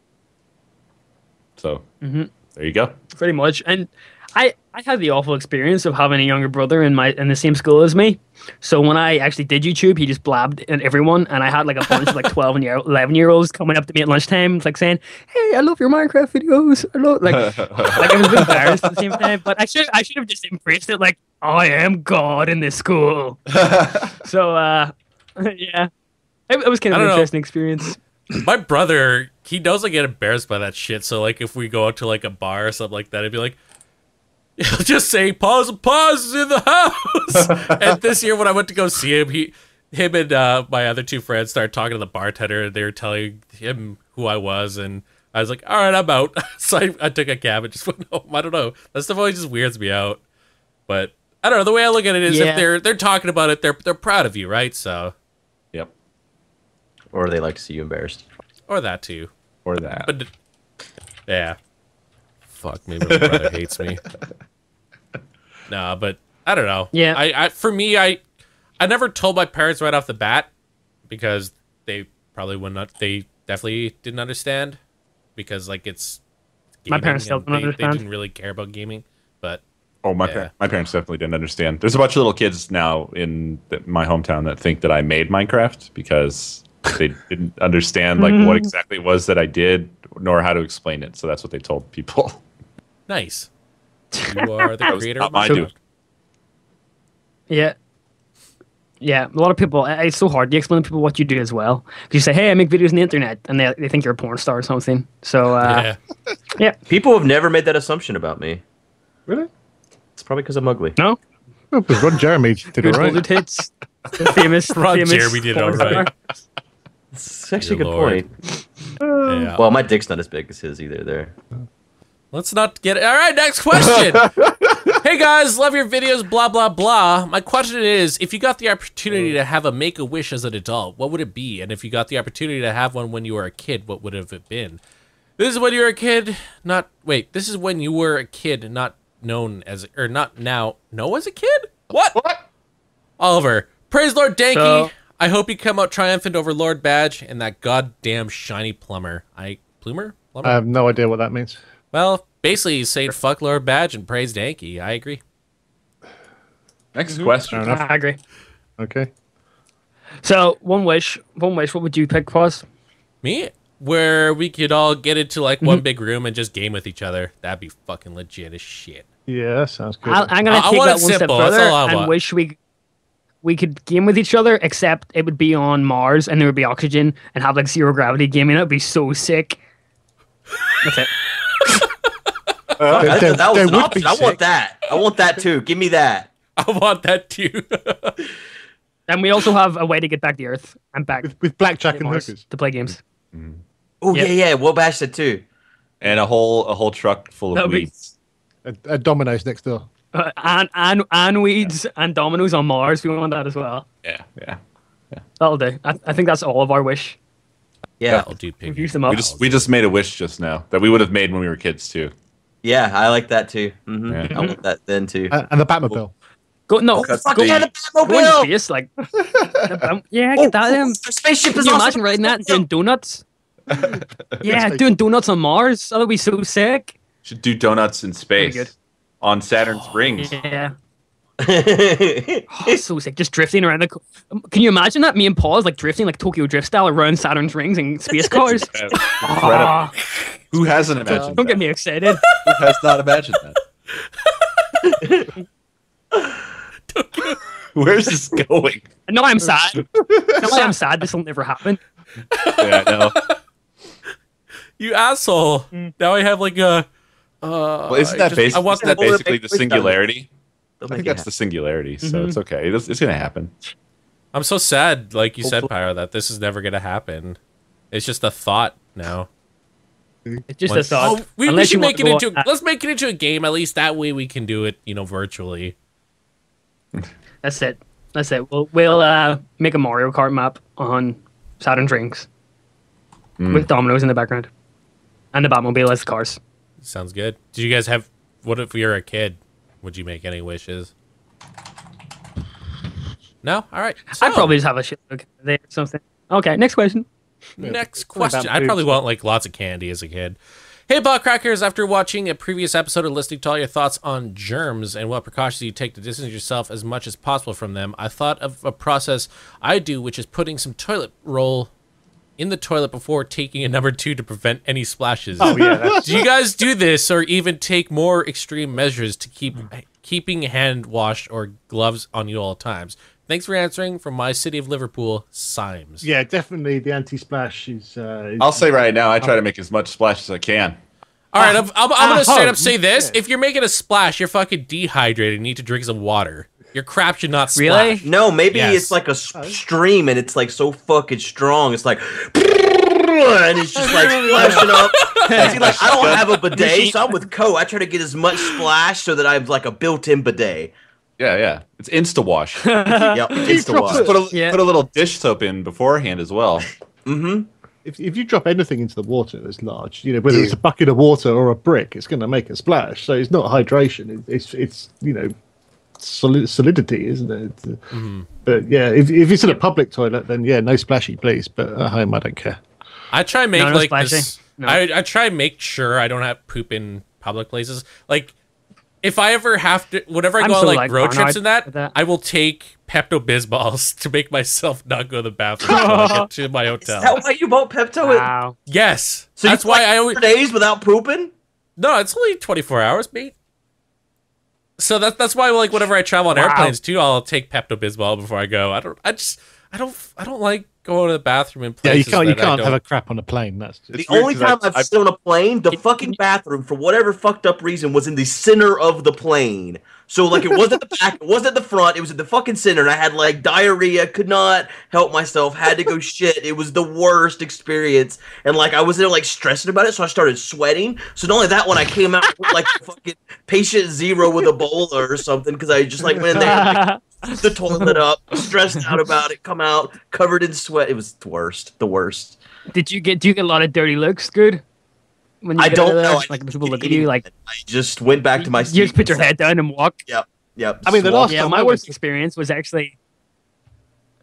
So
Mhm.
there you go.
pretty much. And I, I had the awful experience of having a younger brother in my in the same school as me. So when I actually did YouTube, he just blabbed at everyone, and I had like a bunch of like twelve and year, eleven year olds coming up to me at lunchtime, like saying, "Hey, I love your Minecraft videos." I love like like I was a bit embarrassed at the same time, but I should I should have just embraced it like I am God in this school. so uh, yeah, it, it was kind
I
of
don't
an
know.
interesting experience.
My brother, he doesn't get embarrassed by that shit. So like, if we go out to like a bar or something like that, he'd be like, he'll just say "pause, pause" is in the house. and this year, when I went to go see him, he, him and uh, my other two friends started talking to the bartender. They were telling him who I was, and I was like, "All right, I'm out." so I, I took a cab and just went home. I don't know. That stuff always just weirds me out. But I don't know. The way I look at it is,
Yeah.
if they're they're talking about it, they're they're proud of you, right? So
yep.
Or they like to see you embarrassed.
or that too.
Or that.
But yeah, fuck. Maybe my brother hates me. Nah, but I don't know.
Yeah.
I, I for me, I I never told my parents right off the bat because they probably would not. They definitely didn't understand because like it's.
My
gaming
parents still
and
don't
they,
understand.
They didn't really care about gaming, but
Oh, my,
Yeah.
par- my parents definitely didn't understand. There's a bunch of little kids now in th- my hometown that think that I made Minecraft because they didn't understand like
Mm-hmm.
what exactly it was that I did, nor how to explain it. So that's what they told people.
nice. You are the
was
creator.
not
of
my
Minecraft.
doing.
Yeah. Yeah, a lot of people. I- It's so hard to explain to people what you do as well. 'Cause you say, "Hey, I make videos on the internet," and they, they think you're a porn star or something. So uh,
Yeah.
People have never made that assumption about me.
really.
It's probably because I'm ugly.
no,
Oh, but Ron Jeremy did
good
it
older
right.
tits, the famous, the
Ron
famous
Jeremy did it
porn
all right.
star.
It's actually
Dear
a good
Lord.
point.
yeah.
Well, my dick's not as big as his either. There.
Let's not get. All right, next question. hey guys, love your videos, blah, blah, blah. My question is if you got the opportunity to have a make a wish as an adult, what would it be? And if you got the opportunity to have one when you were a kid, what would have it been? This is when you were a kid, not. Wait, this is when you were a kid, not known as. Or not now. No, as a kid? What? What? Oliver, praise Lord Danky.
So-
I hope you come out triumphant over Lord Badge and that goddamn shiny plumber. I. Plumer? Plumber?
I have no idea what that means.
Well, basically, he's saying fuck Lord Badge and praise Danky. I agree.
Next
Fair
question.
enough.
I agree.
Okay.
So one wish, one wish. What would you pick, Pause?
Me? Where we could all get into like one
Mm-hmm.
big room and just game with each other. That'd be fucking legit as shit.
Yeah, that sounds good.
I, I'm gonna
I- I
take
want
that
it
one step
simple, that's
further
all I
and
want.
wish we we could game with each other, except it would be on Mars and there would be oxygen and have like zero gravity gaming. That'd be so sick. That's it.
Fuck, I
Uh, There-
thought that was
there
an
would
option.
be
I want
six.
that. I want that too. Give me that.
I want that too.
And we also have a way to get back to Earth and back
with, with blackjack
to
and
Mars
hookers.
to play games.
Oh
Yep.
yeah, yeah. We'll bash that too.
and a whole a whole truck full
That'll
of
be-
weeds.
A, a Domino's next door.
Uh, and, and, and weeds and dominoes on Mars. We want that as well.
Yeah, yeah.
That'll do. I, I think that's all of our wish.
Yeah,
That'll do,
We've
piggy.
used them up.
We just we just made a wish just now that we would have made when we were kids too.
yeah. I like that too. hmm
Yeah.
I want that then too. Oh,
Uh, and the Batmobile.
go, no,
Because
fuck yeah,
the-
the Batmobile. space, like, the Bat- yeah, get that in.
Our spaceship
Can
Oh, is
you
awesome.
imagine riding that and doing donuts? yeah,
Yes,
doing donuts on Mars. That would be so sick.
Should do donuts in
Very good.
space on Saturn's rings.
Oh, Yeah.
That'd
It's Oh, so sick, just drifting around the. Co- Um, Can you imagine that? Me and Paul is like drifting like Tokyo Drift style around Saturn's rings and space cars.
Yeah.
Ah,
Who hasn't imagined
don't
that?
get me excited.
Who has not imagined that?
Where's this going?
And
Oh,
now I'm sad. now I'm sad. This will never happen.
yeah, I know.
You asshole.
Mm.
Now I have like a. Uh,
Well, isn't
I
that
just-
basically,
I want
isn't that
that.
basically the
Please don't.
singularity? I
make
think
it
that's
happen.
the singularity, so
Mhm.
it's okay. It's, it's gonna happen.
I'm so sad, like you said,
Hopefully-
Pyro, that this is never gonna happen. It's just a thought now.
It's just
Once-
a thought.
Oh, we, we
Unless
should
you want
make it
to go
into.
on-
let's make it into a game. At least that way we can do it, you know, virtually.
That's it. That's it. We'll, we'll uh, make a Mario Kart map on Saturn's rings with dominoes in the background and the Batmobile as the cars.
Sounds good. Do you guys have? What if you're a kid? Would you make any wishes? No. All right. So,
I'd probably just have a shit look there or something. Okay, next question.
Next
about
question. I probably want like lots of candy as a kid. Hey, Bot Crackers! After watching a previous episode and listening to all your thoughts on germs and what precautions you take to distance yourself as much as possible from them, I thought of a process I do, which is putting some toilet roll in the toilet before taking a number two to prevent any splashes.
Oh yeah, that's,
do you guys do this or even take more extreme measures to keep
Mm.
keeping hand washed or gloves on you at all times? Thanks for answering from my city of Liverpool, Symes.
yeah, definitely the anti-splash is. Uh, is
I'll say right now, I try to make as much splash as I can.
All right, I'm, I'm, I'm
Uh,
gonna straight
home.
up say this:
Yeah.
if you're making a splash, you're fucking dehydrated. and need to drink some water. Your crap should not
Really?
splash.
No, maybe
Yes.
it's like a s- stream and it's like so fucking strong. It's like, and it's just like splashing up. And see, like, I don't have a bidet, so I'm with Co. I try to get as much splash so that I have like a built in bidet.
Yeah, yeah. It's insta wash. Put,
Yep, it's the
dropped
wash.
it.
a-
Yeah.
put a little dish soap in beforehand as well.
Mm-hmm.
if, if you drop anything into the water that's large, you know whether it's a bucket of water or a brick, it's going to make a splash. So it's not hydration; it, it's it's you know soli- solidity, isn't it? It's, uh, But yeah, if if it's in a public toilet, then yeah, no splashy, please. But at home, I don't care.
I try and make
No, no
like this.
splashing. No.
I I try and make sure I don't have poop in public places. Like if I ever have to, whenever I
I'm
go on
so,
like,
like,
road trips
paranoid
and that,
with that.
I will take Pepto Bismols to make myself not go to the bathroom until I get to my
Is that
hotel.
why you bought Pepto?
Ah.
Wow.
Yes,
So
that's
you
why
like
I always.
four days without pooping.
No, it's only 24 hours, mate. So that's that's why like whenever I travel on
Wow.
airplanes too, I'll take Pepto Bismol before I go. I don't. I just. I don't. I don't like going to the bathroom in
Yeah, you
places.
can't you
that I
can't have
don't-
a crap on a plane. That's just,
The
It's weird
only
'cause I-
time I, have
I-
stood on a plane, the fucking bathroom, for whatever fucked up reason, was in the center of the plane. So like it wasn't the back, it wasn't the front, it was at the fucking center, and I had like diarrhea, could not help myself, had to go shit. It was the worst experience, and like I was there like stressing about it, so I started sweating. So not only that, when I came out with, like fucking patient zero with Ebola or something, because I just like went in there, like, used the toilet up, stressed out about it, come out covered in sweat. It was the worst, the worst.
Did you get do you get a lot of dirty looks, dude? When
I
go
don't
there,
know. I
Like when
just
people
did
look at you,
it.
like
I just went back to my seat.
you just put your
and sat-
head down and walk.
Yep.
I mean, the
swallowed.
last
Yeah,
time
my
I
worst
went-
experience was actually.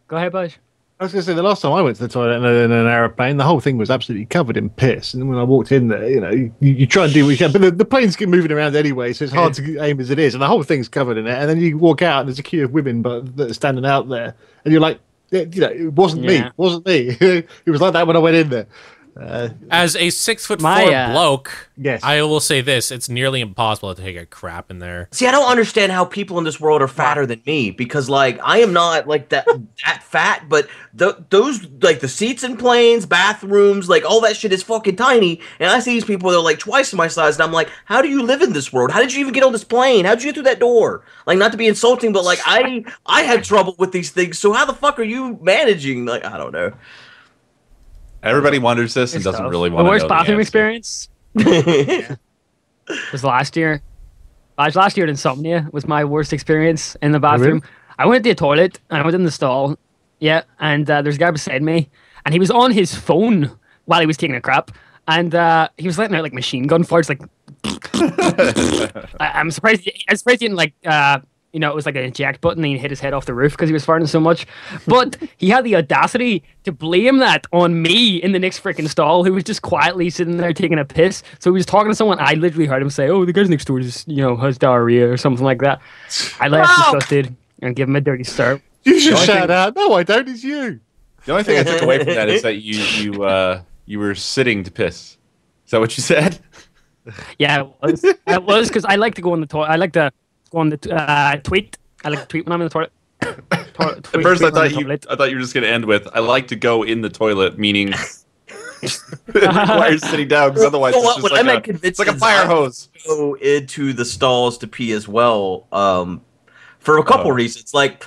Go ahead, Bush.
I was going to say the last time I went to the toilet in, a, in an airplane, the whole thing was absolutely covered in piss. And when I walked in there, you know, you, you try and do what you can, but the, the planes get moving around anyway, so it's hard to aim as it is. And the whole thing's covered in it. And then you walk out, and there's a queue of women, but that are standing out there, and you're like, yeah, you know, it wasn't me,
Yeah.
it wasn't me. it was like that when I went in there. Uh,
As a six foot
My,
four
uh,
bloke,
yes.
I will say this: it's nearly impossible to take a crap in there.
See, I don't understand how people in this world are fatter than me because, like, I am not like that that fat. But th- those, like, the seats in planes, bathrooms, like, all that shit is fucking tiny. And I see these people that are like twice my size, and I'm like, how do you live in this world? How did you even get on this plane? How did you get through that door? Like, not to be insulting, but like, I I had trouble with these things. So how the fuck are you managing? Like, I don't know.
Everybody wonders this and
It's
doesn't
tough.
really want
The
to
worst
know
bathroom
answer.
experience was last year. I was last year at Insomnia was my worst experience in the
Oh,
bathroom. I went to the toilet and I went in the stall. Yeah, and uh, there's a guy beside me, and he was on his phone while he was taking a crap, and uh, he was letting out like machine gun farts. Like I- I'm surprised. I'm surprised he didn't like. Uh, you know, it was like an eject button and he hit his head off the roof because he was farting so much. But he had the audacity to blame that on me in the next freaking stall who was just quietly sitting there taking a piss. So he was talking to someone. I literally heard him say, Oh, the guy's next door just, you know, has diarrhea or something like that. I left disgusted and give him a dirty start.
you should
The only
shout
thing-
out. No, I don't. It's you.
The only thing I took away from that is that you you uh, you were sitting to piss. Is that what you said?
Yeah, it was. it was because I like to go on the toilet. I like to go on the t- uh, tweet. I like to tweet when I'm in the toilet. Toilet- tweet-
At first, I
tweet when I'm
thought
in the
you
toilet.
I thought you were just going to end with I like to go in the toilet, meaning requires sitting down because otherwise
Well,
it's just
what
like
I meant
a,
convinced
it's like a
is
fire
I-
hose.
go into the stalls to pee as well um, for a couple
Oh.
reasons. Like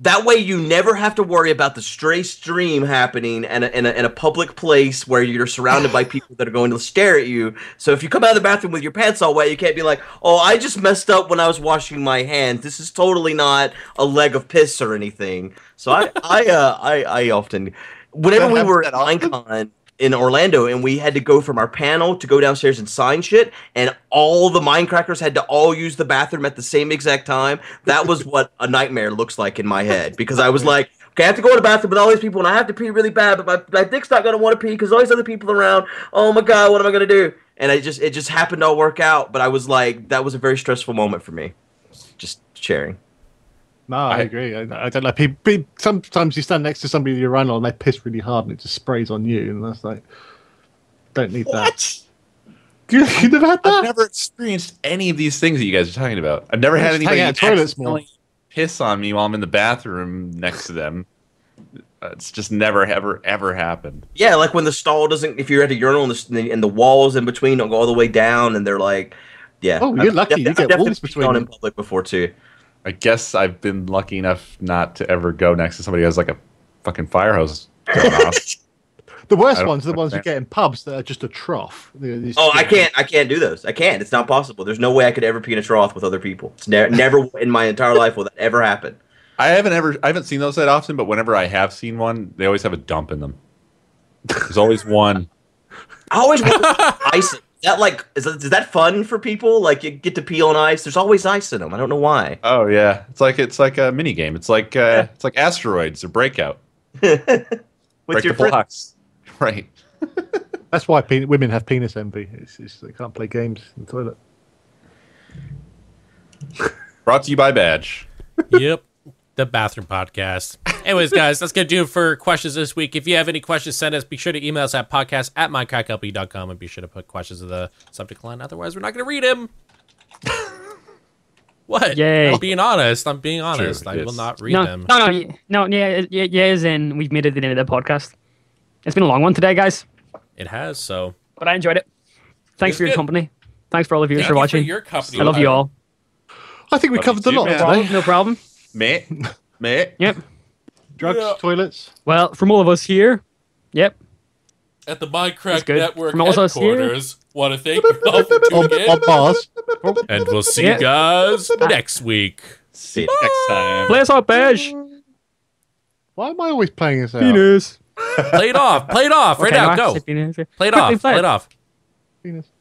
that way, you never have to worry about the stray stream happening in a, in a, in a public place where you're surrounded by people that are going to stare at you. So if you come out of the bathroom with your pants all wet, you can't be like, "Oh, I just messed up when I was washing my hands. This is totally not a leg of piss or anything." So I I uh, I, I often whenever
That
we were at
happens that
Linecon in Orlando and we had to go from our panel to go downstairs and sign shit and all the minecrackers had to all use the bathroom at the same exact time. That was what a nightmare looks like in my head because I was like, okay, I have to go to the bathroom with all these people and I have to pee really bad, but my, my dick's not gonna want to pee because all these other people around. Oh my god, what am I gonna do? And I just it just happened to all work out, but I was like, that was a very stressful moment for me. Just sharing.
No, I,
I-
agree. I, I don't like people, people. Sometimes you stand next to somebody in the urinal and they piss really hard and it just sprays on you, and that's like, don't need
What?
that. You, you never had that?
I've never experienced any of these things that you guys are talking about. I've never had
Just hang
anybody
out toilets more.
accidentally piss on me while I'm in the bathroom next to them. Uh, It's just never, ever, ever happened.
Yeah, like when the stall doesn't. If you're at a urinal and the, and the walls in between don't go all the way down, and they're like, yeah.
Oh, you're
I've
lucky, you
defi-
get
I've definitely
walls between
gone
you.
in public before too.
I guess I've been lucky enough not to ever go next to somebody who has like a fucking fire hose. going off.
The
I
worst
don't
ones are the ones you
understand.
get in pubs that are just a trough. They- they just-
Oh, I can't. I can't do those. I can't. It's not possible. There's no way I could ever pee in a trough with other people. It's ne- never in my entire life will that ever happen.
I haven't ever, I haven't seen those that often, but whenever I have seen one, they always have a dump in them. There's always one.
I always wonder ice. Is that like is that, is that fun for people? Like you get to pee on ice. There's always ice in them. I don't know why.
Oh yeah, it's like it's like a mini game. It's like uh, it's like asteroids or breakout.
With
Break
your
the
friends.
blocks. Right.
That's why pe- women have penis envy. It's, it's, they can't play games in the toilet.
Brought to you by Badge.
yep. The Bathroom Podcast. Anyways, guys, that's going to do it for questions this week. If you have any questions, send us. Be sure to email us at podcast at mindcracklp.com and be sure to put questions in the subject line. Otherwise, we're not going to read them. what?
Yay.
I'm being honest. I'm being honest. I
yes.
will not read
No,
them.
no, no, y- no, yeah, yeah, yeah, as in we've made it to the end of the podcast. It's been a long one today, guys,
It has, so.
but I enjoyed it. Thanks
It's
for your
good.
company. Thanks for all of you
Thank
for
you
watching.
your company.
I love you all.
I think we
Love
covered a
you
lot
too, man.
today.
No problem.
Mate. Mate.
Yep.
Drugs,
Yeah.
toilets.
Well, from all of us here, yep.
At the
That's
Minecraft
good.
Network
From all of us here.
headquarters, want to thank you all for
On,
tuning in,
on bars.
and we'll see
Yeah.
you guys next week.
See you next time.
Play us out, Badge.
Why am I always playing this out?
Penis.
Play it off. Play it off right
Okay,
now.
no, I
Go.
said penis.
Play it
Quickly
off.
play
Play
it.
it off.
Penis.